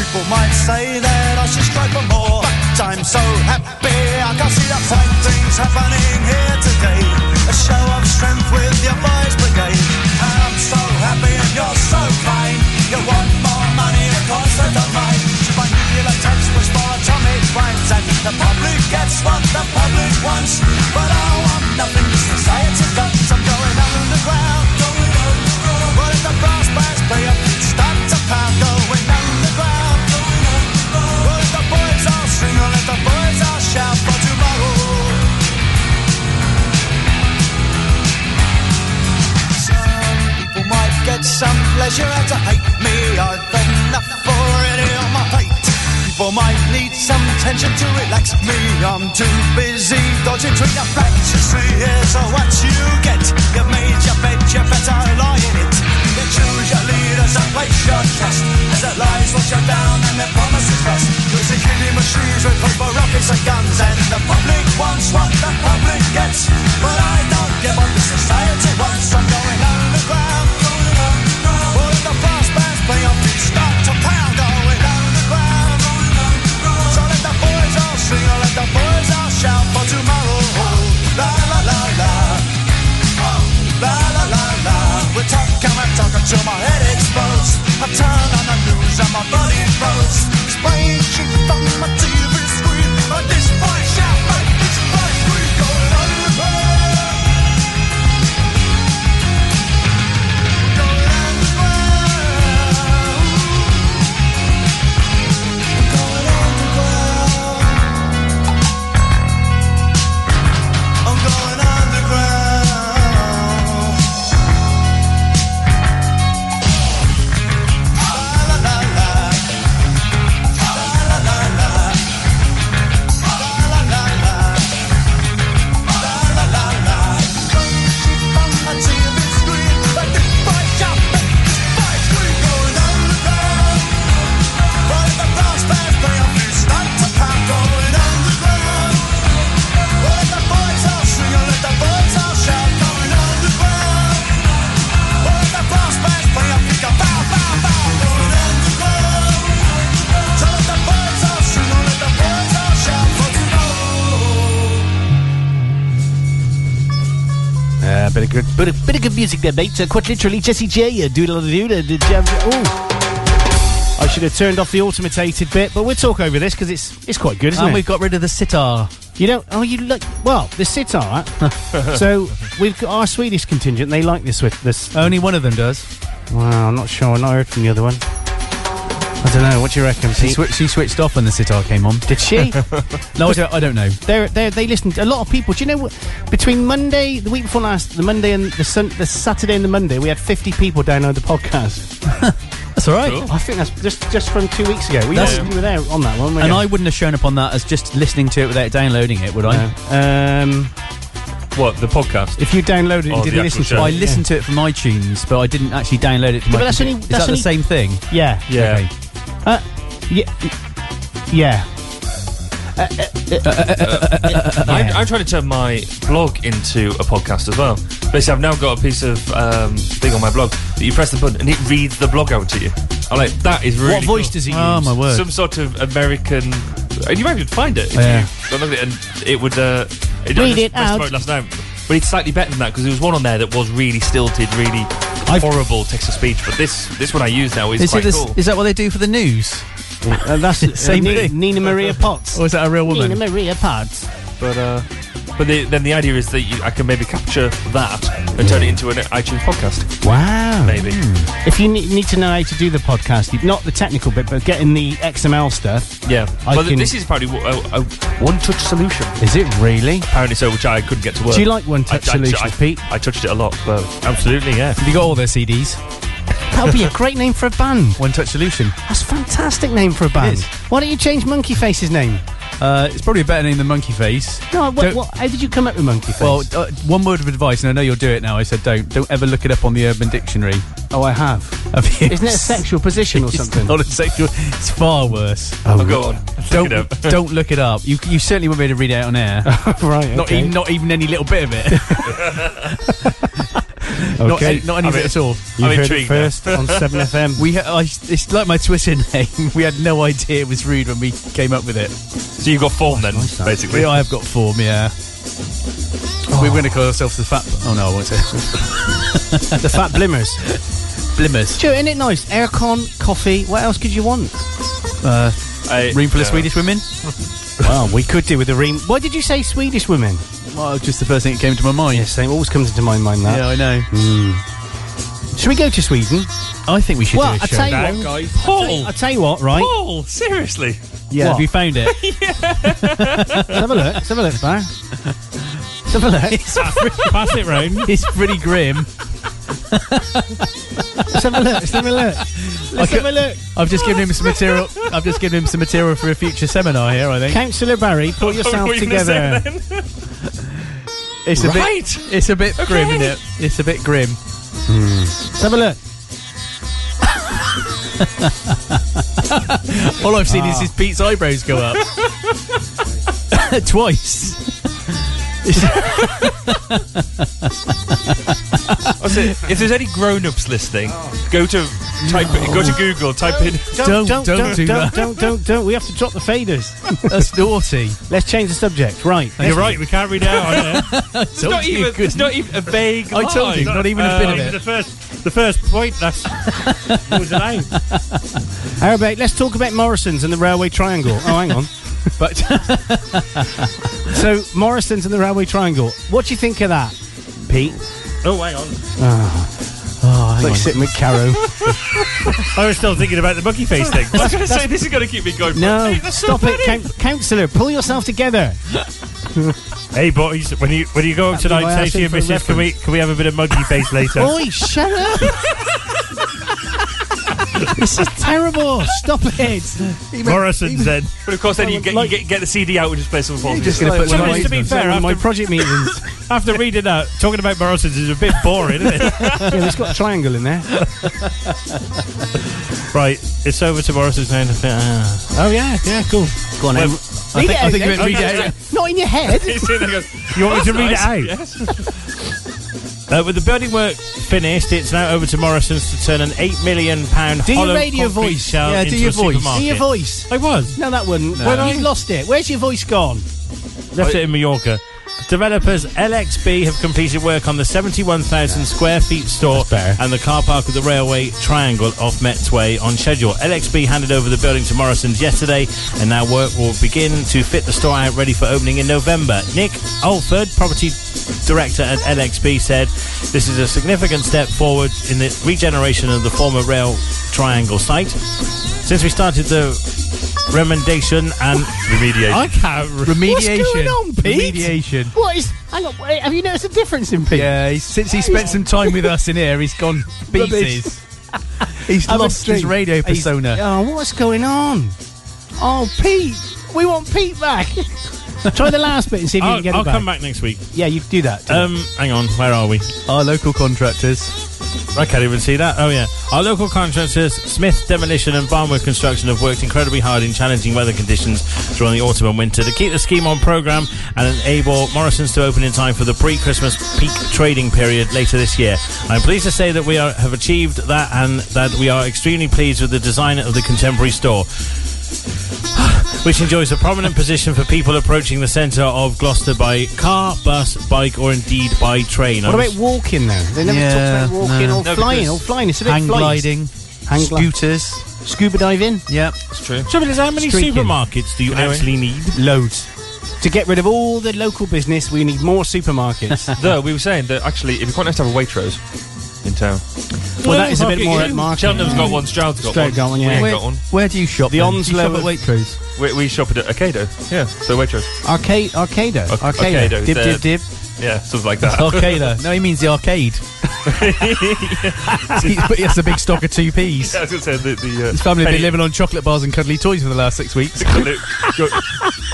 [SPEAKER 9] People might say that I should strive for more. But I'm so happy I can see the fine things happening here today. A show of strength with your boys brigade. And I'm so happy and you're so kind. You want more money, of course I don't mind. So my media tax was for Tommy Crimes and the public gets what the public wants. But I want nothing society does. I'm going underground, going underground. What if the brass bands play a beat, start to pound, going underground, going underground. What if the boys all sing, or let the boys all shout for tomorrow? Some people might get some pleasure out of hate me. I've had enough already on my plate. People might need some tension to relax me. I'm too busy dodging between the facts. You see, here's what you get. You made your bed, you better lie in it. You choose your leaders and place your trust. As their lies will shut down and their promises rust. You'll see killing machines with paper rockets and guns. And the public wants what the public gets.
[SPEAKER 2] Eh, bit of good, bit of, bit of good music there, mate. Uh, quite literally, Jesse J. Uh, doodle doodle doodle. Oh, I should have turned off the automated bit, but we'll talk over this because it's it's quite good, isn't
[SPEAKER 5] And
[SPEAKER 2] it?
[SPEAKER 5] we've got rid of the sitar.
[SPEAKER 2] You know, oh, you like well the
[SPEAKER 5] (laughs)
[SPEAKER 2] sitar. so we've got our Swedish contingent. They like this with this.
[SPEAKER 5] Only one of them does.
[SPEAKER 2] Wow, I'm not sure. I've not heard from the other one. I don't know. Uh, What do you reckon?
[SPEAKER 5] She,
[SPEAKER 2] Pete?
[SPEAKER 5] swi- she switched off when the sitar came on.
[SPEAKER 2] Did she?
[SPEAKER 5] (laughs) no, I don't, I don't know.
[SPEAKER 2] They're, they're, they listen. To, a lot of people. Do you know what? Between Monday, the week before last, the Monday and the sun, the Saturday and the Monday, we had fifty people download the podcast.
[SPEAKER 5] that's all right.
[SPEAKER 2] Oh, I think that's just just from two weeks ago. We,
[SPEAKER 5] That's-
[SPEAKER 2] were there on that one.
[SPEAKER 5] And I wouldn't have shown up on that as just listening to it without downloading it, would I?
[SPEAKER 2] Um,
[SPEAKER 3] what the podcast?
[SPEAKER 2] If you downloaded it,
[SPEAKER 5] and
[SPEAKER 2] Oh, didn't the listen actual to it, show.
[SPEAKER 5] I listened to it from iTunes, but I didn't actually download it. From
[SPEAKER 2] Yeah, but
[SPEAKER 5] my
[SPEAKER 2] that's
[SPEAKER 5] computer.
[SPEAKER 2] only-
[SPEAKER 5] Is
[SPEAKER 2] that's
[SPEAKER 5] that
[SPEAKER 2] only-
[SPEAKER 5] the same thing?
[SPEAKER 2] Yeah.
[SPEAKER 5] Yeah.
[SPEAKER 2] Uh, yeah. Yeah. Uh, uh, uh,
[SPEAKER 3] (laughs)
[SPEAKER 2] uh, uh, uh,
[SPEAKER 3] I'm, I'm trying to turn my blog into a podcast as well. Basically, I've now got a piece of um, thing on my blog that you press the button and it reads the blog out to you. I'm like, that is really.
[SPEAKER 5] What voice
[SPEAKER 3] cool.
[SPEAKER 5] does it Oh, use? my word.
[SPEAKER 3] Some sort of American. And you might even find it. If
[SPEAKER 5] Yeah.
[SPEAKER 3] you look at it, and it would. Uh, it I
[SPEAKER 2] Read
[SPEAKER 3] just
[SPEAKER 2] it
[SPEAKER 3] messed about
[SPEAKER 2] out.
[SPEAKER 3] It last night, but it's slightly better than that because there was one on there that was really stilted, really horrible text to speech. But this this one I use now is,
[SPEAKER 5] Is, it
[SPEAKER 3] quite
[SPEAKER 5] this,
[SPEAKER 3] cool.
[SPEAKER 5] is that what they do for the news?
[SPEAKER 2] and Uh, that's
[SPEAKER 5] (laughs) same
[SPEAKER 2] Ni-
[SPEAKER 5] thing.
[SPEAKER 2] Nina Maria Potts.
[SPEAKER 5] Or is that a real woman?
[SPEAKER 2] Nina Maria Potts.
[SPEAKER 3] But uh, but the, then the idea is that you, I can maybe capture that and turn it into an iTunes podcast.
[SPEAKER 2] Wow.
[SPEAKER 3] Maybe.
[SPEAKER 2] If you ne- need to know how to do the podcast, you- not the technical bit, but getting the XML stuff.
[SPEAKER 3] Yeah.
[SPEAKER 2] I
[SPEAKER 3] but th-
[SPEAKER 2] can-
[SPEAKER 3] this is apparently w- a, a one-touch solution.
[SPEAKER 2] Is it really?
[SPEAKER 3] Apparently so, which I couldn't get to work.
[SPEAKER 2] Do you like one-touch
[SPEAKER 3] I- I-
[SPEAKER 2] solutions,
[SPEAKER 3] I,
[SPEAKER 2] Pete?
[SPEAKER 3] I touched it a lot, but absolutely, yeah.
[SPEAKER 5] Have you got all their CDs?
[SPEAKER 2] That would be
[SPEAKER 5] (laughs)
[SPEAKER 2] a great name for a band.
[SPEAKER 5] One Touch Solution.
[SPEAKER 2] That's a fantastic name for a band.
[SPEAKER 5] is.
[SPEAKER 2] Why don't you change Monkey Face's name?
[SPEAKER 5] Uh, it's probably a better name than Monkey Face.
[SPEAKER 2] No, what,
[SPEAKER 5] Don't-
[SPEAKER 2] what, how did you come up with Monkey Face?
[SPEAKER 5] Well, uh, one word of advice, and I know you'll do it now. I said don't. Don't ever look it up on the Urban Dictionary.
[SPEAKER 2] oh, I have.
[SPEAKER 5] Have you?
[SPEAKER 2] Isn't it a sexual position or something?
[SPEAKER 5] (laughs) It's not a sexual. It's far worse.
[SPEAKER 3] Oh, go
[SPEAKER 5] (laughs)
[SPEAKER 3] on.
[SPEAKER 5] Don't
[SPEAKER 3] Look it up. (laughs)
[SPEAKER 5] don't look it up. You you certainly won't be able to read it out on air.
[SPEAKER 2] (laughs) right.
[SPEAKER 5] Not
[SPEAKER 2] okay.
[SPEAKER 5] even not even any little bit of it. (laughs) Not,
[SPEAKER 2] Okay.
[SPEAKER 5] any, not any
[SPEAKER 3] I'm
[SPEAKER 5] bit at all.
[SPEAKER 2] You
[SPEAKER 3] I'm
[SPEAKER 2] heard it
[SPEAKER 3] intrigued now. (laughs)
[SPEAKER 2] first on 7FM.
[SPEAKER 5] We ha- I, it's like my Twitter (laughs) name. We had no idea it was rude when we came up with it.
[SPEAKER 3] So you've got form then, basically.
[SPEAKER 5] We, I have got form, yeah.
[SPEAKER 2] Oh.
[SPEAKER 5] We're going to call ourselves the Fat. Oh no, I won't say
[SPEAKER 2] (laughs) the Fat Blimmers.
[SPEAKER 5] Blimmers.
[SPEAKER 2] Sure, isn't it nice? Aircon, coffee. What else could you want?
[SPEAKER 5] Uh,
[SPEAKER 3] I-
[SPEAKER 5] room full of
[SPEAKER 3] yeah.
[SPEAKER 2] (laughs)
[SPEAKER 5] Swedish women.
[SPEAKER 2] Well, we could do with a ream. Why did you say Swedish women?
[SPEAKER 5] Well, just the first thing that came to my mind.
[SPEAKER 2] Yes, same. Always comes into my mind that. Hmm.
[SPEAKER 5] Yeah, I know.
[SPEAKER 2] Should we go to Sweden?
[SPEAKER 5] I think we should
[SPEAKER 2] Well,
[SPEAKER 5] do a
[SPEAKER 2] I
[SPEAKER 5] show.
[SPEAKER 2] tell you
[SPEAKER 5] now.
[SPEAKER 2] what,
[SPEAKER 5] guys.
[SPEAKER 3] Paul,
[SPEAKER 2] I tell you what, right?
[SPEAKER 3] Paul, seriously. (laughs)
[SPEAKER 5] Yeah,
[SPEAKER 2] What?
[SPEAKER 5] have you found (laughs) it?
[SPEAKER 2] Let's have a look. Let's have a look, man. Let's have a look.
[SPEAKER 4] Pass it round.
[SPEAKER 5] (laughs) it's pretty grim.
[SPEAKER 2] Let's have a look. Let's have a look. Let's have a look.
[SPEAKER 5] I've just given him some material. I've just given him some material for a future seminar here. I think
[SPEAKER 2] Councillor Barry, pull
[SPEAKER 3] What
[SPEAKER 2] yourself
[SPEAKER 3] were you gonna say
[SPEAKER 2] together.
[SPEAKER 3] then?
[SPEAKER 5] it's a
[SPEAKER 3] Right.
[SPEAKER 5] bit. It's a bit grim, isn't
[SPEAKER 3] Okay.
[SPEAKER 5] it? It's a bit grim.
[SPEAKER 2] Let's have a look.
[SPEAKER 5] (laughs) All I've seen is his Pete's eyebrows go up twice.
[SPEAKER 3] I'll say, if there's any grown-ups listening, go to type in- go to Google, type in.
[SPEAKER 5] Don't- don't do
[SPEAKER 2] don't,
[SPEAKER 5] that.
[SPEAKER 2] don't, don't, don't. We have to drop the faders.
[SPEAKER 5] That's naughty.
[SPEAKER 2] Let's change the subject. Right.
[SPEAKER 4] You're right, we can't read it out on
[SPEAKER 5] (laughs)
[SPEAKER 4] air.
[SPEAKER 3] It's not
[SPEAKER 5] you
[SPEAKER 3] even. It's not even a vague.
[SPEAKER 5] I told you,
[SPEAKER 3] line.
[SPEAKER 5] not even a
[SPEAKER 4] Uh,
[SPEAKER 5] bit of
[SPEAKER 4] even the
[SPEAKER 5] it.
[SPEAKER 4] first, the first point.
[SPEAKER 5] (laughs)
[SPEAKER 4] That's what was it out?
[SPEAKER 2] How about let's talk about Morrison's and the Railway Triangle? Oh,
[SPEAKER 4] (laughs)
[SPEAKER 2] hang on.
[SPEAKER 5] But
[SPEAKER 2] (laughs) So Morrison's and the Railway Triangle. What do you think of that, Pete?
[SPEAKER 4] Oh, hang on.
[SPEAKER 5] Oh,
[SPEAKER 2] It's Ah. like sitting with Caro.
[SPEAKER 4] (laughs) I was still thinking about the monkey face thing.
[SPEAKER 3] (laughs) I was going to say this is going to keep me going. for-
[SPEAKER 2] No,
[SPEAKER 3] Hey, that's so
[SPEAKER 2] stop it,
[SPEAKER 3] funny.
[SPEAKER 2] coun- councillor. Pull yourself together.
[SPEAKER 4] (laughs) hey, boys, when you when you go up
[SPEAKER 2] That'd be why
[SPEAKER 4] tonight,
[SPEAKER 2] I
[SPEAKER 4] say
[SPEAKER 2] asked
[SPEAKER 4] to
[SPEAKER 2] him
[SPEAKER 4] your
[SPEAKER 2] for a
[SPEAKER 4] missus, can we can we have a bit of monkey face
[SPEAKER 2] (laughs)
[SPEAKER 4] later?
[SPEAKER 2] Oi, shut
[SPEAKER 4] (laughs)
[SPEAKER 2] up! this is terrible. Stop it.
[SPEAKER 4] Morrison's then.
[SPEAKER 3] (laughs) But of course, then you get, you get get the CD out and just play some false music.
[SPEAKER 2] Like,
[SPEAKER 5] put
[SPEAKER 2] well,
[SPEAKER 5] some
[SPEAKER 2] just (laughs) to be
[SPEAKER 5] lights
[SPEAKER 4] on.
[SPEAKER 2] fair,
[SPEAKER 4] Yeah,
[SPEAKER 2] on my
[SPEAKER 4] after-
[SPEAKER 2] project
[SPEAKER 4] (laughs)
[SPEAKER 2] meetings,
[SPEAKER 4] After reading that, talking about Morrison's is a bit boring, isn't it?
[SPEAKER 2] (laughs) yeah, it's got a triangle in there.
[SPEAKER 4] (laughs) right, it's over to Morrison's now. Ah.
[SPEAKER 2] Oh yeah, yeah, cool. Go on,
[SPEAKER 3] Well,
[SPEAKER 2] Em.
[SPEAKER 5] I
[SPEAKER 2] Read it
[SPEAKER 5] think, I
[SPEAKER 2] out, Em.
[SPEAKER 5] think you meant read it out.
[SPEAKER 2] Not in
[SPEAKER 4] (laughs)
[SPEAKER 2] your head.
[SPEAKER 3] He's sitting there goes,
[SPEAKER 4] You want me to read
[SPEAKER 3] "Nice."
[SPEAKER 4] it out? Uh, with the building work finished, it's now over to Morrison's to turn an eight million pound
[SPEAKER 2] Do your
[SPEAKER 4] hollow
[SPEAKER 2] radio
[SPEAKER 4] concrete
[SPEAKER 2] voice.
[SPEAKER 4] shell
[SPEAKER 5] Yeah, do
[SPEAKER 4] into
[SPEAKER 5] your
[SPEAKER 4] a
[SPEAKER 5] voice. Do
[SPEAKER 2] See your
[SPEAKER 4] supermarket.
[SPEAKER 2] voice.
[SPEAKER 4] I was
[SPEAKER 2] No, that wouldn't.
[SPEAKER 5] No.
[SPEAKER 2] You've lost it. Where's your voice gone?
[SPEAKER 4] left it in Mallorca. Developers LXB have completed work on the 71,000 square feet store and the car park of the railway triangle off Metz Way on schedule. LXB handed over the building to Morrison's yesterday, and now work will begin to fit the store out ready for opening in November. Nick Alford, property director at LXB, said this is a significant step forward in the regeneration of the former rail triangle site. Since we started the remendation and remediation,
[SPEAKER 20] I can't.
[SPEAKER 2] (laughs)
[SPEAKER 20] Re-
[SPEAKER 2] What's going on, Pete?
[SPEAKER 5] Remediation.
[SPEAKER 2] What is? Hang on. Wait, have you noticed a difference in Pete?
[SPEAKER 5] Yeah, he, since he spent some time with us in here,
[SPEAKER 2] (laughs)
[SPEAKER 5] he's gone pieces. he's
[SPEAKER 2] I'm
[SPEAKER 5] lost his
[SPEAKER 2] asleep.
[SPEAKER 5] radio
[SPEAKER 2] He's-
[SPEAKER 5] persona.
[SPEAKER 2] oh, what's going on? Oh, Pete, we want Pete back.
[SPEAKER 4] (laughs)
[SPEAKER 2] Try the last bit and see if you
[SPEAKER 4] I'll,
[SPEAKER 2] can get
[SPEAKER 4] I'll
[SPEAKER 2] it back.
[SPEAKER 4] come back next week.
[SPEAKER 2] Yeah, you do that.
[SPEAKER 4] Um, hang on, where are we?
[SPEAKER 5] Our local contractors.
[SPEAKER 4] I can't even see that. Oh yeah, our local contractors, Smith Demolition and Barnwood Construction, have worked incredibly hard in challenging weather conditions during the autumn and winter to keep the scheme on program and enable Morrison's to open in time for the pre-Christmas peak trading period later this year. I'm pleased to say that we are, have achieved that and that we are extremely pleased with the design of the contemporary store which enjoys a prominent position for people approaching the centre of Gloucester by car, bus, bike, or indeed by train.
[SPEAKER 2] What
[SPEAKER 4] I
[SPEAKER 2] about walking though? They never talked about walking or flying or flying. It's a bit
[SPEAKER 4] hang
[SPEAKER 2] flights.
[SPEAKER 4] gliding,
[SPEAKER 2] hang gliding,
[SPEAKER 5] scooters,
[SPEAKER 2] scuba diving.
[SPEAKER 5] Yeah,
[SPEAKER 4] it's true. So, but how many
[SPEAKER 2] Streaking.
[SPEAKER 4] supermarkets do you
[SPEAKER 2] Anyway.
[SPEAKER 4] actually need?
[SPEAKER 2] Loads. To get rid of all the local business, we need
[SPEAKER 3] (laughs)
[SPEAKER 2] more supermarkets.
[SPEAKER 3] Though we were saying that actually, it'd be quite nice to have a Waitrose in town.
[SPEAKER 2] Well, that is a bit more at market.
[SPEAKER 3] Cheltenham's got one, Stroud's got
[SPEAKER 2] Stroud
[SPEAKER 3] one.
[SPEAKER 2] got one, yeah.
[SPEAKER 3] We ain't
[SPEAKER 2] Where-
[SPEAKER 3] got one.
[SPEAKER 5] Where do you shop?
[SPEAKER 2] The
[SPEAKER 5] then?
[SPEAKER 2] Onslow
[SPEAKER 5] Do you shop at
[SPEAKER 2] of-
[SPEAKER 5] Waitrose.
[SPEAKER 3] We, we shop at Arcado. Yeah, so Waitrose.
[SPEAKER 2] Arcade, Arcado,
[SPEAKER 3] Ar-
[SPEAKER 2] Arcado,
[SPEAKER 3] Arcado,
[SPEAKER 2] dib,
[SPEAKER 3] the-
[SPEAKER 2] dib, dib.
[SPEAKER 3] Yeah, something like
[SPEAKER 2] (laughs)
[SPEAKER 3] that. (laughs)
[SPEAKER 5] Arcada. No, he means the arcade. But That's a big stock of two Ps.
[SPEAKER 3] Yeah, I was going to say the, the uh,
[SPEAKER 5] His family have
[SPEAKER 3] penny-
[SPEAKER 5] been living on chocolate bars
[SPEAKER 3] (laughs)
[SPEAKER 5] and cuddly toys for the last six weeks.
[SPEAKER 3] go, go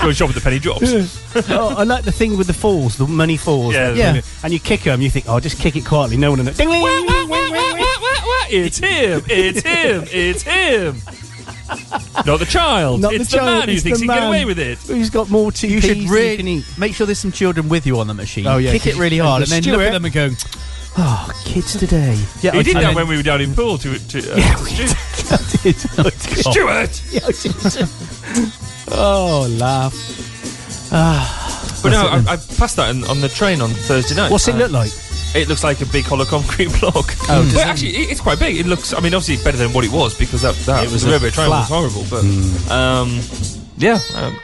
[SPEAKER 3] and shop at the penny drops.
[SPEAKER 2] oh, I like the thing with the falls, the money falls.
[SPEAKER 3] Yeah.
[SPEAKER 2] yeah. And you kick them, you think, oh, just kick it quietly. No one will know. Ding, ding, ding, ding, ding, ding, ding.
[SPEAKER 3] It's him! It's him! It's him! Not the child.
[SPEAKER 2] Not
[SPEAKER 3] it's the,
[SPEAKER 2] the child,
[SPEAKER 3] man who
[SPEAKER 2] it's
[SPEAKER 3] thinks
[SPEAKER 2] the
[SPEAKER 3] he can get
[SPEAKER 2] man.
[SPEAKER 3] away with it.
[SPEAKER 2] Who's got more TPs
[SPEAKER 5] You should
[SPEAKER 2] than
[SPEAKER 5] really
[SPEAKER 2] can eat?
[SPEAKER 5] make sure there's some children with you on the machine.
[SPEAKER 2] Oh, yeah,
[SPEAKER 5] kick it
[SPEAKER 2] because-
[SPEAKER 5] really hard, and
[SPEAKER 2] because
[SPEAKER 5] then look
[SPEAKER 2] Stuart-
[SPEAKER 5] at them and go,
[SPEAKER 2] Oh, kids today.
[SPEAKER 5] Yeah,
[SPEAKER 3] he
[SPEAKER 5] I-
[SPEAKER 3] did
[SPEAKER 5] I
[SPEAKER 3] that
[SPEAKER 5] meant-
[SPEAKER 3] when we were down in pool to, to, uh, to Stu-
[SPEAKER 2] (laughs)
[SPEAKER 3] Stuart.
[SPEAKER 2] oh, laugh. Ah.
[SPEAKER 3] But no,
[SPEAKER 2] What's it
[SPEAKER 3] I, I passed that on, on the train on Thursday night.
[SPEAKER 2] What's it
[SPEAKER 3] Uh,
[SPEAKER 2] look like?
[SPEAKER 3] It looks like a big hollow (laughs) concrete block.
[SPEAKER 2] Oh, does
[SPEAKER 3] but
[SPEAKER 2] it?
[SPEAKER 3] actually, it, it's quite big. It looks, I mean, obviously better than what it was because that, that
[SPEAKER 2] It
[SPEAKER 3] was
[SPEAKER 2] was a
[SPEAKER 3] the railway train was
[SPEAKER 2] flat.
[SPEAKER 3] horrible. But um, yeah, um,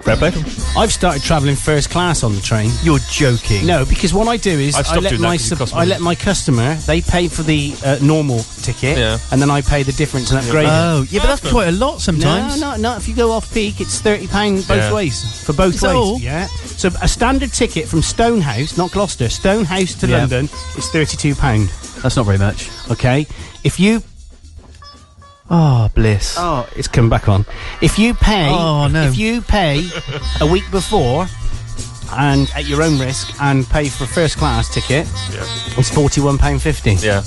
[SPEAKER 3] fair play.
[SPEAKER 2] I've started travelling first class on the train.
[SPEAKER 5] You're joking.
[SPEAKER 2] No, because what I do is
[SPEAKER 3] I've
[SPEAKER 2] I
[SPEAKER 3] stopped
[SPEAKER 2] let
[SPEAKER 3] doing that
[SPEAKER 2] my
[SPEAKER 3] 'cause it
[SPEAKER 2] sub-
[SPEAKER 3] costs
[SPEAKER 2] I
[SPEAKER 3] money.
[SPEAKER 2] let my customer they pay for the uh, normal ticket,
[SPEAKER 3] Yeah.
[SPEAKER 2] and then I pay the difference and upgrade. it.
[SPEAKER 5] Oh, yeah, but that's quite a lot sometimes.
[SPEAKER 2] No, no, no. If you go off peak, it's thirty pound both
[SPEAKER 5] Yeah.
[SPEAKER 2] ways for both
[SPEAKER 5] Is that
[SPEAKER 2] ways.
[SPEAKER 5] all?
[SPEAKER 2] Yeah. So a standard ticket from Stonehouse, not Gloucester, Stonehouse to
[SPEAKER 5] Yeah.
[SPEAKER 2] London is thirty-two pound.
[SPEAKER 5] That's not very much.
[SPEAKER 2] Okay. If you
[SPEAKER 5] Oh, bliss.
[SPEAKER 2] Oh, it's come back on. If you pay,
[SPEAKER 5] Oh, no.
[SPEAKER 2] if you pay a week before and at your own risk and pay for a first class ticket, it's forty one pound fifty.
[SPEAKER 3] Yeah.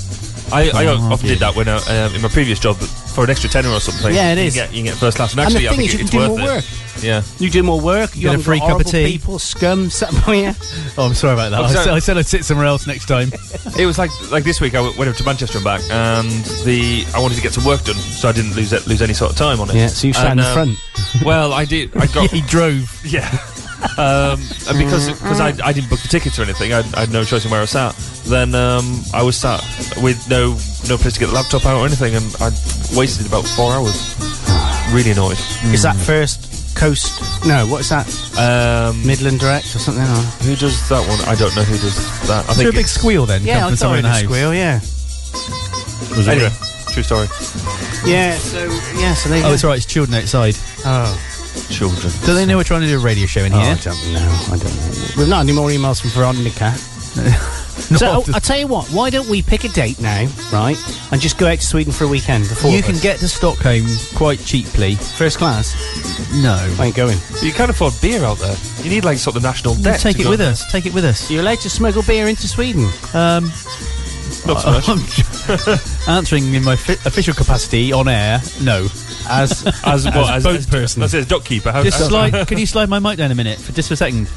[SPEAKER 3] I, I
[SPEAKER 2] Oh,
[SPEAKER 3] often did that when I, um, in my previous job for an extra tenner or something.
[SPEAKER 2] Yeah, it
[SPEAKER 3] you
[SPEAKER 2] is.
[SPEAKER 3] Can get, you can get first class, and
[SPEAKER 2] And the
[SPEAKER 3] actually,
[SPEAKER 2] thing
[SPEAKER 3] I
[SPEAKER 2] is
[SPEAKER 3] think
[SPEAKER 2] you
[SPEAKER 3] it's
[SPEAKER 2] can do
[SPEAKER 3] worth
[SPEAKER 2] more
[SPEAKER 3] it.
[SPEAKER 2] work.
[SPEAKER 3] Yeah,
[SPEAKER 2] You do more work. You
[SPEAKER 5] Get a
[SPEAKER 2] have
[SPEAKER 5] free cup of tea.
[SPEAKER 2] People scum sat by you.
[SPEAKER 5] Oh, I'm sorry about that.
[SPEAKER 3] I'm
[SPEAKER 5] (laughs) I
[SPEAKER 3] (laughs)
[SPEAKER 5] said,
[SPEAKER 3] sorry.
[SPEAKER 5] I said I'd sit somewhere else next
[SPEAKER 2] (laughs)
[SPEAKER 5] time.
[SPEAKER 3] it was like like this week. I w- went up to Manchester and back, and the I wanted to get some work done, so I didn't lose lose any sort of time on it.
[SPEAKER 2] Yeah, so you sat
[SPEAKER 3] And,
[SPEAKER 2] in the
[SPEAKER 3] um,
[SPEAKER 2] front.
[SPEAKER 3] Well, I did. I got
[SPEAKER 5] (laughs) he drove.
[SPEAKER 3] Yeah. um, and because because I, I didn't book the tickets or anything, I, I had no choice in where I sat. Then um, I was sat with no no place to get the laptop out or anything, and I wasted about four hours. Really annoyed.
[SPEAKER 5] Hmm.
[SPEAKER 2] Is that first coast? No, what is that?
[SPEAKER 3] Um,
[SPEAKER 2] Midland Direct or something? Or?
[SPEAKER 3] who does that one? I don't know who does that. I
[SPEAKER 5] Is there
[SPEAKER 3] think
[SPEAKER 5] a big
[SPEAKER 3] it's-
[SPEAKER 5] squeal then?
[SPEAKER 2] Yeah,
[SPEAKER 5] come
[SPEAKER 2] I
[SPEAKER 5] from
[SPEAKER 2] thought it
[SPEAKER 5] somewhere in the
[SPEAKER 2] was
[SPEAKER 5] house.
[SPEAKER 2] a squeal. Yeah,
[SPEAKER 3] Anyway, true story.
[SPEAKER 2] yeah. So yeah, so they.
[SPEAKER 5] Oh, it's all right. It's children outside.
[SPEAKER 2] Oh,
[SPEAKER 3] Children.
[SPEAKER 5] Do they know we're trying to do a radio show in
[SPEAKER 2] oh,
[SPEAKER 5] here?
[SPEAKER 2] I don't know. I don't know. We've not had any more emails from
[SPEAKER 5] (laughs)
[SPEAKER 2] Veronica.
[SPEAKER 5] No,
[SPEAKER 2] so
[SPEAKER 5] I've just-
[SPEAKER 2] I'll tell you what. Why don't we pick a date now, right, and just go out to Sweden for a weekend? Before
[SPEAKER 5] you can get to Stockholm quite cheaply.
[SPEAKER 2] first class.
[SPEAKER 5] No.
[SPEAKER 2] I ain't going.
[SPEAKER 3] You can't afford beer out there. You need like sort of the national
[SPEAKER 5] You
[SPEAKER 3] debt.
[SPEAKER 5] take
[SPEAKER 3] to
[SPEAKER 5] it
[SPEAKER 3] go- (laughs)
[SPEAKER 5] with us. Take it with us.
[SPEAKER 2] You're allowed to smuggle beer into Sweden.
[SPEAKER 5] Um, uh,
[SPEAKER 3] Not so much.
[SPEAKER 5] I'm answering in my fi- official capacity on air. No. (laughs)
[SPEAKER 2] As
[SPEAKER 3] As what? As,
[SPEAKER 2] boat
[SPEAKER 3] as,
[SPEAKER 2] person.
[SPEAKER 3] That's it. Dock keeper. How, (laughs)
[SPEAKER 5] Just
[SPEAKER 3] how-
[SPEAKER 5] slide. Could you slide my mic down a minute for just for a second?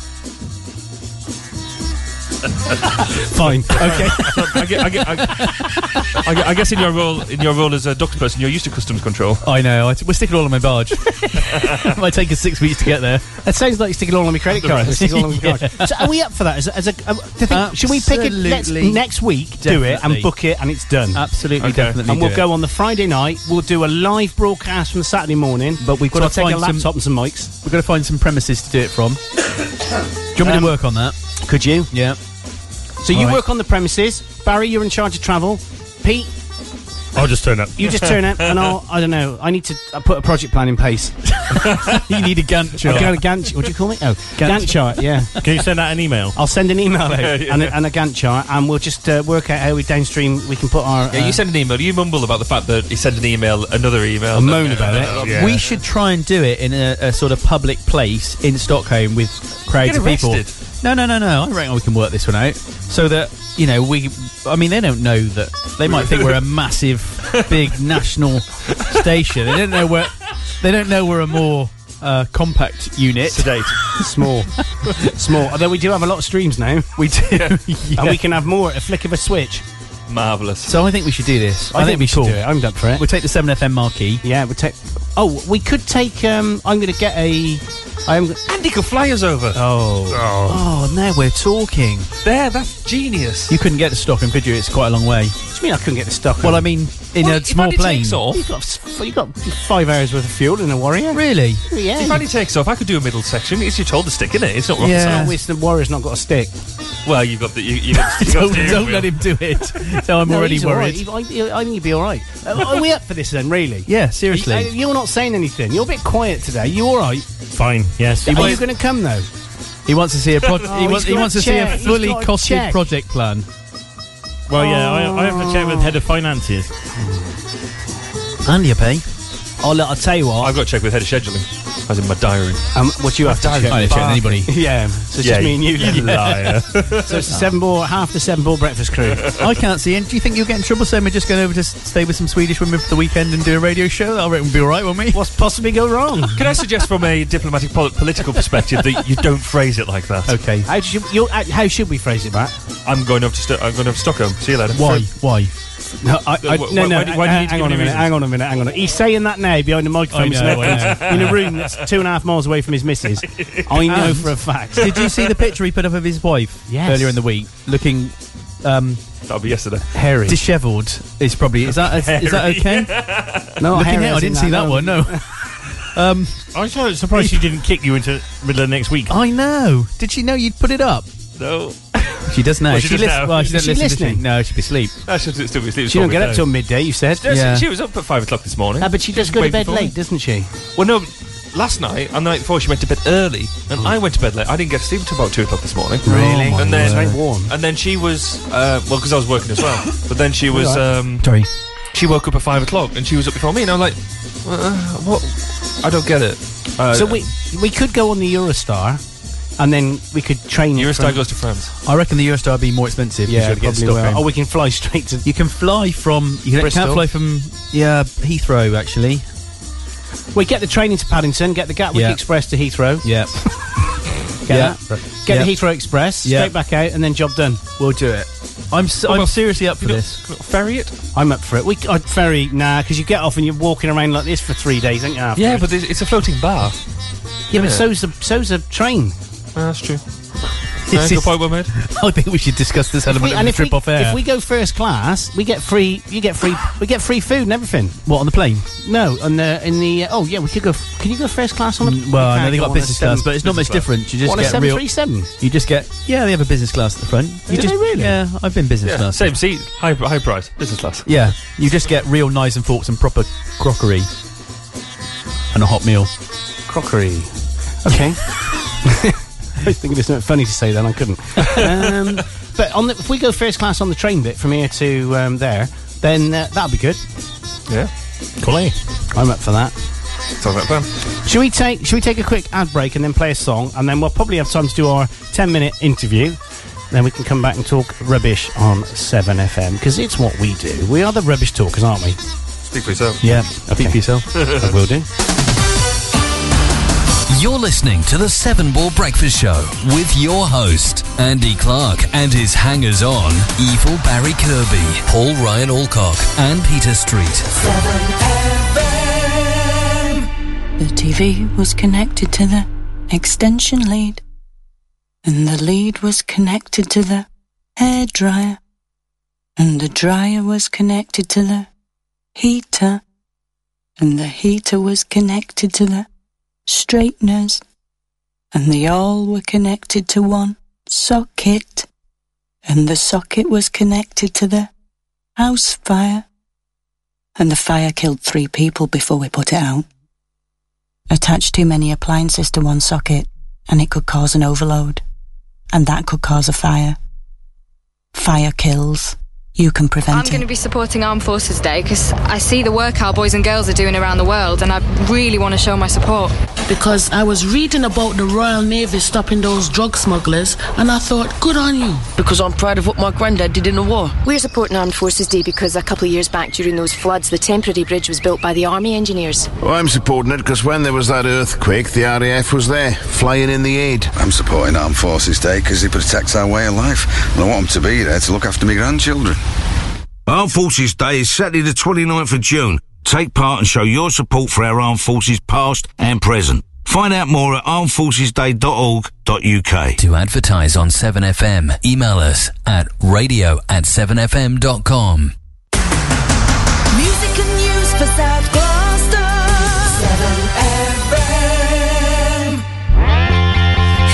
[SPEAKER 2] Fine. Okay.
[SPEAKER 3] I, gue- I gue- I gue- I gue- I guess in your role in your role as a doctor person, you're used to customs control.
[SPEAKER 5] I know. I t- we're sticking all on
[SPEAKER 3] (laughs)
[SPEAKER 5] my barge.
[SPEAKER 2] it
[SPEAKER 5] might take us six weeks to get there.
[SPEAKER 2] That sounds like sticking all on my credit card. Sticking all on my
[SPEAKER 5] Yeah.
[SPEAKER 2] card.
[SPEAKER 5] (laughs)
[SPEAKER 2] So are we up for that? As a, as a, um, do you think- should we pick it next,
[SPEAKER 5] Absolutely.
[SPEAKER 2] next week? Do it
[SPEAKER 5] Definitely.
[SPEAKER 2] and book it, and it's done.
[SPEAKER 5] Absolutely, definitely.
[SPEAKER 2] And we'll go on the Friday night. We'll do a live broadcast from Saturday morning. But we've got to take a laptop. and some mics.
[SPEAKER 5] We've got to find some premises to do it from. do you want me
[SPEAKER 2] Um,
[SPEAKER 5] to work on that?
[SPEAKER 2] Could you?
[SPEAKER 5] Yeah.
[SPEAKER 2] So you work on the premises. Barry, you're in charge of travel. Pete,
[SPEAKER 4] I'll just turn up.
[SPEAKER 2] you just turn up, and (laughs) I'll. I don't know. I need to uh, put a project plan in
[SPEAKER 4] (laughs)
[SPEAKER 2] place.
[SPEAKER 5] you need a Gantt
[SPEAKER 4] chart.
[SPEAKER 2] I got a Gantt. What do you call it? Oh, Gantt, chart. Yeah.
[SPEAKER 4] Can you send out an email?
[SPEAKER 2] I'll send
[SPEAKER 4] (laughs)
[SPEAKER 2] an email out
[SPEAKER 4] Yeah,
[SPEAKER 2] and, a,
[SPEAKER 4] yeah.
[SPEAKER 2] and a Gantt chart, and we'll just uh, work out how we downstream we can put our.
[SPEAKER 3] Yeah,
[SPEAKER 2] uh,
[SPEAKER 3] you send an email. You mumble about the fact that he sent an email, another email,
[SPEAKER 2] A moan about it.
[SPEAKER 3] (laughs) Yeah.
[SPEAKER 5] We should try and do it in a, a sort of public place in Stockholm with crowds
[SPEAKER 3] Get
[SPEAKER 5] of people.
[SPEAKER 3] arrested.
[SPEAKER 5] No, no, no, no. I reckon we can work this one out so that you know we. I mean, they don't know that they might think we're a massive,
[SPEAKER 3] (laughs)
[SPEAKER 5] big national station. They don't know we're. They don't know we're a more uh, compact unit.
[SPEAKER 2] Sedate.
[SPEAKER 5] (laughs)
[SPEAKER 2] Small. Small. Although we do have a lot of streams now. We do. And we can have more at a flick of a switch.
[SPEAKER 3] Marvelous.
[SPEAKER 5] So I think we should do this.
[SPEAKER 2] I think we should do it. I'm up for it.
[SPEAKER 5] We'll take the Seven FM marquee.
[SPEAKER 2] Yeah, we'll take. Oh, we could take. Um, I'm going to get a. I'm.
[SPEAKER 3] Andy could fly us over.
[SPEAKER 2] Oh.
[SPEAKER 5] Oh, now we're talking.
[SPEAKER 3] There, that's genius.
[SPEAKER 5] You couldn't get to Stockholm, could you? It's quite a long way.
[SPEAKER 2] What do you mean I couldn't get to Stockholm?
[SPEAKER 5] Well, I mean, in
[SPEAKER 2] Well,
[SPEAKER 5] a
[SPEAKER 2] if
[SPEAKER 5] small
[SPEAKER 2] only
[SPEAKER 5] plane.
[SPEAKER 2] takes off. You've got, f- you've got five hours worth of fuel in a Warrior.
[SPEAKER 5] Really?
[SPEAKER 2] Yeah.
[SPEAKER 3] If Andy takes off, I could do a middle section. It's your shoulder stick, isn't it? It's not rocket
[SPEAKER 2] (laughs) Yeah.
[SPEAKER 3] science.
[SPEAKER 2] It's the Warrior's not got a stick.
[SPEAKER 3] Well, you've got the. You, you
[SPEAKER 2] (laughs)
[SPEAKER 3] got the you got the steering wheel.
[SPEAKER 5] him do
[SPEAKER 3] (laughs)
[SPEAKER 5] it. So I'm
[SPEAKER 2] No,
[SPEAKER 5] already
[SPEAKER 2] he's all
[SPEAKER 5] worried.
[SPEAKER 2] right. He- I, I think he'd be all right. Uh, are we up for this then, really?
[SPEAKER 5] Yeah, seriously.
[SPEAKER 2] You- uh, You're not saying anything. You're a bit quiet today. You all right?
[SPEAKER 4] Fine. Yes.
[SPEAKER 2] Are you going to come though?
[SPEAKER 5] He wants to see
[SPEAKER 2] (laughs)
[SPEAKER 5] a pro-
[SPEAKER 2] Oh,
[SPEAKER 5] he
[SPEAKER 2] he's
[SPEAKER 5] wants, he
[SPEAKER 2] got
[SPEAKER 5] wants
[SPEAKER 2] a
[SPEAKER 5] to see a
[SPEAKER 2] check. He's
[SPEAKER 5] fully
[SPEAKER 2] got a
[SPEAKER 5] costed
[SPEAKER 2] check.
[SPEAKER 5] project plan.
[SPEAKER 4] Well, yeah, I, I have to check with head of finances.
[SPEAKER 5] And you pay.
[SPEAKER 2] Oh, look, I'll tell you what.
[SPEAKER 3] I've got to check with head of scheduling. As in my diary.
[SPEAKER 2] Um, what you have to
[SPEAKER 3] I've
[SPEAKER 2] check?
[SPEAKER 3] done it. I don't check with anybody.
[SPEAKER 2] (laughs) yeah, so it's
[SPEAKER 3] Yeah,
[SPEAKER 2] just me and (laughs) you.
[SPEAKER 3] you
[SPEAKER 2] then.
[SPEAKER 3] liar.
[SPEAKER 2] so it's the seven ball, half the seven ball breakfast crew.
[SPEAKER 5] I can't see. And do you think you'll get in trouble saying we're just going over to s- stay with some Swedish women for the weekend and do a radio show? I reckon we'll be all right, won't we?
[SPEAKER 2] What's possibly go wrong?
[SPEAKER 3] (laughs) Can I suggest, from a diplomatic pol- political perspective, that you
[SPEAKER 2] (laughs)
[SPEAKER 3] don't phrase it like that?
[SPEAKER 5] Okay.
[SPEAKER 2] How should, you, uh, how should we phrase it, Matt?
[SPEAKER 3] I'm going over to. Sto- I'm going over to Stockholm. See you later.
[SPEAKER 5] Why? Why?
[SPEAKER 2] No, I, I,
[SPEAKER 3] Wh- uh, wh-
[SPEAKER 2] no, no.
[SPEAKER 3] why do- why do you
[SPEAKER 2] hang-
[SPEAKER 3] need to
[SPEAKER 2] hang
[SPEAKER 3] give
[SPEAKER 2] on
[SPEAKER 3] me
[SPEAKER 2] a minute.
[SPEAKER 3] reasons?
[SPEAKER 2] Hang on a minute. Hang on. A, he's saying that now behind the microphone.
[SPEAKER 5] I
[SPEAKER 2] he's
[SPEAKER 5] know, I
[SPEAKER 2] left in a room that's two and a half miles away from
[SPEAKER 3] (laughs)
[SPEAKER 2] his missus. I
[SPEAKER 5] (laughs)
[SPEAKER 2] know
[SPEAKER 5] And-
[SPEAKER 2] for a fact.
[SPEAKER 5] Did you see the picture he put up of his wife
[SPEAKER 2] Yes.
[SPEAKER 5] earlier in the week, looking um,
[SPEAKER 3] That'll be yesterday.
[SPEAKER 2] Harry?
[SPEAKER 5] dishevelled? Is probably is that is, is that okay?
[SPEAKER 2] no,
[SPEAKER 5] (laughs) looking
[SPEAKER 2] Harry
[SPEAKER 5] out, I
[SPEAKER 2] hasn't
[SPEAKER 5] didn't see that
[SPEAKER 2] no.
[SPEAKER 5] one. No. (laughs) um,
[SPEAKER 4] I'm so surprised she didn't kick you into middle of next week.
[SPEAKER 5] I know. Did she know you'd put it up?
[SPEAKER 3] No.
[SPEAKER 5] She does now.
[SPEAKER 3] Well, she does
[SPEAKER 5] lis-
[SPEAKER 3] now.
[SPEAKER 5] well, she
[SPEAKER 3] Is
[SPEAKER 5] doesn't
[SPEAKER 2] she
[SPEAKER 5] listen. does
[SPEAKER 2] listening?
[SPEAKER 5] No, she'd be asleep.
[SPEAKER 3] That's just, it's still, it's, it's
[SPEAKER 2] She don't get up
[SPEAKER 3] always
[SPEAKER 2] till
[SPEAKER 3] no.
[SPEAKER 2] midday. You said.
[SPEAKER 3] No, she-
[SPEAKER 5] Yeah.
[SPEAKER 3] She was up at five o'clock this morning.
[SPEAKER 2] Ah, but she does go to
[SPEAKER 3] Wait
[SPEAKER 2] bed
[SPEAKER 3] before me.
[SPEAKER 2] late, doesn't she?
[SPEAKER 3] Well, no. Last night and the night before, she went to bed early,
[SPEAKER 5] Hmm.
[SPEAKER 3] and I went to bed late. I didn't get to sleep until about two o'clock this morning.
[SPEAKER 5] Oh
[SPEAKER 2] Really?
[SPEAKER 3] and then
[SPEAKER 2] It's very warm.
[SPEAKER 3] And then she was uh, well, because I was working as
[SPEAKER 5] (laughs)
[SPEAKER 3] well. But then she was. Um,
[SPEAKER 5] Sorry.
[SPEAKER 3] she woke up at five o'clock and she was up before me, and I was like, uh, "What? I don't get it." Uh,
[SPEAKER 2] So we we could go on the Eurostar, and then we could train. it
[SPEAKER 3] Eurostar
[SPEAKER 2] from-
[SPEAKER 3] goes to France.
[SPEAKER 5] I reckon the Eurostar would be more expensive. 'cause
[SPEAKER 2] Yeah,
[SPEAKER 5] you have to get to
[SPEAKER 2] probably will.
[SPEAKER 5] Stockholm.
[SPEAKER 2] Oh, we can fly (laughs) straight to.
[SPEAKER 5] You can fly from. You can,
[SPEAKER 2] Bristol.
[SPEAKER 5] can't fly from. Yeah, Heathrow actually.
[SPEAKER 2] We get the train into Paddington, get the Gatwick
[SPEAKER 5] Yeah.
[SPEAKER 2] Express to Heathrow,
[SPEAKER 5] Yeah, (laughs)
[SPEAKER 2] get
[SPEAKER 5] yeah.
[SPEAKER 2] that, get
[SPEAKER 5] Yeah.
[SPEAKER 2] the Heathrow Express,
[SPEAKER 5] Yeah.
[SPEAKER 2] straight back out, and then job done.
[SPEAKER 5] We'll do it. I'm s
[SPEAKER 3] Oh,
[SPEAKER 5] am
[SPEAKER 3] well,
[SPEAKER 5] seriously up for
[SPEAKER 3] you know-
[SPEAKER 5] this.
[SPEAKER 3] Ferry it?
[SPEAKER 2] I'm up for it. We c- I'd ferry nah, because you get off and you're walking around like this for three days, ain't you? after?
[SPEAKER 3] Yeah, but it's, it's a floating bar.
[SPEAKER 2] yeah,
[SPEAKER 3] yeah.
[SPEAKER 2] but so's the so's the train.
[SPEAKER 3] that's true.
[SPEAKER 5] This
[SPEAKER 3] good
[SPEAKER 5] is-
[SPEAKER 3] point well made.
[SPEAKER 5] (laughs) I think we should discuss this element of
[SPEAKER 2] and
[SPEAKER 5] the
[SPEAKER 2] if we,
[SPEAKER 5] trip off air.
[SPEAKER 2] if we go first class, we get free. You get free. we get free food and everything.
[SPEAKER 5] what on the plane?
[SPEAKER 2] No, on the in the uh, oh yeah, we could go. f- Can you go first class on the?
[SPEAKER 5] Mm, Well, I know
[SPEAKER 2] can't
[SPEAKER 5] they
[SPEAKER 2] go
[SPEAKER 5] got
[SPEAKER 2] on a
[SPEAKER 5] business
[SPEAKER 2] seven-
[SPEAKER 5] class, but it's not much
[SPEAKER 3] business class.
[SPEAKER 5] different. You just
[SPEAKER 2] on a
[SPEAKER 5] get
[SPEAKER 2] seven
[SPEAKER 5] real.
[SPEAKER 2] three
[SPEAKER 5] (laughs)
[SPEAKER 2] seven.
[SPEAKER 5] You just get. Yeah, they have a business class at the front. You
[SPEAKER 2] Do
[SPEAKER 5] just,
[SPEAKER 2] they really?
[SPEAKER 5] Yeah, I've been business
[SPEAKER 3] Yeah,
[SPEAKER 5] class.
[SPEAKER 3] same seat, high high price, business class.
[SPEAKER 5] Yeah, you just get real knives and forks and proper crockery and a hot meal.
[SPEAKER 2] crockery.
[SPEAKER 5] (laughs)
[SPEAKER 2] Okay. I was thinking it's not funny to say that and I couldn't. Um, but on the, if we go first class on the train bit from here to um, there, then uh, that'll be good.
[SPEAKER 3] Yeah,
[SPEAKER 2] Cool. I'm up for that.
[SPEAKER 3] sounds like a plan.
[SPEAKER 2] Should we take Should we take a quick ad break and then play a song, and then we'll probably have time to do our ten minute interview. Then we can come back and talk rubbish on Seven FM because it's what we do. We are the rubbish talkers, aren't we?
[SPEAKER 3] Speak for yourself.
[SPEAKER 5] Yeah, speak for yourself.
[SPEAKER 2] I will do.
[SPEAKER 1] You're listening to the Seven Ball Breakfast Show with your host, Andy Clark, and his hangers on, Evil Barry Kirby, Paul Ryan Alcock, and Peter Street.
[SPEAKER 16] The TV was connected to the extension lead, and the lead was connected to the hair dryer, and the dryer was connected to the heater, and the heater was connected to the straighteners, and they all were connected to one socket, and the socket was connected to the house fire, and the fire killed three people before we put it out. Attach too many appliances to one socket, and it could cause an overload, and that could cause a fire. Fire kills. You can
[SPEAKER 20] I'm
[SPEAKER 16] prevent
[SPEAKER 20] going to be supporting Armed Forces Day because I see the work our boys and girls are doing around the world and I really want to show my support.
[SPEAKER 21] because I was reading about the Royal Navy stopping those drug smugglers, and I thought, good on you.
[SPEAKER 22] Because I'm proud of what my granddad did in the war. We're supporting Armed Forces Day because a couple of years back during those floods, the temporary bridge was built by the Army engineers.
[SPEAKER 23] Well, I'm supporting it because when there was that earthquake, the RAF was there, flying in the aid.
[SPEAKER 24] I'm supporting Armed Forces Day because it protects our way of life, and I want them to be there to look after my grandchildren.
[SPEAKER 25] Armed Forces Day is Saturday the 29th of June. Take part and show your support for our armed forces past and present. Find out more at armedforcesday.org.uk.
[SPEAKER 1] To advertise on 7FM, email us at radio at 7fm.com.
[SPEAKER 8] Music and news for South Gloucester. 7FM.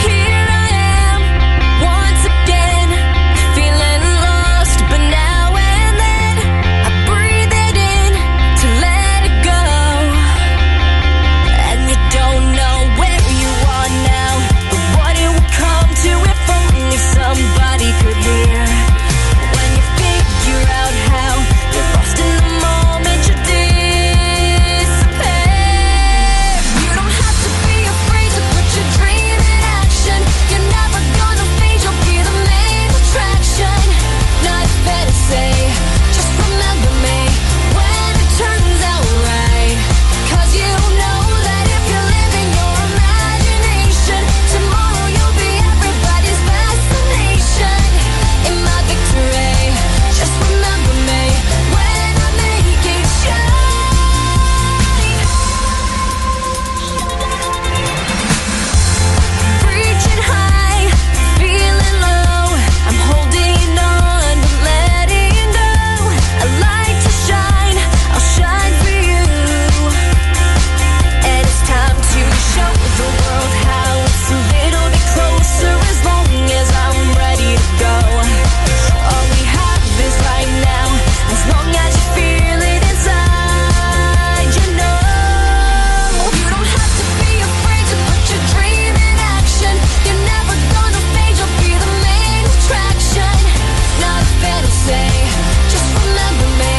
[SPEAKER 8] Here I am, once again, feeling lost, but now and then, I breathe it in to let it go. And you don't know where you are now, but what it would come to if only somebody could hear. When you figure out how you're lost in the moment, you disappear. You don't have to be afraid to put your dream in action. You're never gonna fade. You'll be the main attraction. Nothing better to say. Just remember me when it turns out right. 'Cause you know that if you live in your imagination, tomorrow you'll be everybody's fascination. In my victory, just remember me when I make it shine. Reaching high, feeling low. I'm holding on, but letting go. I like to shine, I'll shine for you. And it's time to show the world how it's a little bit closer as long as I'm ready to go. All we have is right now, as long as you feel it inside, you know. You don't have to be afraid to put your dream in action. You're never gonna fade, you'll be the main attraction. Nothing better to say, just remember me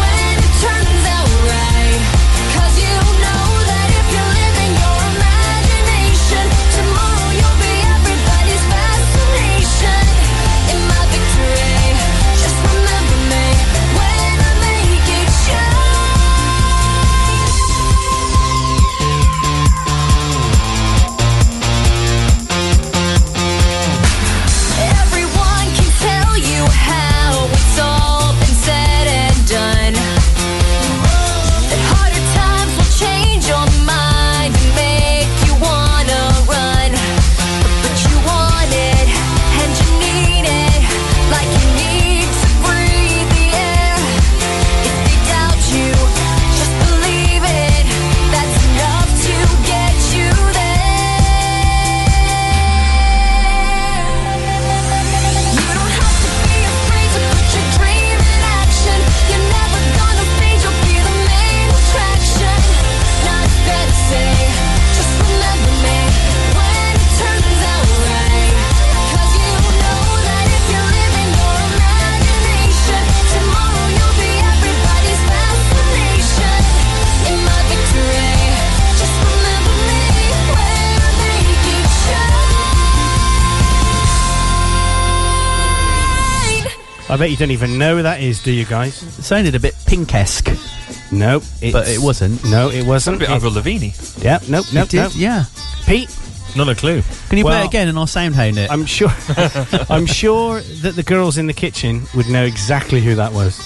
[SPEAKER 8] when it turns out right. 'Cause you know that if you live in your imagination, tomorrow you'll be everybody's fascination. In my victory, just remember me when I make it shine. Everyone can tell you how it's all been said and done. That harder times will change your mind and make you wanna run. But you want it and you need it, like you need to breathe the air. If they doubt you, just believe it. That's enough to get you there.
[SPEAKER 2] I bet you don't even know who that is, do you guys? It sounded a bit pink-esque. No,
[SPEAKER 5] it wasn't.
[SPEAKER 2] No, it wasn't.
[SPEAKER 5] A bit Avril
[SPEAKER 2] Lavigne. Yeah, nope, nope,
[SPEAKER 5] It did,
[SPEAKER 2] nope.
[SPEAKER 5] yeah.
[SPEAKER 2] Pete?
[SPEAKER 4] Not a clue.
[SPEAKER 5] Can you play it again and I'll soundhound it?
[SPEAKER 2] I'm sure. (laughs) I'm sure that the girls in the kitchen would know exactly who that was.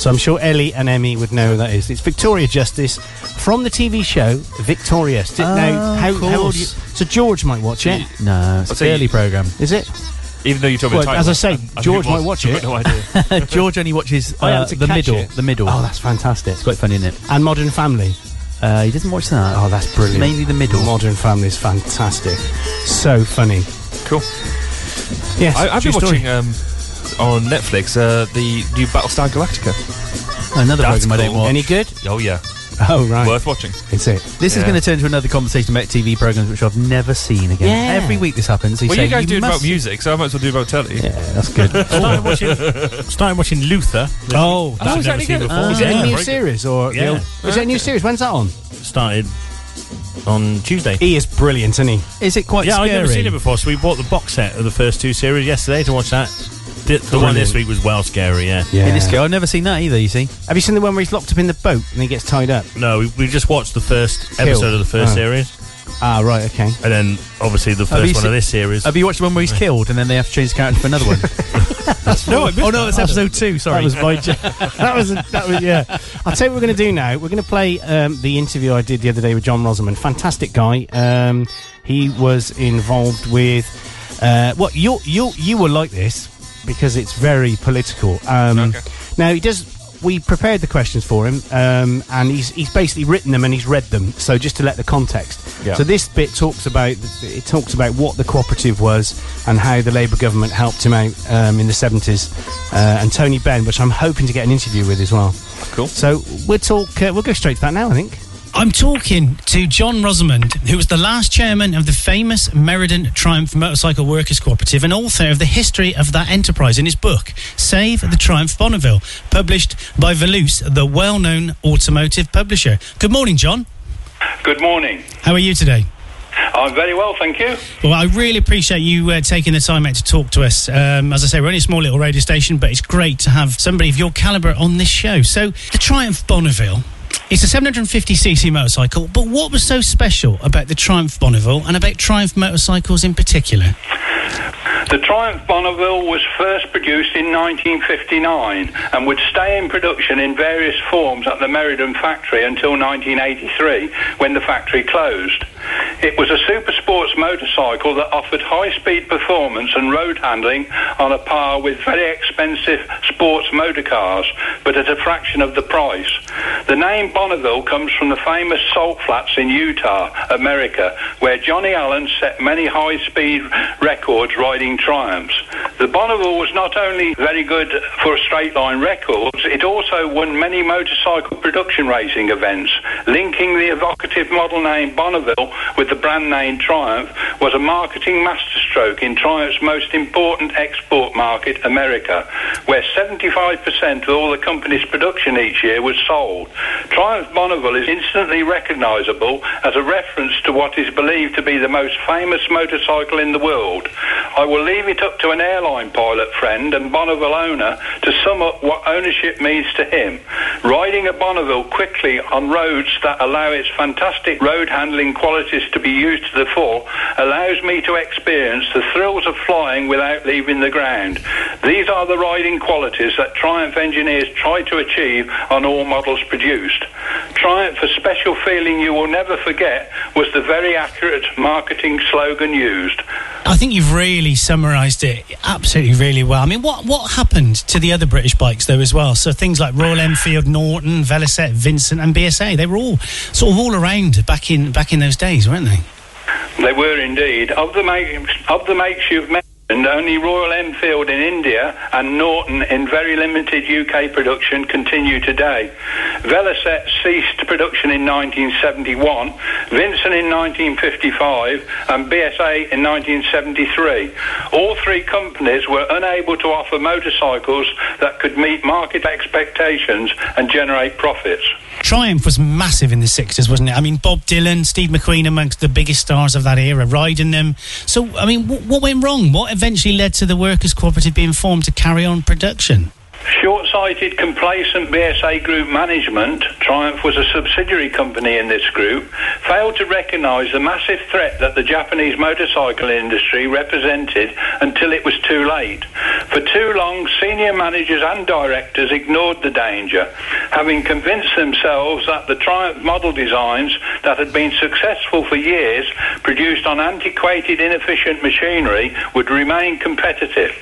[SPEAKER 2] So I'm sure Ellie and Emmy would know who that is. It's Victoria Justice from the TV show Victorious. Did, now,
[SPEAKER 5] Oh,
[SPEAKER 2] how,
[SPEAKER 5] of
[SPEAKER 2] how old are you?
[SPEAKER 5] course.
[SPEAKER 2] So George might watch it.
[SPEAKER 5] (laughs) No, it's an early program.
[SPEAKER 2] Is it?
[SPEAKER 3] Even though you told me
[SPEAKER 2] Well,
[SPEAKER 3] the title,
[SPEAKER 2] as I say,
[SPEAKER 3] think
[SPEAKER 2] George might
[SPEAKER 3] was. (laughs)
[SPEAKER 2] watch
[SPEAKER 3] I've
[SPEAKER 2] it.
[SPEAKER 3] got no idea.
[SPEAKER 5] (laughs) George only watches
[SPEAKER 2] I had
[SPEAKER 5] uh,
[SPEAKER 2] to
[SPEAKER 5] the
[SPEAKER 2] catch
[SPEAKER 5] middle.
[SPEAKER 2] it.
[SPEAKER 5] The middle.
[SPEAKER 2] Oh, that's fantastic.
[SPEAKER 5] It's quite funny, isn't it?
[SPEAKER 2] And Modern Family.
[SPEAKER 5] Uh, he doesn't watch that.
[SPEAKER 2] Oh, that's brilliant.
[SPEAKER 5] Mainly the middle.
[SPEAKER 2] Modern Family is fantastic. So funny.
[SPEAKER 3] Cool.
[SPEAKER 2] Yes.
[SPEAKER 3] I, I've
[SPEAKER 2] true
[SPEAKER 3] been
[SPEAKER 2] story.
[SPEAKER 3] watching um, on Netflix uh, the new Battlestar Galactica.
[SPEAKER 5] Another
[SPEAKER 3] That's
[SPEAKER 5] program I don't
[SPEAKER 3] cool.
[SPEAKER 5] watch.
[SPEAKER 3] Any
[SPEAKER 2] good?
[SPEAKER 3] Oh yeah.
[SPEAKER 2] Oh right.
[SPEAKER 3] Worth watching.
[SPEAKER 2] It's it.
[SPEAKER 5] This is
[SPEAKER 3] Yeah.
[SPEAKER 5] going to turn to another conversation about TV programs, which I've never seen again.
[SPEAKER 3] Yeah.
[SPEAKER 5] Every week this happens. He's
[SPEAKER 3] Well, you
[SPEAKER 5] saying,
[SPEAKER 3] guys do it about
[SPEAKER 5] must-
[SPEAKER 3] music, so I might as well do about telly. Yeah,
[SPEAKER 5] that's
[SPEAKER 3] (laughs)
[SPEAKER 5] good.
[SPEAKER 4] started watching, started watching Luther.
[SPEAKER 2] Oh,
[SPEAKER 4] that was
[SPEAKER 2] that
[SPEAKER 4] never seen before.
[SPEAKER 2] is it
[SPEAKER 4] Yeah.
[SPEAKER 2] a new
[SPEAKER 4] Very good.
[SPEAKER 2] series or the
[SPEAKER 4] Yeah.
[SPEAKER 2] old- is it a new series? When's that on?
[SPEAKER 4] Started on Tuesday.
[SPEAKER 2] He is brilliant, isn't he?
[SPEAKER 5] Is it quite
[SPEAKER 4] yeah,
[SPEAKER 5] scary?
[SPEAKER 4] I've never seen it before, so we bought the box set of the first two series yesterday to watch that. The, the one this week was well scary, yeah.
[SPEAKER 5] Yeah. this guy, I've never seen that either. You see,
[SPEAKER 2] Have you seen the one where he's locked up in the boat and he gets tied up?
[SPEAKER 4] No, we, we just watched the first
[SPEAKER 2] Killed.
[SPEAKER 4] episode of the first
[SPEAKER 2] Oh.
[SPEAKER 4] series,
[SPEAKER 2] Ah, right, okay.
[SPEAKER 4] and then obviously the
[SPEAKER 5] Have you
[SPEAKER 4] first one
[SPEAKER 5] seen-
[SPEAKER 4] of this series.
[SPEAKER 5] Have you watched the one where he's killed and then they have to change the character for another
[SPEAKER 4] (laughs)
[SPEAKER 5] one? (laughs)
[SPEAKER 4] no,
[SPEAKER 5] oh no,
[SPEAKER 4] (laughs)
[SPEAKER 5] that's episode two. Sorry,
[SPEAKER 2] That was my.
[SPEAKER 5] (laughs)
[SPEAKER 2] jo- that was a, that was (laughs) yeah. I'll tell you what we're going to do now. We're going to play um, the interview I did the other day with John Rosamond. Fantastic guy. Um, he was involved with uh, what you you you will like this because it's very political. Um, Now he does. We prepared the questions for him, um, and he's he's basically written them and he's read them. So just to let the context.
[SPEAKER 3] Yeah.
[SPEAKER 2] So this bit talks about it talks about what the cooperative was and how the Labour government helped him out um, in the seventies, uh, and Tony Benn, which I'm hoping to get an interview with as well.
[SPEAKER 3] Cool.
[SPEAKER 2] So we'll talk. Uh, we'll go straight to that now. I think.
[SPEAKER 26] I'm talking to John Rosamond, who was the last chairman of the famous Meriden Triumph Motorcycle Workers Cooperative and author of the history of that enterprise in his book, Save the Triumph Bonneville, published by Velouse, the well known automotive publisher. Good morning, John.
[SPEAKER 27] Good morning.
[SPEAKER 26] How are you today?
[SPEAKER 27] I'm very well, thank you.
[SPEAKER 26] Well, I really appreciate you uh, taking the time out to talk to us. Um, as I say, we're only a small little radio station, but it's great to have somebody of your calibre on this show. So, the Triumph Bonneville. It's a 750cc motorcycle, but what was so special about the Triumph Bonneville and about Triumph motorcycles in particular?
[SPEAKER 27] The Triumph Bonneville was first produced in 1959 and would stay in production in various forms at the Meriden factory until 1983 when the factory closed. It was a super sports motorcycle that offered high speed performance and road handling on a par with very expensive sports motor cars, but at a fraction of the price. The name Bonneville comes from the famous salt flats in Utah, America, where Johnny Allen set many high speed records riding Triumphs. The Bonneville was not only very good for straight line records, it also won many motorcycle production racing events. Linking the evocative model name Bonneville with the brand name Triumph was a marketing masterstroke in Triumph's most important export market, America, where 75% of all the company's production each year was sold. Triumph Bonneville is instantly recognisable as a reference to what is believed to be the most famous motorcycle in the world. I will leave it up to an airline pilot friend and Bonneville owner to sum up what ownership means to him. Riding a Bonneville quickly on roads that allow its fantastic road handling qualities to be used to the full allows me to experience the thrills of flying without leaving the ground. These are the riding qualities that Triumph engineers try to achieve on all models produced. Triumph, a special feeling you will never forget, was the very accurate marketing slogan used.
[SPEAKER 26] I think you've really summarised it absolutely really well. I mean, what, what happened to the other British bikes though as well? So things like Royal Enfield, Norton, Velocet, Vincent, and BSA they were all sort of all around back in back in those days, weren't they?
[SPEAKER 27] They were indeed. Of the makes, of the makes you've mentioned, only Royal Enfield in India and Norton in very limited UK production continue today. Velocet ceased production in 1971, Vincent in 1955, and BSA in 1973. All three companies were unable to offer motorcycles that could meet market expectations and generate profits.
[SPEAKER 26] Triumph was massive in the 60s, wasn't it? I mean, Bob Dylan, Steve McQueen amongst the biggest stars of that era, riding them. So, I mean, wh- what went wrong? What eventually led to the Workers' Cooperative being formed to carry on production?
[SPEAKER 27] Short-sighted, complacent BSA Group management, Triumph was a subsidiary company in this group, failed to recognise the massive threat that the Japanese motorcycle industry represented until it was too late. For too long, senior managers and directors ignored the danger, having convinced themselves that the Triumph model designs that had been successful for years, produced on antiquated, inefficient machinery, would remain competitive.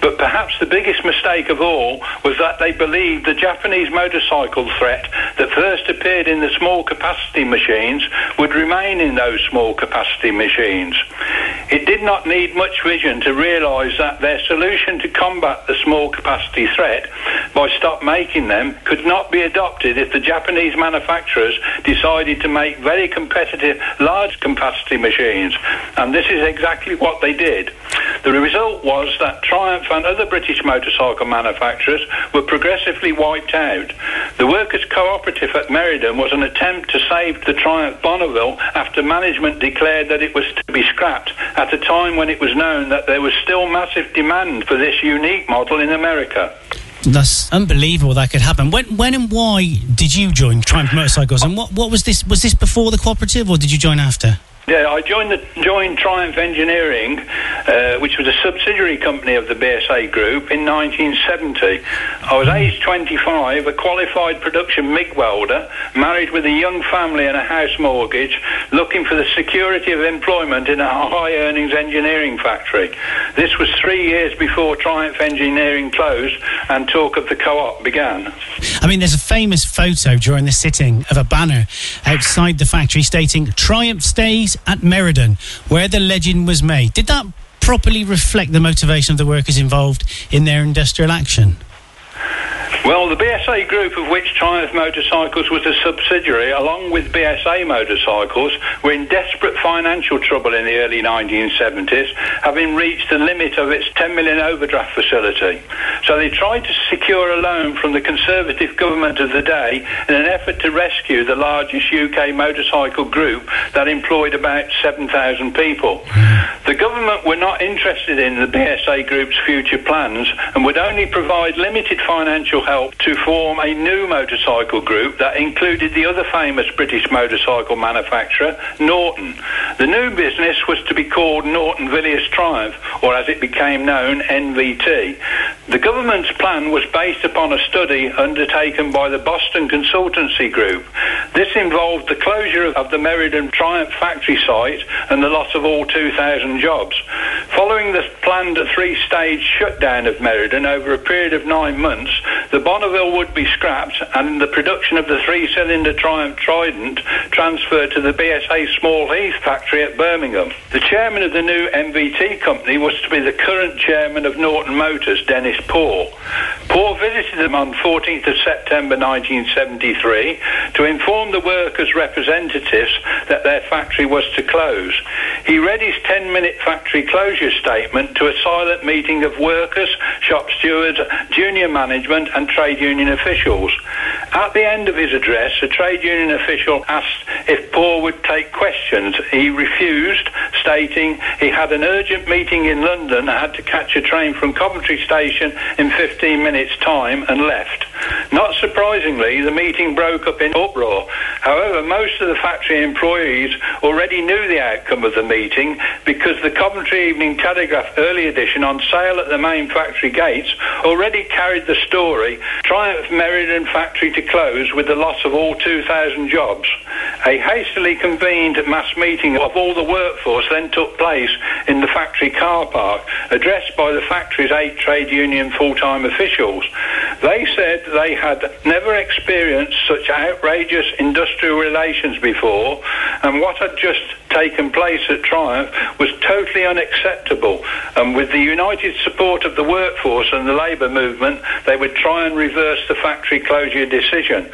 [SPEAKER 27] But perhaps the biggest mistake of all was that they believed the Japanese motorcycle threat that first appeared in the small capacity machines would remain in those small capacity machines. It did not need much vision to realise that their solution to combat the small capacity threat by stop making them could not be adopted if the Japanese manufacturers decided to make very competitive large capacity machines. And this is exactly what they did. The result was that Triumph and other British motorcycle manufacturers were progressively wiped out. The workers' cooperative at Meriden was an attempt to save the Triumph Bonneville after management declared that it was to be scrapped at a time when it was known that there was still massive demand for this unique model in America.
[SPEAKER 26] That's unbelievable that could happen. When, when and why did you join Triumph Motorcycles? And what, what was this? Was this before the cooperative or did you join after?
[SPEAKER 27] Yeah, I joined the joined Triumph Engineering, uh, which was a subsidiary company of the BSA Group in 1970. I was aged 25, a qualified production MIG welder, married with a young family and a house mortgage, looking for the security of employment in a high earnings engineering factory. This was three years before Triumph Engineering closed and talk of the co-op began.
[SPEAKER 26] I mean, there's a famous photo during the sitting of a banner outside the factory stating Triumph stays at Meriden, where the legend was made. Did that properly reflect the motivation of the workers involved in their industrial action?
[SPEAKER 27] Well, the BSA group of which Triumph Motorcycles was a subsidiary, along with BSA Motorcycles, were in desperate financial trouble in the early 1970s, having reached the limit of its 10 million overdraft facility. So they tried to secure a loan from the Conservative government of the day in an effort to rescue the largest UK motorcycle group that employed about 7,000 people. The government were not interested in the BSA group's future plans and would only provide limited financial help to form a new motorcycle group that included the other famous British motorcycle manufacturer, Norton. The new business was to be called Norton Villiers Triumph, or as it became known, NVT. The government's plan was based upon a study undertaken by the Boston Consultancy Group. This involved the closure of the Meriden Triumph factory site and the loss of all 2,000 jobs. Following the planned three-stage shutdown of Meriden over a period of nine months, the Bonneville would be scrapped and the production of the three-cylinder Triumph Trident transferred to the BSA Small Heath factory at Birmingham. The chairman of the new MVT company was to be the current chairman of Norton Motors, Dennis Poor. Poor visited them on 14th of September 1973 to inform the workers' representatives that their factory was to close. He read his 10-minute factory closure statement to a silent meeting of workers, shop stewards, junior management and trade union officials. At the end of his address, a trade union official asked if Poor would take questions. He refused, stating he had an urgent meeting in London and had to catch a train from Coventry Station in 15 minutes' time and left. Not surprisingly, the meeting broke up in uproar. However, most of the factory employees already knew the outcome of the meeting because the Coventry Evening Telegraph early edition on sale at the main factory gates already carried the story Triumph Meriden factory to close with the loss of all 2,000 jobs. A hastily convened mass meeting of all the workforce then took place in the factory car park, addressed by the factory's eight trade union full-time officials. They said they had never experienced such outrageous industrial relations before, and what had just taken place at Triumph was totally unacceptable. And with the united support of the workforce and the labour movement, they would try and reverse the factory closure decision.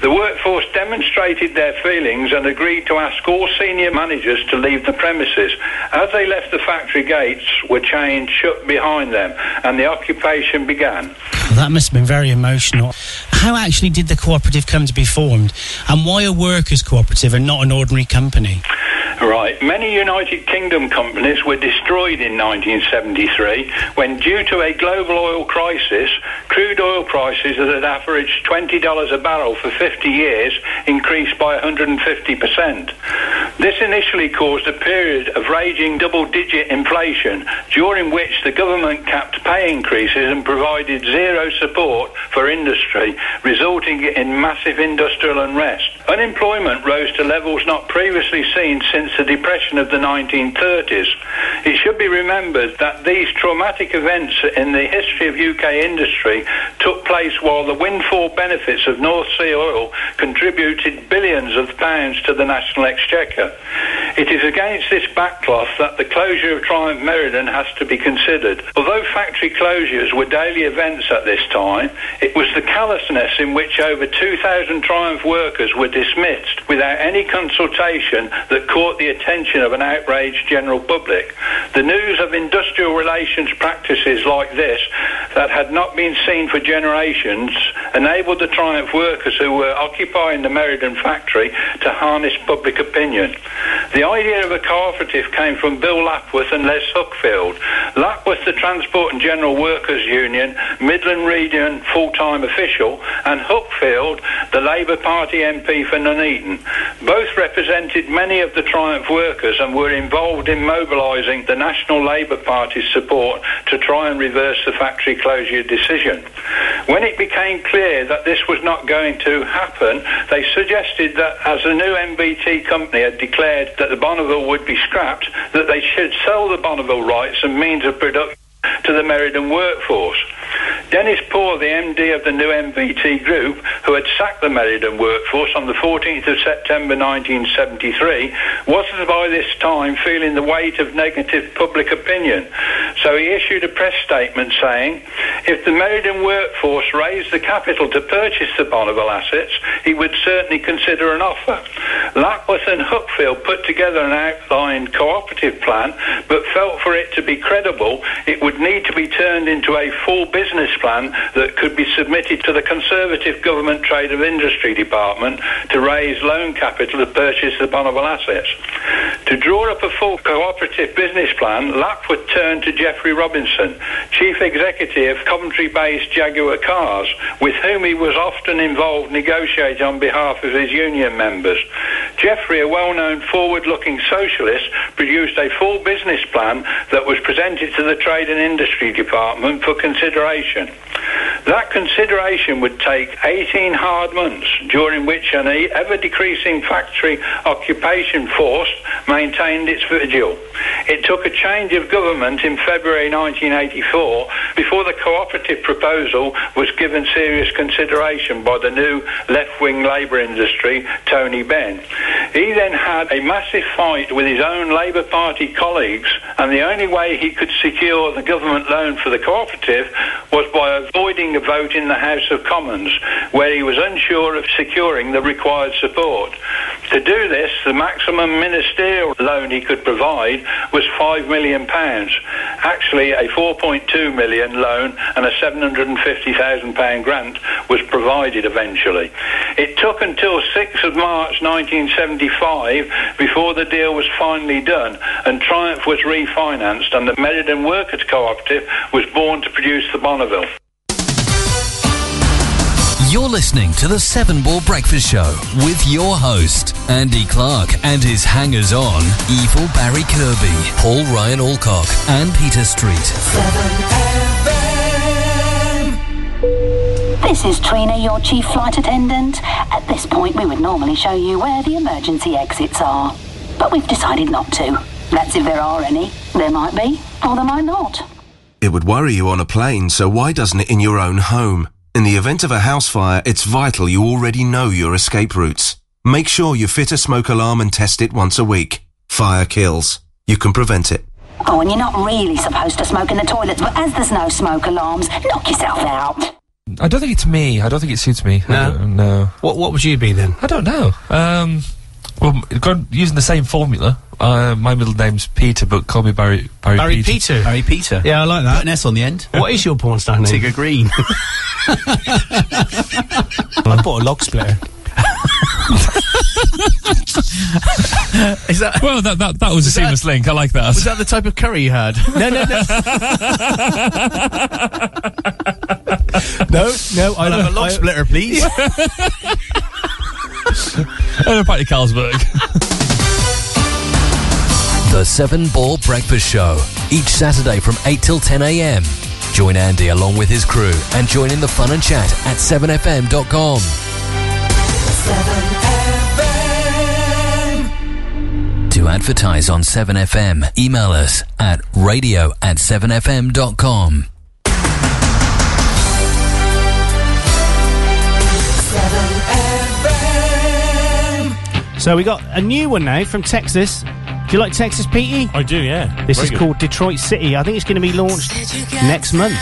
[SPEAKER 27] The workforce demonstrated their feelings and agreed to ask all senior managers to leave the premises. As they left, the factory gates were chained shut behind them, and the occupation began.
[SPEAKER 26] That must have been very emotional. How actually did the cooperative come to be formed? And why a workers' cooperative and not an ordinary company?
[SPEAKER 27] Right. Many United Kingdom companies were destroyed in 1973 when, due to a global oil crisis, crude oil prices that had averaged $20 a barrel for 50 years increased by 150%. This initially caused a period of raging double-digit inflation, during which the government capped pay increases and provided zero support for industry, resulting in massive industrial unrest. Unemployment rose to levels not previously seen since the Depression of the 1930s. It should be remembered that these traumatic events in the history of UK industry took place while the windfall benefits of North Sea oil contributed billions of pounds to the national exchequer. It is against this backcloth that the closure of Triumph Meriden has to be considered. Although factory closures were daily events at this time, it was the callousness in which over 2,000 Triumph workers were dismissed without any consultation that caught the attention of an outraged general public. The news of industrial relations practices like this that had not been seen for generations enabled the Triumph workers who were occupying the Meriden factory to harness public opinion. The idea of a cooperative came from Bill Lapworth and Les Huckfield. Lapworth, the Transport and General Workers Union, Midland Region full-time official, and Huckfield, the Labour Party MP for Nuneaton. Both represented many of the Triumph workers and were involved in mobilising the National Labour Party's support to try and reverse the factory closure decision. When it became clear that this was not going to happen, they suggested that as the new MBT company had declared that the Bonneville would be scrapped, that they should sell the Bonneville rights and means of production to the Meriden workforce. Dennis Poor, the MD of the new MVT group, who had sacked the Meriden workforce on the 14th of September 1973, was by this time feeling the weight of negative public opinion. So he issued a press statement saying, if the Meriden workforce raised the capital to purchase the Bonneville assets, he would certainly consider an offer. Lapworth and Huckfield put together an outline cooperative plan, but felt for it to be credible, it would need to be turned into a full business plan that could be submitted to the Conservative Government Trade of Industry Department to raise loan capital to purchase the Bonneville assets. To draw up a full cooperative business plan, Lapworth turned to Geoffrey Robinson, Chief Executive of Coventry-based Jaguar Cars, with whom he was often involved negotiating on behalf of his union members. Geoffrey, a well-known forward-looking socialist, produced a full business plan that was presented to the Trade and Industry Department for consideration. That consideration would take 18 hard months, during which an e-, ever-decreasing factory occupation force maintained its vigil. It took a change of government in February 1984 before the cooperative proposal was given serious consideration by the new left-wing labour industry, Tony Benn. He then had a massive fight with his own Labour Party colleagues, and the only way he could secure the government loan for the cooperative was by avoiding a vote in the House of Commons, where he was unsure of securing the required support. To do this, the maximum ministerial loan he could provide was £5 million, actually a £4.2 million loan and a £750,000 grant was provided eventually. It took until 6th of March 1975 before the deal was finally done and Triumph was refinanced and the Meriden Workers Cooperative was born to produce the Bonneville.
[SPEAKER 1] You're listening to the Seven Ball Breakfast Show with your host, Andy Clark, and his hangers on, Evil Barry Kirby, Paul Ryan Alcock, and Peter Street.
[SPEAKER 28] This is Trina, your chief flight attendant. At this point, we would normally show you where the emergency exits are, but we've decided not to. That's if there are any. There might be, or there might not.
[SPEAKER 12] It would worry you on a plane, so why doesn't it in your own home? In the event of a house fire, it's vital you already know your escape routes. Make sure you fit a smoke alarm and test it once a week. Fire kills. You can prevent it.
[SPEAKER 28] Oh, and you're not really supposed to smoke in the toilets, but as there's no smoke alarms, knock yourself out.
[SPEAKER 3] I don't think it's me. I don't think it suits me. No. No.
[SPEAKER 2] What What would you be then?
[SPEAKER 3] I don't know. Um, well, m- go- using the same formula. Uh, my middle name's Peter, but call me Barry. Barry,
[SPEAKER 5] Barry Peter. Yeah, I like that. Put an S on the end.
[SPEAKER 2] What is your porn star name?
[SPEAKER 5] Tigger Green.
[SPEAKER 2] I bought a log splitter.
[SPEAKER 5] Is
[SPEAKER 4] (laughs) Is that
[SPEAKER 3] well? That that, that was a seamless link. I like that.
[SPEAKER 4] Was that the type of curry
[SPEAKER 3] (laughs)
[SPEAKER 4] you had?
[SPEAKER 2] No, no, no. no, no.
[SPEAKER 4] I'll have a log
[SPEAKER 3] (laughs)
[SPEAKER 4] splitter, please.
[SPEAKER 3] and a pint of Carlsberg.
[SPEAKER 1] The Seven Ball Breakfast Show, each Saturday from 8 till 10 a.m. Join Andy along with his crew and join in the fun and chat at 7fm.com. To advertise on 7FM, email us at radio at 7fm.com.
[SPEAKER 2] So we got a new one now from Texas. Do you like Texas, Petey?
[SPEAKER 29] I do, yeah.
[SPEAKER 2] This
[SPEAKER 29] Very
[SPEAKER 2] is
[SPEAKER 29] good.
[SPEAKER 2] called Detroit City. I think it's going to be launched
[SPEAKER 4] (laughs)
[SPEAKER 2] next month.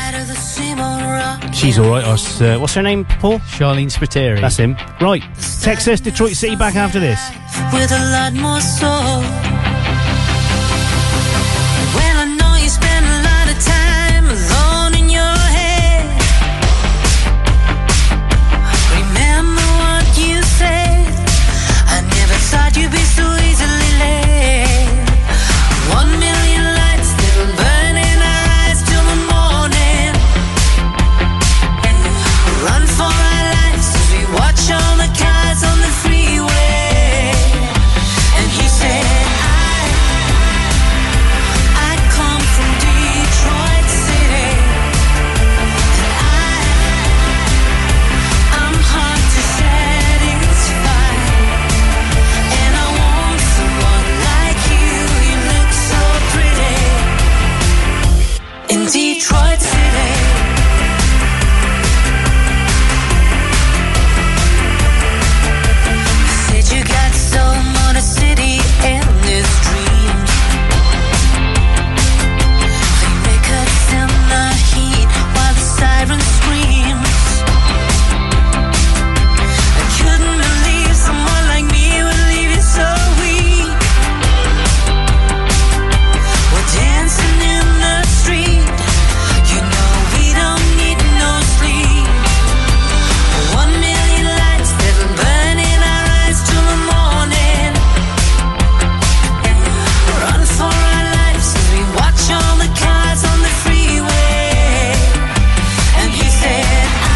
[SPEAKER 2] She's all right. Us. Uh, what's her name, Paul?
[SPEAKER 4] Charlene Spiteri.
[SPEAKER 2] That's him. Right. Texas, Detroit City. Back after this.
[SPEAKER 8] with a lot more soul. Well, I know you spend a lot of time alone in your head. Remember what you said. I never thought you'd be so easily led. One million lights that will burn in our eyes till the morning. We'll run for our lives as we watch all the cars on the freeway. And he said, I, I come from Detroit City. I, I'm hard to satisfy. And I want someone like you. You look so pretty in Detroit City. Said you got soul, motor city, and this dream. Play records in the heat while the siren screams. I couldn't believe someone like me would leave you so weak. We're dancing in the street. You know we don't need no sleep. One million lights that will burn in our eyes till the morning. Run for our lives as we watch all the cars on the freeway. And he said, I,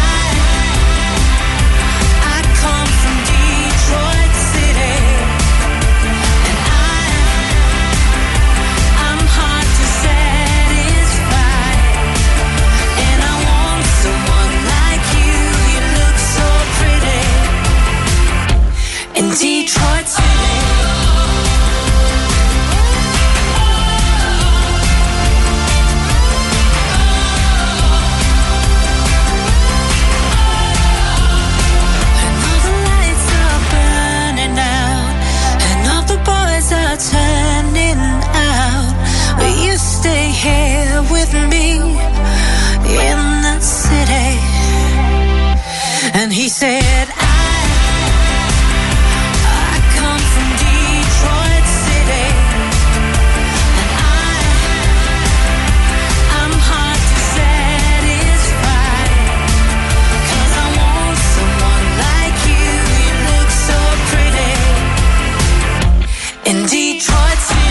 [SPEAKER 8] I come from Detroit City. And I, I'm hard to satisfy. And I want someone like you. You look so pretty in Detroit City. And all the lights are burning out, and all the boys are turning out. Will you stay here with me in the city? And he said, I, I come from Detroit City. And I, I'm hard to satisfy. 'Cause I want someone like you. You look so pretty in Detroit City.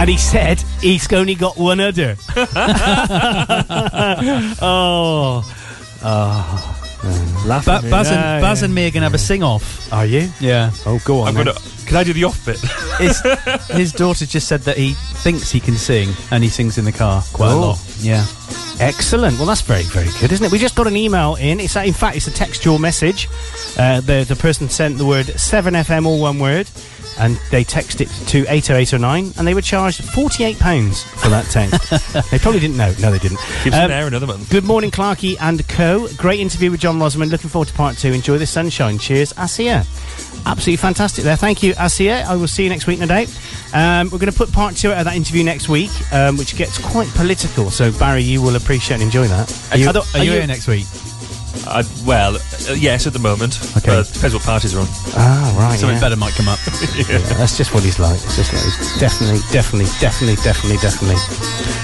[SPEAKER 2] And he said he's only got
[SPEAKER 4] (laughs)
[SPEAKER 2] one udder. (laughs) oh. Oh.
[SPEAKER 4] Ba- Baz, and, Baz and me are going to have a sing off.
[SPEAKER 2] Are you?
[SPEAKER 4] Yeah.
[SPEAKER 2] Oh, go on.
[SPEAKER 4] I'm
[SPEAKER 2] then.
[SPEAKER 4] gonna-
[SPEAKER 3] Can I do the off bit? (laughs)
[SPEAKER 4] His, his daughter just said that he thinks he can sing and he sings in the car quite
[SPEAKER 2] Oh.
[SPEAKER 4] a lot. Yeah.
[SPEAKER 2] Excellent. Well, that's very, very good, isn't it? We just got an email in. It's in fact, it's a textual message. Uh, the the person sent the word seven FM, all one word, and they text it to 80809 and they were charged £48 for that text. they probably didn't know. No, they didn't. Um,
[SPEAKER 3] Keeps it there another month.
[SPEAKER 2] Good morning, Clarkey and co. Great interview with John Rosamond. Looking forward to part two. Enjoy the sunshine. Cheers, Asia. Absolutely fantastic there. Thank you, Asia. I will see you next week, no doubt. Um, we're going to put part two out of that interview next week, um, which gets quite political. So, Barry, you will appreciate and enjoy that.
[SPEAKER 5] Are you,
[SPEAKER 2] Although-
[SPEAKER 5] are you here next week?
[SPEAKER 3] Uh, well, uh, yes, at the moment. Okay. Uh, depends what parties are on.
[SPEAKER 2] Ah, right.
[SPEAKER 5] Something
[SPEAKER 2] yeah.
[SPEAKER 5] better might
[SPEAKER 3] (laughs)
[SPEAKER 5] come up.
[SPEAKER 2] Yeah, that's just what he's like. It's just like he's definitely, definitely, definitely, definitely, definitely.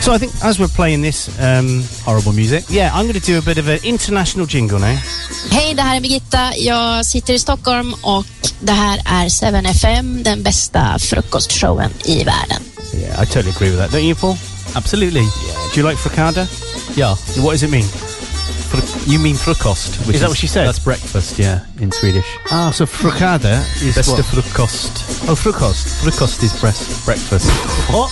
[SPEAKER 2] So I think as we're playing this um, horrible music, yeah, I'm going to do a bit of an international jingle now.
[SPEAKER 17] Hej, det här är Birgitta. Jag sitter i Stockholm och det här är 7FM, den bästa frukostshowen i världen.
[SPEAKER 2] Yeah, I totally agree with that. Don't you, Paul?
[SPEAKER 5] Absolutely.
[SPEAKER 2] Yeah. Do you like fricada?
[SPEAKER 5] Yeah.
[SPEAKER 2] What does it mean?
[SPEAKER 5] you mean frukost?
[SPEAKER 2] Is that what she said?
[SPEAKER 5] That's breakfast, yeah, in Swedish.
[SPEAKER 2] Ah, so fricada is
[SPEAKER 5] Bästa
[SPEAKER 2] what?
[SPEAKER 5] frukost.
[SPEAKER 2] Oh, frukost.
[SPEAKER 5] Frukost is breast breakfast.
[SPEAKER 2] What?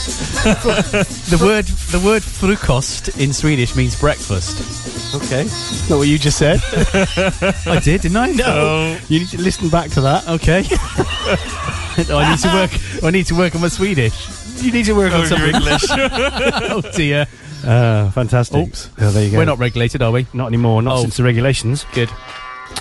[SPEAKER 5] the word the word frukost in Swedish means breakfast.
[SPEAKER 2] Okay. Not what you just said.
[SPEAKER 5] (laughs) I did, didn't I?
[SPEAKER 2] No. You need to listen back to that.
[SPEAKER 5] Okay. (laughs) I need to work. I need to work on my Swedish. You need to work
[SPEAKER 2] Oh,
[SPEAKER 5] on something.
[SPEAKER 2] your English.
[SPEAKER 5] (laughs) oh dear.
[SPEAKER 2] Uh, fantastic. Oops. Oh, there you go.
[SPEAKER 5] We're not regulated, are we?
[SPEAKER 2] Not anymore. Not
[SPEAKER 5] Oh.
[SPEAKER 2] since the regulations.
[SPEAKER 5] Good.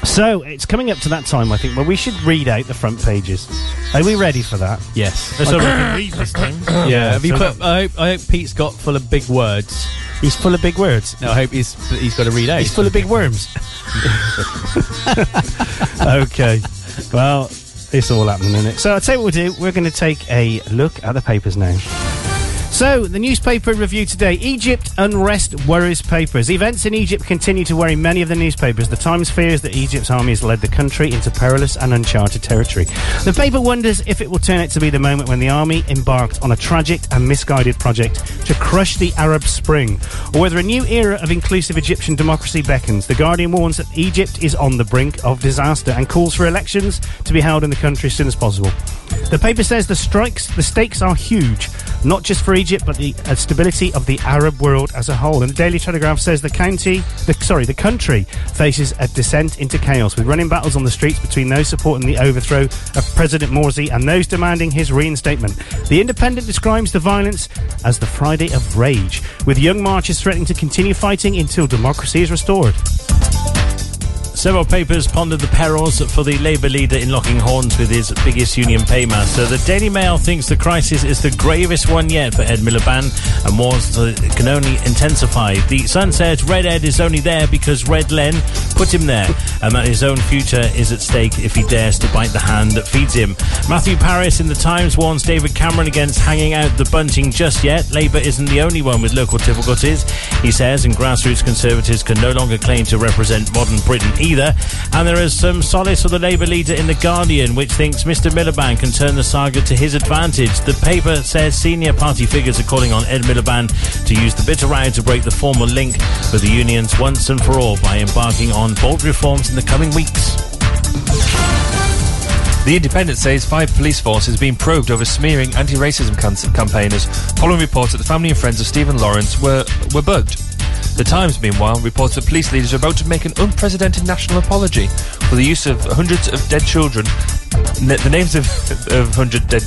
[SPEAKER 2] So it's coming up to that time, I think, where we should read out the front pages. Are we ready for that?
[SPEAKER 5] Yes.
[SPEAKER 2] Let's hope we
[SPEAKER 4] can
[SPEAKER 2] (coughs)
[SPEAKER 4] read this time.
[SPEAKER 5] Yeah. Have you
[SPEAKER 2] Oh, So-
[SPEAKER 5] put? I hope, I hope Pete's got full of big words.
[SPEAKER 2] He's full of big words.
[SPEAKER 5] No, I hope he's he's got to read out.
[SPEAKER 2] He's full of big
[SPEAKER 5] (laughs)
[SPEAKER 2] worms. okay. Well, it's all happening, isn't it? So I'll tell you what we'll do. We're going to take a look at the papers now. So, the newspaper review today. Egypt unrest worries papers. Events in Egypt continue to worry many of the newspapers. The Times fears that Egypt's army has led the country into perilous and uncharted territory. The paper wonders if it will turn out to be the moment when the army embarked on a tragic and misguided project to crush the Arab Spring, or whether a new era of inclusive Egyptian democracy beckons. The Guardian warns that Egypt is on the brink of disaster and calls for elections to be held in the country as soon as possible. The paper says the strikes, the stakes are huge, not just for Egypt but the uh, stability of the Arab world as a whole. And the Daily Telegraph says the county, the, sorry, the country faces a descent into chaos with running battles on the streets between those supporting the overthrow of President Morsi and those demanding his reinstatement. The Independent describes the violence as the Friday of Rage, with young marchers threatening to continue fighting until democracy is restored.
[SPEAKER 4] Several papers pondered the perils for the Labour leader in locking horns with his biggest union paymaster. The Daily Mail thinks the crisis is the gravest one yet for Ed Miliband and warns that it can only intensify. The Sun says Red Ed is only there because Red Len put him there and that his own future is at stake if he dares to bite the hand that feeds him. Matthew Paris in The Times warns David Cameron against hanging out the bunting just yet. Labour isn't the only one with local difficulties, he says, and grassroots Conservatives can no longer claim to represent modern Britain either. And there is some solace for the Labour leader in The Guardian, which thinks Mr Miliband can turn the saga to his advantage. The paper says senior party figures are calling on Ed Miliband to use the bitter row to break the formal link with the unions once and for all by embarking on bold reforms in the coming weeks.
[SPEAKER 3] The Independent says five police force is being probed over smearing anti-racism can- campaigners following reports that the family and friends of Stephen Lawrence were were bugged. The Times, meanwhile, reports that police leaders are about to make an unprecedented national apology for the use of hundreds of dead children. N- the names of, (laughs) of hundred dead,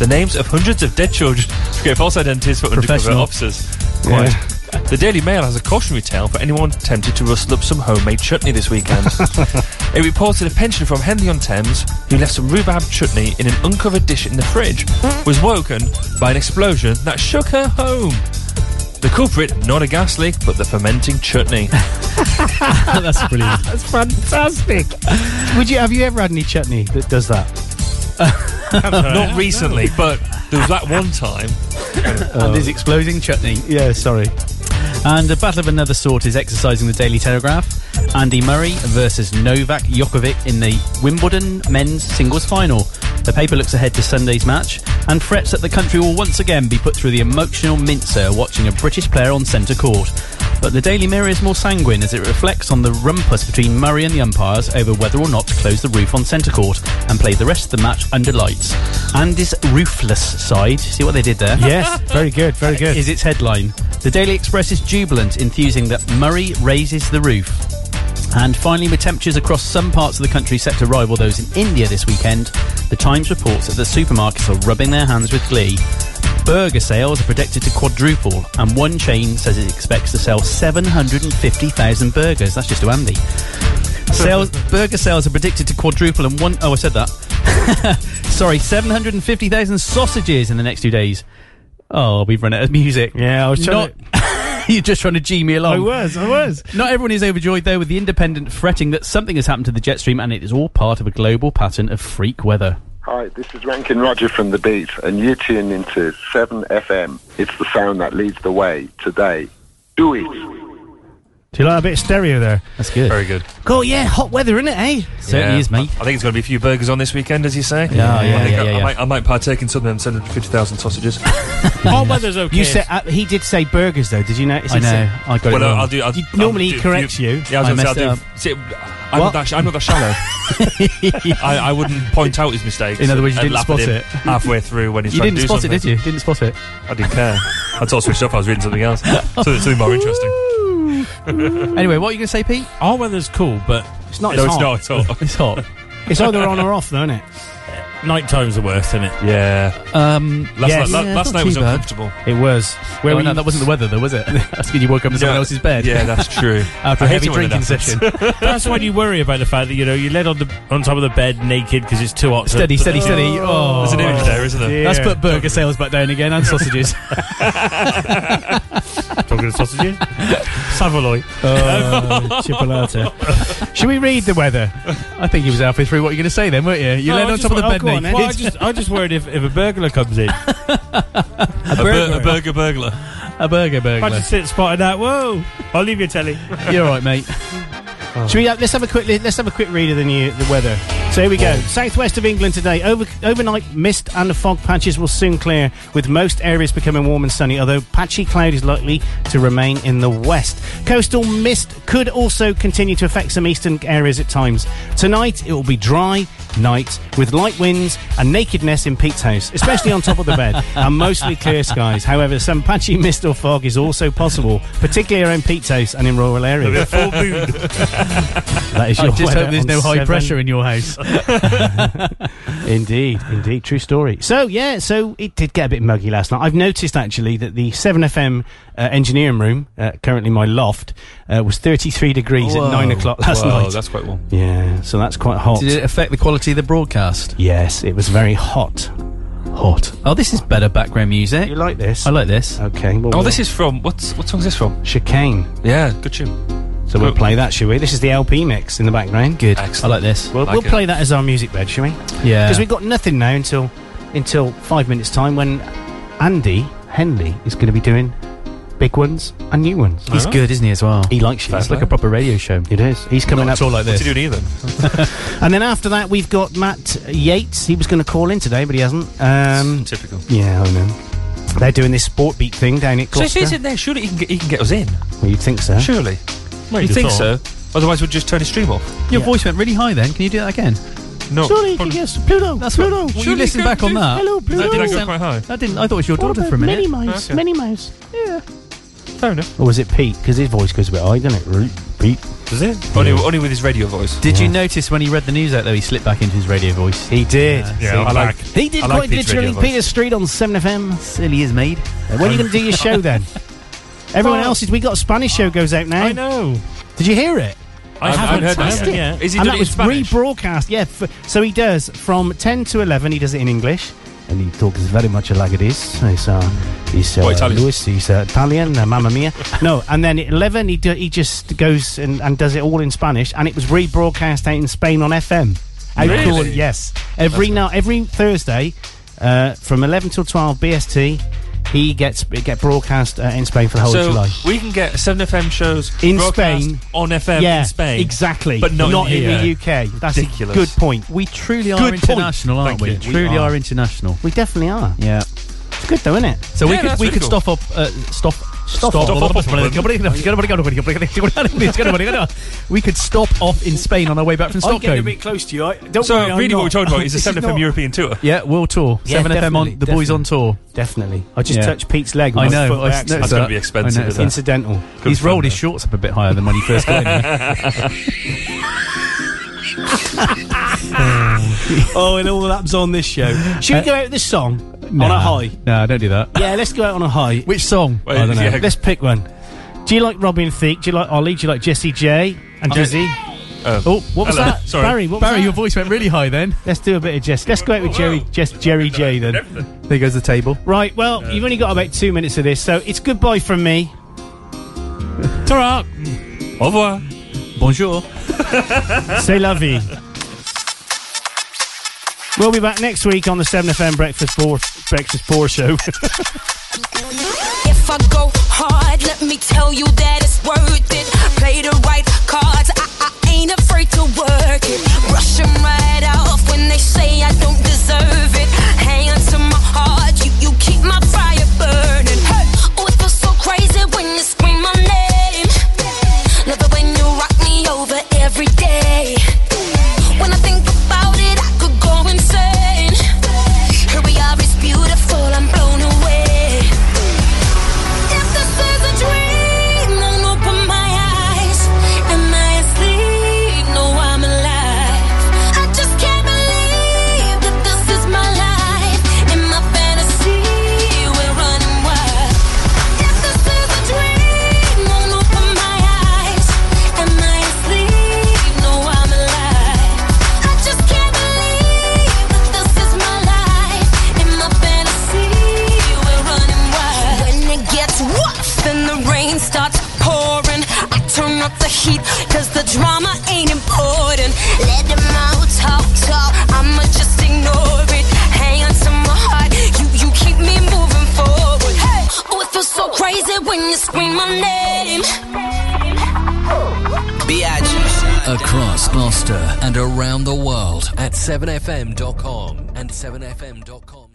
[SPEAKER 3] the names of hundreds of dead children (laughs) to create false identities for undercover
[SPEAKER 5] Professional.
[SPEAKER 3] officers. Quite. (laughs) The Daily Mail has a cautionary tale for anyone tempted to rustle up some homemade chutney this weekend. it reported a pensioner from Henley on Thames who left some rhubarb chutney in an uncovered dish in the fridge was woken by an explosion that shook her home. The culprit, not a gas leak, but the fermenting chutney. (laughs)
[SPEAKER 5] That's brilliant.
[SPEAKER 2] That's fantastic. Would you have you ever had any chutney that does (laughs) that?
[SPEAKER 3] not recently, but there was that one time.
[SPEAKER 5] (coughs) And his exploding chutney.
[SPEAKER 2] Yeah, sorry.
[SPEAKER 5] And the battle of another sort is exercising the Daily Telegraph. Andy Murray versus Novak Djokovic in the Wimbledon men's singles final. The paper looks ahead to Sunday's match and frets that the country will once again be put through the emotional mincer watching a British player on centre court. But the Daily Mirror is more sanguine as it reflects on the rumpus between Murray and the umpires over whether or not to close the roof on centre court and play the rest of the match under lights. Andy's roofless side, see what they did there?
[SPEAKER 2] Yes, very good, very good.
[SPEAKER 5] Is its headline. The Daily Express is jubilant, enthusing that Murray raises the roof. And finally, with temperatures across some parts of the country set to rival those in India this weekend, the Times reports that the supermarkets are rubbing their hands with glee. Burger sales are predicted to quadruple, and one chain says it expects to sell 750,000 burgers. That's just to Andy. Sales burger sales are predicted to quadruple, and one oh I said that. (laughs) Sorry, 750,000 sausages in the next two days. Oh, we've run out of music. Yeah, I was
[SPEAKER 4] trying
[SPEAKER 5] (laughs) You're just trying to G me along.
[SPEAKER 4] I was, I was.
[SPEAKER 5] Not everyone is overjoyed, though, with the Independent fretting that something has happened to the jet stream, and it is all part of a global pattern of freak weather.
[SPEAKER 19] Hi, this is Rankin Roger from The Beat, and you're tuning into 7FM. It's the sound that leads the way today. Do it.
[SPEAKER 2] Do you like a bit of stereo there?
[SPEAKER 5] That's good.
[SPEAKER 3] Very
[SPEAKER 4] (laughs)
[SPEAKER 3] good.
[SPEAKER 2] Cool, yeah, hot weather, isn't it, eh?
[SPEAKER 3] Yeah. I think it's going to be a few burgers on this weekend, as you say.
[SPEAKER 2] Yeah, yeah,
[SPEAKER 3] I, think
[SPEAKER 2] yeah,
[SPEAKER 3] I,
[SPEAKER 2] yeah,
[SPEAKER 3] I
[SPEAKER 2] yeah.
[SPEAKER 3] might, I might partake in some of them 750,000 sausages.
[SPEAKER 2] Hot
[SPEAKER 4] weather's okay.
[SPEAKER 2] You said uh, he did say burgers though. Did you notice?
[SPEAKER 3] I
[SPEAKER 2] he said-
[SPEAKER 3] know, I got it Well, uh, I'll- wrong. I'll do- I'll-
[SPEAKER 2] He
[SPEAKER 3] I'll
[SPEAKER 2] normally
[SPEAKER 3] do-
[SPEAKER 2] he corrects
[SPEAKER 3] you-
[SPEAKER 2] you.
[SPEAKER 3] Yeah, I was gonna say, I'll do- see, I'm
[SPEAKER 2] What?
[SPEAKER 3] not, that sh- I'm not that shallow.
[SPEAKER 5] (laughs)
[SPEAKER 3] I, I wouldn't point out his mistakes.
[SPEAKER 5] In other words, you
[SPEAKER 3] and
[SPEAKER 5] didn't
[SPEAKER 3] laugh at
[SPEAKER 5] spot
[SPEAKER 3] him
[SPEAKER 5] it.
[SPEAKER 3] halfway through when he's
[SPEAKER 5] you
[SPEAKER 3] trying
[SPEAKER 5] didn't
[SPEAKER 3] to do
[SPEAKER 5] spot
[SPEAKER 3] something.
[SPEAKER 5] it, did you? Didn't spot it.
[SPEAKER 3] I didn't care. I sort of switched up. I was reading something
[SPEAKER 5] (laughs)
[SPEAKER 3] else, something, something more interesting.
[SPEAKER 5] (laughs) anyway, what are you going to say, Pete?
[SPEAKER 4] Our weather's cool, but
[SPEAKER 2] it's not.
[SPEAKER 3] No,
[SPEAKER 2] it's
[SPEAKER 3] it's
[SPEAKER 2] hot.
[SPEAKER 3] not at
[SPEAKER 4] (laughs)
[SPEAKER 3] all.
[SPEAKER 5] It's hot.
[SPEAKER 2] It's either on or off, though, isn't it?
[SPEAKER 4] Night time's the worst, isn't it?
[SPEAKER 3] Yeah.
[SPEAKER 5] Um,
[SPEAKER 4] Last night- la- last night was uncomfortable.
[SPEAKER 2] It was.
[SPEAKER 5] Where
[SPEAKER 4] Where
[SPEAKER 5] well,
[SPEAKER 4] were
[SPEAKER 5] Oh, no,
[SPEAKER 4] you-
[SPEAKER 5] that wasn't the weather, though, was it? (laughs) That's good. You woke up in someone else's bed.
[SPEAKER 4] Yeah,
[SPEAKER 3] that's true.
[SPEAKER 5] (laughs) After a heavy drinking session.
[SPEAKER 4] (laughs) That's when you worry about the fact that you know you led on the on top of the bed naked because it's too hot. to-
[SPEAKER 5] Steady,
[SPEAKER 4] to-
[SPEAKER 5] steady, steady. Oh,
[SPEAKER 4] there's an image there, isn't there?
[SPEAKER 5] Let's put burger sales back down again
[SPEAKER 4] (laughs)
[SPEAKER 5] and sausages.
[SPEAKER 4] Talking of sausages, Savoy.
[SPEAKER 5] (laughs)
[SPEAKER 2] Oh, chipolata. Should we read the weather?
[SPEAKER 5] I think he was halfway through what you're going to say then, weren't you? You
[SPEAKER 4] No,
[SPEAKER 5] laid
[SPEAKER 4] I
[SPEAKER 5] on
[SPEAKER 4] just
[SPEAKER 5] top of the
[SPEAKER 4] wa- oh,
[SPEAKER 5] bed
[SPEAKER 4] go on, then.
[SPEAKER 5] naked.
[SPEAKER 4] Well, I just I just
[SPEAKER 5] (laughs)
[SPEAKER 4] worried if, if a burglar comes in.
[SPEAKER 5] A
[SPEAKER 3] bur- burglar. a burger burglar.
[SPEAKER 5] A burger burglar.
[SPEAKER 4] I just sit spotted out. Whoa! I'll leave your telly.
[SPEAKER 2] (laughs)
[SPEAKER 5] You're all right, mate.
[SPEAKER 2] Should we, uh, let's have a quick let's have a quick read of the new the weather. So here we go. Southwest of England today. Over, overnight mist and the fog patches will soon clear, with most areas becoming warm and sunny. Although patchy cloud is likely to remain in the west. Coastal mist could also continue to affect some eastern areas at times. Tonight it will be dry night with light winds and nakedness in Pete's house, especially on top of the bed, and mostly clear skies. However, some (laughs) patchy mist or fog is also possible, particularly around Pete's house and in rural areas.
[SPEAKER 4] There'll be a full moon.
[SPEAKER 2] (laughs)
[SPEAKER 4] (laughs)
[SPEAKER 2] That is
[SPEAKER 5] I
[SPEAKER 2] your
[SPEAKER 5] just
[SPEAKER 2] weather
[SPEAKER 5] hope there's
[SPEAKER 2] on
[SPEAKER 5] no high
[SPEAKER 2] seven.
[SPEAKER 5] pressure in your house.
[SPEAKER 2] (laughs) Indeed, indeed, true story. So yeah, so it did get a bit muggy last night. I've noticed actually that the Seven FM uh, engineering room, uh, currently my loft, uh, was 33 degrees at nine o'clock last
[SPEAKER 3] Whoa,
[SPEAKER 2] night.
[SPEAKER 3] That's quite warm.
[SPEAKER 2] yeah, so that's quite hot.
[SPEAKER 5] Did it affect the quality of the broadcast?
[SPEAKER 2] Yes, it was very hot. Hot.
[SPEAKER 5] Oh, this is better background music. You
[SPEAKER 2] like this?
[SPEAKER 5] I like this.
[SPEAKER 2] Okay. Well,
[SPEAKER 3] Oh,
[SPEAKER 2] we'll-
[SPEAKER 3] this is from what's what song's this from?
[SPEAKER 2] chicane.
[SPEAKER 3] Yeah, good tune.
[SPEAKER 2] So we'll play that, shall we? This is the LP mix in the background.
[SPEAKER 5] Good.
[SPEAKER 3] Excellent.
[SPEAKER 5] I like this.
[SPEAKER 2] We'll,
[SPEAKER 5] Like
[SPEAKER 2] we'll
[SPEAKER 5] it.
[SPEAKER 2] play that as our music bed, shall we?
[SPEAKER 5] Yeah.
[SPEAKER 2] Because we've got nothing now until until five minutes time when Andy Henley is going to be doing big ones and new ones.
[SPEAKER 5] He's
[SPEAKER 3] Oh.
[SPEAKER 5] good, isn't he, as well?
[SPEAKER 2] He likes you.
[SPEAKER 5] It's like a proper radio show.
[SPEAKER 2] It is. He's coming
[SPEAKER 5] Not
[SPEAKER 2] up
[SPEAKER 5] at all like
[SPEAKER 2] What's
[SPEAKER 5] this.
[SPEAKER 2] he doing
[SPEAKER 3] either?
[SPEAKER 2] and then after that, we've got Matt Yates. He was going to call in today, but he hasn't. Um,
[SPEAKER 3] Typical.
[SPEAKER 2] yeah, I know. They're doing this sport beat thing down at
[SPEAKER 3] So if
[SPEAKER 2] Gloucester.
[SPEAKER 3] he's in there, surely he can get, he can get us in.
[SPEAKER 2] well, you'd think so.
[SPEAKER 3] Surely.
[SPEAKER 2] Well,
[SPEAKER 3] you
[SPEAKER 2] you'd
[SPEAKER 3] think
[SPEAKER 2] have
[SPEAKER 3] so? Otherwise, we'd just turn his stream off.
[SPEAKER 5] Your voice went really high then. Can you do that again?
[SPEAKER 3] No.
[SPEAKER 2] Surely you can get us to Pluto. That's Pluto.
[SPEAKER 5] Will you listen back on that?
[SPEAKER 2] Hello,
[SPEAKER 5] Did that-
[SPEAKER 2] Pluto.
[SPEAKER 5] did that go quite high? That didn't- I thought it was your daughter for a minute.
[SPEAKER 2] Many mice.
[SPEAKER 5] Okay.
[SPEAKER 2] Many mice. Yeah.
[SPEAKER 3] Fair enough.
[SPEAKER 2] Or was it Pete? Because his voice goes a bit high, doesn't it? Root, Pete.
[SPEAKER 3] Does it? Only, only with his radio voice.
[SPEAKER 5] Did you notice when he read the news out though, he slipped back into his radio voice?
[SPEAKER 2] He did.
[SPEAKER 3] Yeah, I like-
[SPEAKER 2] He did
[SPEAKER 3] I like
[SPEAKER 2] quite
[SPEAKER 3] Pete's
[SPEAKER 2] literally
[SPEAKER 3] radio voice.
[SPEAKER 2] Peter Street on 7FM.
[SPEAKER 5] Silly is made.
[SPEAKER 2] When are you going to do your show then? Everyone else's. We got a Spanish show goes out now. I
[SPEAKER 4] know.
[SPEAKER 2] Did you hear it?
[SPEAKER 4] I haven't heard that
[SPEAKER 2] Fantastic.
[SPEAKER 4] one yet. Is he
[SPEAKER 2] and
[SPEAKER 4] doing
[SPEAKER 2] that
[SPEAKER 4] it
[SPEAKER 2] was
[SPEAKER 4] in Spanish?
[SPEAKER 2] rebroadcast. Yeah. F- so he does from 10 to 11. He does it in English. And he talks very much like it is. He's, uh, he's uh,
[SPEAKER 3] What, Italian?
[SPEAKER 2] Luis, he's uh, Italian, uh,
[SPEAKER 3] (laughs)
[SPEAKER 2] mamma mia. no, and then at 11, he, do, he just goes and, and does it all in Spanish. And it was rebroadcast out in Spain on FM. How
[SPEAKER 5] Really?
[SPEAKER 2] cool- Yes. Every now, every Thursday uh, from 11 till 12 BST, he gets it get broadcast uh, in Spain for the whole of
[SPEAKER 3] So
[SPEAKER 2] July.
[SPEAKER 3] we can get seven FM shows
[SPEAKER 2] In
[SPEAKER 3] broadcast
[SPEAKER 2] Spain.
[SPEAKER 3] on FM
[SPEAKER 2] yeah,
[SPEAKER 3] in Spain,
[SPEAKER 2] exactly.
[SPEAKER 3] but not,
[SPEAKER 2] in,
[SPEAKER 3] here.
[SPEAKER 2] the UK. That's
[SPEAKER 3] Ridiculous.
[SPEAKER 2] a good point.
[SPEAKER 5] We truly are
[SPEAKER 2] Good point.
[SPEAKER 5] international,
[SPEAKER 2] Thank
[SPEAKER 5] aren't we?
[SPEAKER 2] you. We
[SPEAKER 5] Truly
[SPEAKER 2] are.
[SPEAKER 5] are. international.
[SPEAKER 2] We definitely are.
[SPEAKER 5] Yeah.
[SPEAKER 2] It's good though, isn't it?
[SPEAKER 5] So we could we could stop up uh, stop
[SPEAKER 4] Stop, off. We could stop off in Spain on our way back from
[SPEAKER 2] I'm getting a
[SPEAKER 4] Stockholm.
[SPEAKER 2] bit close to you. I, don't
[SPEAKER 4] So,
[SPEAKER 2] worry, I'm
[SPEAKER 4] really what
[SPEAKER 2] not.
[SPEAKER 4] we're talking
[SPEAKER 2] (laughs)
[SPEAKER 4] about is the
[SPEAKER 2] This
[SPEAKER 4] 7FM
[SPEAKER 2] not-
[SPEAKER 4] European tour. Yeah, world tour.
[SPEAKER 2] Yeah,
[SPEAKER 4] 7FM on-
[SPEAKER 2] definitely,
[SPEAKER 4] the boys on
[SPEAKER 2] definitely.
[SPEAKER 4] tour.
[SPEAKER 2] Definitely. I just
[SPEAKER 4] Yeah.
[SPEAKER 2] touched Pete's leg.
[SPEAKER 4] I
[SPEAKER 2] with my
[SPEAKER 4] know.
[SPEAKER 2] foot by
[SPEAKER 4] I
[SPEAKER 2] accident.
[SPEAKER 4] noticed that. I noticed that.
[SPEAKER 2] Incidental.
[SPEAKER 4] He's rolled his shorts up a bit higher than when he first (laughs) got in.
[SPEAKER 2] oh, it all happens on this show. Should we go out with this song on
[SPEAKER 4] Uh, Nah.
[SPEAKER 2] a high?
[SPEAKER 4] No, don't do that.
[SPEAKER 2] Yeah, let's go out on a high.
[SPEAKER 4] Which song?
[SPEAKER 2] I don't know.
[SPEAKER 4] yeah.
[SPEAKER 2] Let's pick one. Do you like Robin Thicke? Do you like Ollie? Do you like Jesse J and Dizzy? oh, what was
[SPEAKER 4] hello.
[SPEAKER 2] that?
[SPEAKER 4] Sorry.
[SPEAKER 2] Barry, what was
[SPEAKER 4] Barry,
[SPEAKER 2] that?
[SPEAKER 4] your voice went really high then.
[SPEAKER 2] Let's do a bit of Jess. Let's go out with Jerry, Jess, Jerry J then.
[SPEAKER 4] There goes the table.
[SPEAKER 2] Right, well, you've only got about two minutes of this, so it's goodbye from me. ta
[SPEAKER 30] Au revoir.
[SPEAKER 2] (laughs)
[SPEAKER 4] Bonjour.
[SPEAKER 2] C'est la vie. We'll be back next week on the 7FM Breakfast 4, Breakfast
[SPEAKER 4] (laughs)
[SPEAKER 2] 4 show.
[SPEAKER 19] If I go hard, let me tell you that it's worth it. Play the right cards, I, I ain't afraid to work it. Brush 'em right off when they say I don't deserve it. Hang on to my heart, you, you keep my fire burning. Hey. Oh, it feels so crazy when you scream my name. Love it when you rock me over every day. When I think about it, I could go insane. Here we are, it's beautiful, I'm blown away. If this is a dream, then open my eyes. Am I asleep? No, I'm alive. I just can't believe that this is my life. In my fantasy, we're running wild. If this is a dream, then open my eyes. Am I asleep? No, I'm alive. I just can't believe that this is my life. In my fantasy, we're running wild. When it gets rough and the rain starts pouring, I turn up the heat because the drama ain't important. Let them out, talk, talk. I'ma just ignore it. Hang on to my heart. You, you keep me moving forward. Hey, oh, it feels so crazy when you scream my name.
[SPEAKER 1] Across Gloucester and around the world at 7fm.com and 7fm.com.